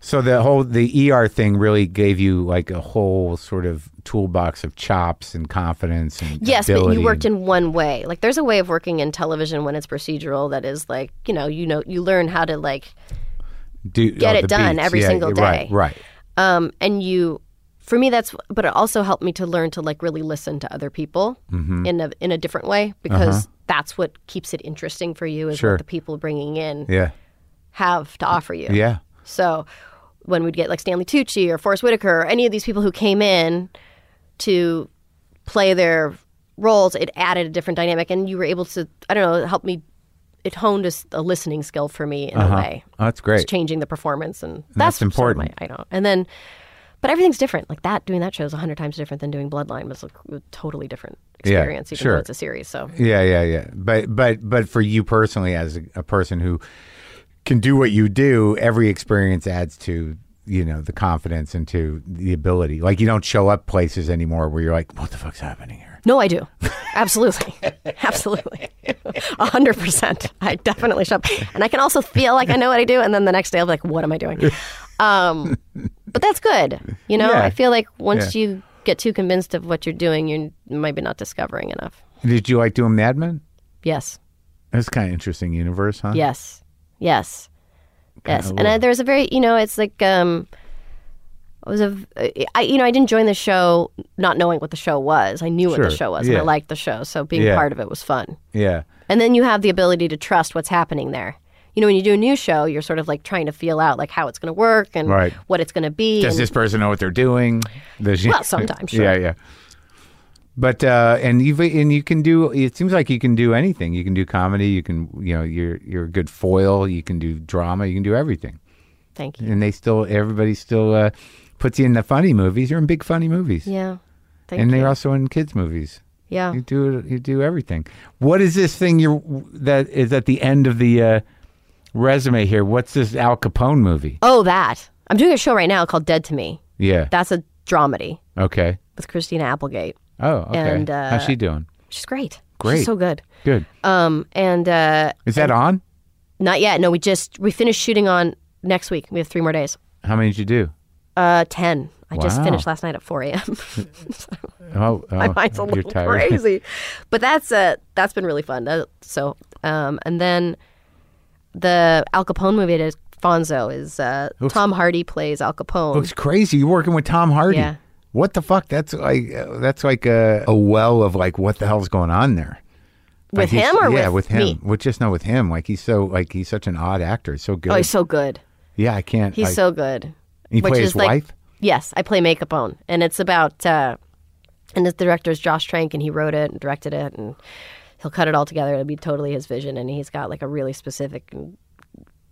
[SPEAKER 1] So the whole the ER thing really gave you like a whole sort of toolbox of chops and confidence and
[SPEAKER 3] Yes, but
[SPEAKER 1] ability.
[SPEAKER 3] you worked in one way. Like there's a way of working in television when it's procedural that is like, you know, you know you learn how to like
[SPEAKER 1] Do-
[SPEAKER 3] get
[SPEAKER 1] oh,
[SPEAKER 3] it
[SPEAKER 1] the
[SPEAKER 3] done
[SPEAKER 1] beats.
[SPEAKER 3] every
[SPEAKER 1] Yeah,
[SPEAKER 3] single
[SPEAKER 1] Right,
[SPEAKER 3] day.
[SPEAKER 1] right.
[SPEAKER 3] um and you for me that's but it also helped me to learn to like really listen to other people
[SPEAKER 1] Mm-hmm.
[SPEAKER 3] in a in a different way because that's what keeps it interesting for you is
[SPEAKER 1] Uh-huh. Sure.
[SPEAKER 3] what the people bringing in
[SPEAKER 1] Yeah,
[SPEAKER 3] have to offer you.
[SPEAKER 1] yeah.
[SPEAKER 3] So when we'd get like Stanley Tucci or Forrest Whitaker or any of these people who came in to play their roles, it added a different dynamic, and you were able to I don't know it helped me. It honed a, s- a listening skill for me in a way.
[SPEAKER 1] Oh, that's great.
[SPEAKER 3] It's changing the performance, and
[SPEAKER 1] that's
[SPEAKER 3] that's, sort of my-
[SPEAKER 1] important.
[SPEAKER 3] I know. And then, but everything's different. Like that, doing that show is hundred times different than doing Bloodline was a totally different
[SPEAKER 1] Yeah,
[SPEAKER 3] experience, even
[SPEAKER 1] sure.
[SPEAKER 3] though it's a series. So
[SPEAKER 1] Yeah, yeah, yeah. But but but for you personally, as a, a person who can do what you do, every experience adds to you know the confidence and to the ability. Like you don't show up places anymore where you're like, what the fuck's happening here?
[SPEAKER 3] No, I do. Absolutely. <laughs> Absolutely. A hundred percent. I definitely shop. And I can also feel like I know what I do. And then the next day I'll be like, what am I doing? Um, but that's good. You know,
[SPEAKER 1] Yeah.
[SPEAKER 3] I feel like once
[SPEAKER 1] Yeah.
[SPEAKER 3] you get too convinced of what you're doing, you're maybe not discovering enough.
[SPEAKER 1] Did you like doing Mad Men?
[SPEAKER 3] Yes.
[SPEAKER 1] That's kind of interesting universe, huh?
[SPEAKER 3] Yes. Yes. Yes.
[SPEAKER 1] Kinda
[SPEAKER 3] And I,
[SPEAKER 1] little-
[SPEAKER 3] there's a very, you know, it's like, um, it was a, I, you know, I didn't join the show not knowing what the show was. I knew what
[SPEAKER 1] Sure.
[SPEAKER 3] the show was
[SPEAKER 1] Yeah.
[SPEAKER 3] and I liked the show. So being
[SPEAKER 1] Yeah.
[SPEAKER 3] part of it was fun.
[SPEAKER 1] Yeah.
[SPEAKER 3] And then you have the ability to trust what's happening there. You know, when you do a new show, you're sort of like trying to feel out like how it's going to work and
[SPEAKER 1] Right.
[SPEAKER 3] what it's going to be.
[SPEAKER 1] Does
[SPEAKER 3] and-
[SPEAKER 1] this person know what they're doing? Does she-
[SPEAKER 3] Well, sometimes,
[SPEAKER 1] <laughs>
[SPEAKER 3] sure.
[SPEAKER 1] Yeah, yeah. But uh, and you and you can do. It seems like you can do anything. You can do comedy. You can you know you're you're a good foil. You can do drama. You can do everything.
[SPEAKER 3] Thank you.
[SPEAKER 1] And they still everybody still uh, puts you in the funny movies. You're in big funny movies.
[SPEAKER 3] Yeah. Thank
[SPEAKER 1] and
[SPEAKER 3] you. Oh.
[SPEAKER 1] they're also in kids movies.
[SPEAKER 3] yeah.
[SPEAKER 1] You do you do everything. What is this thing you're that is at the end of the uh, resume here? What's this Al Capone movie?
[SPEAKER 3] Oh, that. I'm doing a show right now called Dead to Me.
[SPEAKER 1] Yeah.
[SPEAKER 3] That's a dramedy
[SPEAKER 1] okay.
[SPEAKER 3] with Christina Applegate.
[SPEAKER 1] Oh, okay.
[SPEAKER 3] And, uh,
[SPEAKER 1] How's she doing?
[SPEAKER 3] She's great.
[SPEAKER 1] Great.
[SPEAKER 3] She's so good.
[SPEAKER 1] Good.
[SPEAKER 3] Um, and uh,
[SPEAKER 1] Is that on?
[SPEAKER 3] not yet. No, we just, we finished shooting on next week. We have three more days.
[SPEAKER 1] How many did you do?
[SPEAKER 3] Uh, 10. I just
[SPEAKER 1] Wow.
[SPEAKER 3] finished last night at 4 a.m.
[SPEAKER 1] Oh, oh
[SPEAKER 3] <laughs> my mind's a
[SPEAKER 1] you're
[SPEAKER 3] little
[SPEAKER 1] tired. <laughs>
[SPEAKER 3] crazy. But that's uh that's been really fun. Uh, so um and then the Al Capone movie it is Fonzo is uh Tom Hardy plays Al Capone.
[SPEAKER 1] Looks crazy. You're working with Tom Hardy.
[SPEAKER 3] Yeah.
[SPEAKER 1] What the fuck? That's like uh, that's like a, a well of like what the hell's going on there. Like
[SPEAKER 3] with
[SPEAKER 1] he's-
[SPEAKER 3] him or
[SPEAKER 1] yeah,
[SPEAKER 3] with,
[SPEAKER 1] him?
[SPEAKER 3] me?
[SPEAKER 1] With just no, with him. Like he's so like he's such an odd actor. He's so good.
[SPEAKER 3] Oh, he's so good.
[SPEAKER 1] yeah, I can't.
[SPEAKER 3] He's
[SPEAKER 1] I-
[SPEAKER 3] so good.
[SPEAKER 1] He
[SPEAKER 3] Which
[SPEAKER 1] plays
[SPEAKER 3] is like,
[SPEAKER 1] wife?
[SPEAKER 3] Yes, I play Make Capone, and it's about uh and the director is Josh Trank, and he wrote it and directed it, and he'll cut it all together. It'll be totally his vision, and he's got like a really specific and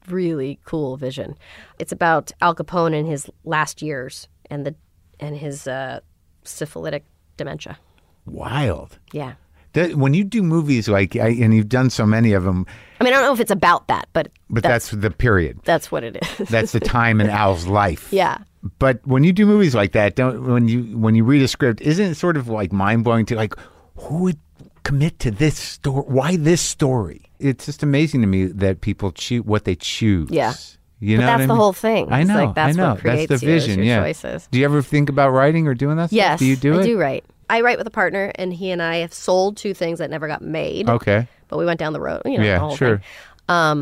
[SPEAKER 3] really cool vision. It's about Al Capone in his last years and the and his uh, syphilitic dementia.
[SPEAKER 1] wild.
[SPEAKER 3] Yeah,
[SPEAKER 1] That, when you do movies like I, and you've done so many of them,
[SPEAKER 3] I mean I don't know if it's about that, but
[SPEAKER 1] but
[SPEAKER 3] that's
[SPEAKER 1] that's, the period.
[SPEAKER 3] that's what it is.
[SPEAKER 1] That's the time in Al's life.
[SPEAKER 3] <laughs> yeah.
[SPEAKER 1] But when you do movies like that, don't when you when you read a script, isn't it sort of like mind blowing to like who would commit to this story? Why this story? It's just amazing to me that people choose what they choose.
[SPEAKER 3] Yeah.
[SPEAKER 1] you
[SPEAKER 3] But
[SPEAKER 1] know
[SPEAKER 3] that's
[SPEAKER 1] what I
[SPEAKER 3] the
[SPEAKER 1] mean?
[SPEAKER 3] whole thing.
[SPEAKER 1] I
[SPEAKER 3] It's
[SPEAKER 1] know.
[SPEAKER 3] like, that's
[SPEAKER 1] I know.
[SPEAKER 3] what creates you
[SPEAKER 1] that's the
[SPEAKER 3] is
[SPEAKER 1] vision.
[SPEAKER 3] your
[SPEAKER 1] yeah.
[SPEAKER 3] choices.
[SPEAKER 1] Do you ever think about writing or doing that? Stuff?
[SPEAKER 3] Yes,
[SPEAKER 1] Do you do
[SPEAKER 3] I
[SPEAKER 1] it?
[SPEAKER 3] do write. I write with a partner, and he and I have sold two things that never got made.
[SPEAKER 1] Okay.
[SPEAKER 3] but we went down the road. You know,
[SPEAKER 1] Oh. Yeah,
[SPEAKER 3] the whole
[SPEAKER 1] sure.
[SPEAKER 3] Thing. Um,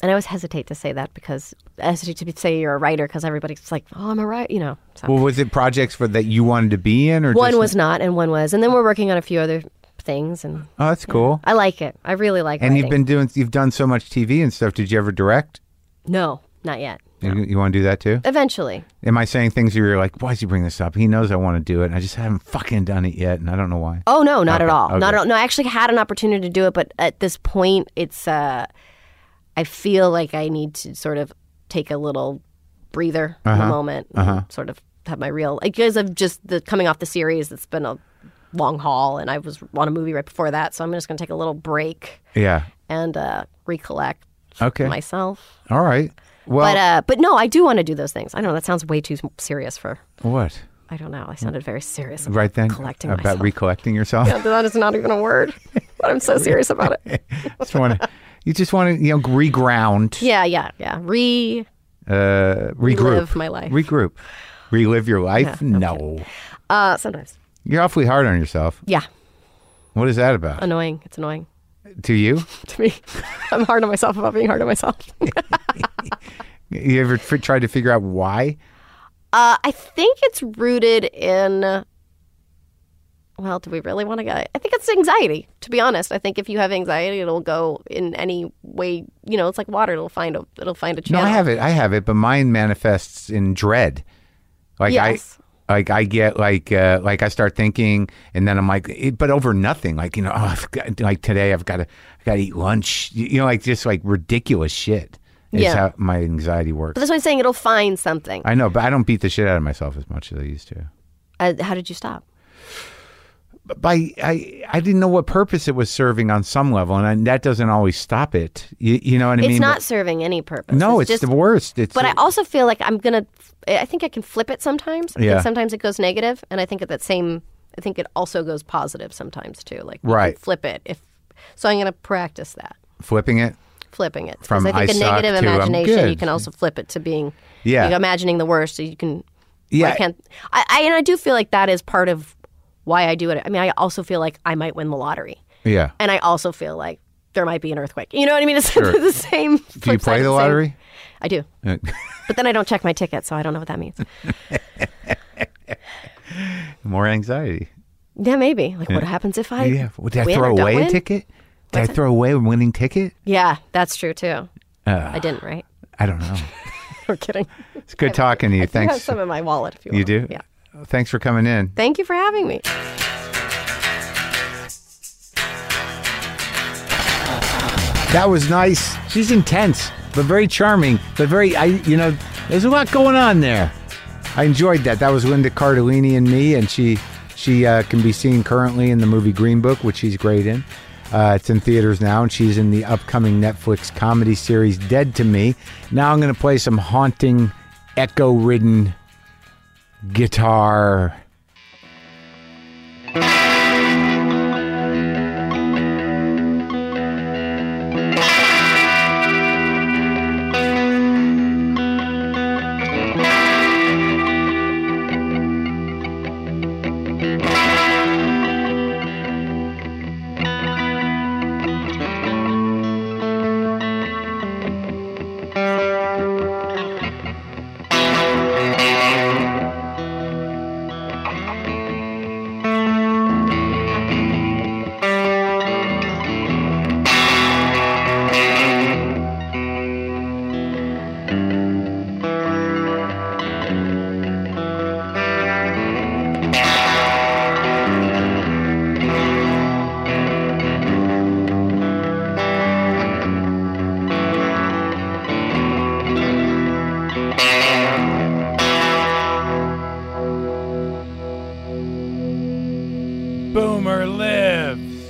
[SPEAKER 3] and I always hesitate to say that because I hesitate to be- say you're a writer because everybody's like, oh, I'm a writer, you know. So.
[SPEAKER 1] Well, was it projects for that you wanted to be in, or
[SPEAKER 3] one
[SPEAKER 1] just,
[SPEAKER 3] was not, and one was, and then we're working on a few other things, and
[SPEAKER 1] Oh, that's cool.
[SPEAKER 3] I like it. I really like.
[SPEAKER 1] And you've
[SPEAKER 3] writing.
[SPEAKER 1] been doing you've done so much TV and stuff. Did you ever direct?
[SPEAKER 3] no, not yet.
[SPEAKER 1] You, you want to do that too?
[SPEAKER 3] Eventually,
[SPEAKER 1] Am I saying things where you're like, why does he bring this up? He knows I want to do it, and I just haven't fucking done it yet, and I don't know why.
[SPEAKER 3] Oh no, not at
[SPEAKER 1] Okay,
[SPEAKER 3] all. Not
[SPEAKER 1] okay.
[SPEAKER 3] at all. No, I actually had an opportunity to do it, but at this point, it's. Uh, I feel like I need to sort of take a little breather in
[SPEAKER 1] Uh-huh.
[SPEAKER 3] a moment, and sort of have my real because of just the coming off the series. It's been a long haul, and I was on a movie right before that, so I'm just going to take a little break
[SPEAKER 1] Yeah.
[SPEAKER 3] and uh, recollect
[SPEAKER 1] Okay.
[SPEAKER 3] myself.
[SPEAKER 1] All right. Well,
[SPEAKER 3] But uh, but no, I do want to do those things. I know that sounds way too serious for.
[SPEAKER 1] what?
[SPEAKER 3] I don't know. I sounded very serious. about
[SPEAKER 1] Right then,
[SPEAKER 3] uh,
[SPEAKER 1] Uh,
[SPEAKER 3] collecting
[SPEAKER 1] about
[SPEAKER 3] myself.
[SPEAKER 1] recollecting yourself.
[SPEAKER 3] that is not even a word, but I'm so serious about it.
[SPEAKER 1] <laughs> just want to, you just want to, you know, reground,
[SPEAKER 3] <laughs> Yeah, yeah, yeah. Re.
[SPEAKER 1] uh, regroup,
[SPEAKER 3] Relive my life.
[SPEAKER 1] regroup, relive your life. no,
[SPEAKER 3] Uh, sometimes.
[SPEAKER 1] you're awfully hard on yourself.
[SPEAKER 3] Yeah.
[SPEAKER 1] What is that about?
[SPEAKER 3] Annoying. It's annoying
[SPEAKER 1] to you?
[SPEAKER 3] to me. <laughs> I'm hard on myself about being hard on myself. <laughs> uh,
[SPEAKER 1] You ever f- tried to figure out why?
[SPEAKER 3] Uh, I think it's rooted in. Well, do we really want to go? I think it's anxiety. To be honest, I think if you have anxiety, it'll go in any way. You know, it's like water. It'll find a. It'll find a
[SPEAKER 1] No,
[SPEAKER 3] channel.
[SPEAKER 1] I have it. I have it, but mine manifests in dread. Like
[SPEAKER 3] Yes.
[SPEAKER 1] I, like I get like uh, like I start thinking, and then I'm like, it, but over nothing. Like you know, oh, I've got, like today I've got to I got to eat lunch. You you know, like just like ridiculous shit. Is
[SPEAKER 3] Yeah.
[SPEAKER 1] how my anxiety
[SPEAKER 3] But
[SPEAKER 1] works.
[SPEAKER 3] that's what I'm saying. It'll find something.
[SPEAKER 1] I know, but I don't beat the shit out of myself as much as I used to.
[SPEAKER 3] Uh, how did you stop?
[SPEAKER 1] But by I, I didn't know what purpose it was serving on some level, and I, that doesn't always stop it. You, you know what I mean?
[SPEAKER 3] it's not
[SPEAKER 1] But-
[SPEAKER 3] serving any purpose.
[SPEAKER 1] no, it's,
[SPEAKER 3] just
[SPEAKER 1] the worst. It's
[SPEAKER 3] But I also feel like I'm gonna. I think I can flip it sometimes. I
[SPEAKER 1] Yeah.
[SPEAKER 3] Think sometimes it goes negative, and I think at that same. I think it also goes positive sometimes too. Like you
[SPEAKER 1] Right.
[SPEAKER 3] can flip it if. So I'm gonna practice that
[SPEAKER 1] flipping it.
[SPEAKER 3] flipping it because
[SPEAKER 1] From
[SPEAKER 3] I think
[SPEAKER 1] I
[SPEAKER 3] a
[SPEAKER 1] suck
[SPEAKER 3] negative
[SPEAKER 1] to I'm
[SPEAKER 3] imagination you
[SPEAKER 1] good.
[SPEAKER 3] can also flip it to being
[SPEAKER 1] Yeah.
[SPEAKER 3] like, imagining the worst so you can
[SPEAKER 1] Yeah.
[SPEAKER 3] I can't I, I and I do feel like that is part of why I do it. I mean I also feel like I might win the lottery
[SPEAKER 1] Yeah.
[SPEAKER 3] and I also feel like there might be an earthquake. You know what I mean? <laughs> It's
[SPEAKER 1] Sure.
[SPEAKER 3] the same.
[SPEAKER 1] Do you play the lottery?
[SPEAKER 3] I do. But then I don't check my ticket, so I don't know what that means.
[SPEAKER 1] <laughs> More anxiety.
[SPEAKER 3] yeah, maybe. Like, what happens if I?
[SPEAKER 1] Yeah. Well, did I
[SPEAKER 3] win or
[SPEAKER 1] throw
[SPEAKER 3] don't
[SPEAKER 1] away a
[SPEAKER 3] win?
[SPEAKER 1] ticket? Did I throw away a winning ticket?
[SPEAKER 3] Yeah, that's true too. I didn't, right? <laughs>
[SPEAKER 1] I don't know.
[SPEAKER 3] We're kidding. <laughs>
[SPEAKER 1] It's good talking to you.
[SPEAKER 3] I do have
[SPEAKER 1] Thanks.
[SPEAKER 3] some in my wallet if you want.
[SPEAKER 1] You do?
[SPEAKER 3] Yeah.
[SPEAKER 1] Thanks for coming in.
[SPEAKER 3] Thank you for having me.
[SPEAKER 1] That was nice. She's intense, but very charming. But very, I, you know, there's a lot going on there. I enjoyed that. That was Linda Cardellini and me, and she she uh, can be seen currently in the movie Green Book, which she's great in. Uh, it's in theaters now, and she's in the upcoming Netflix comedy series Dead to Me. Now I'm going to play some haunting, echo-ridden guitar. Boomer lives.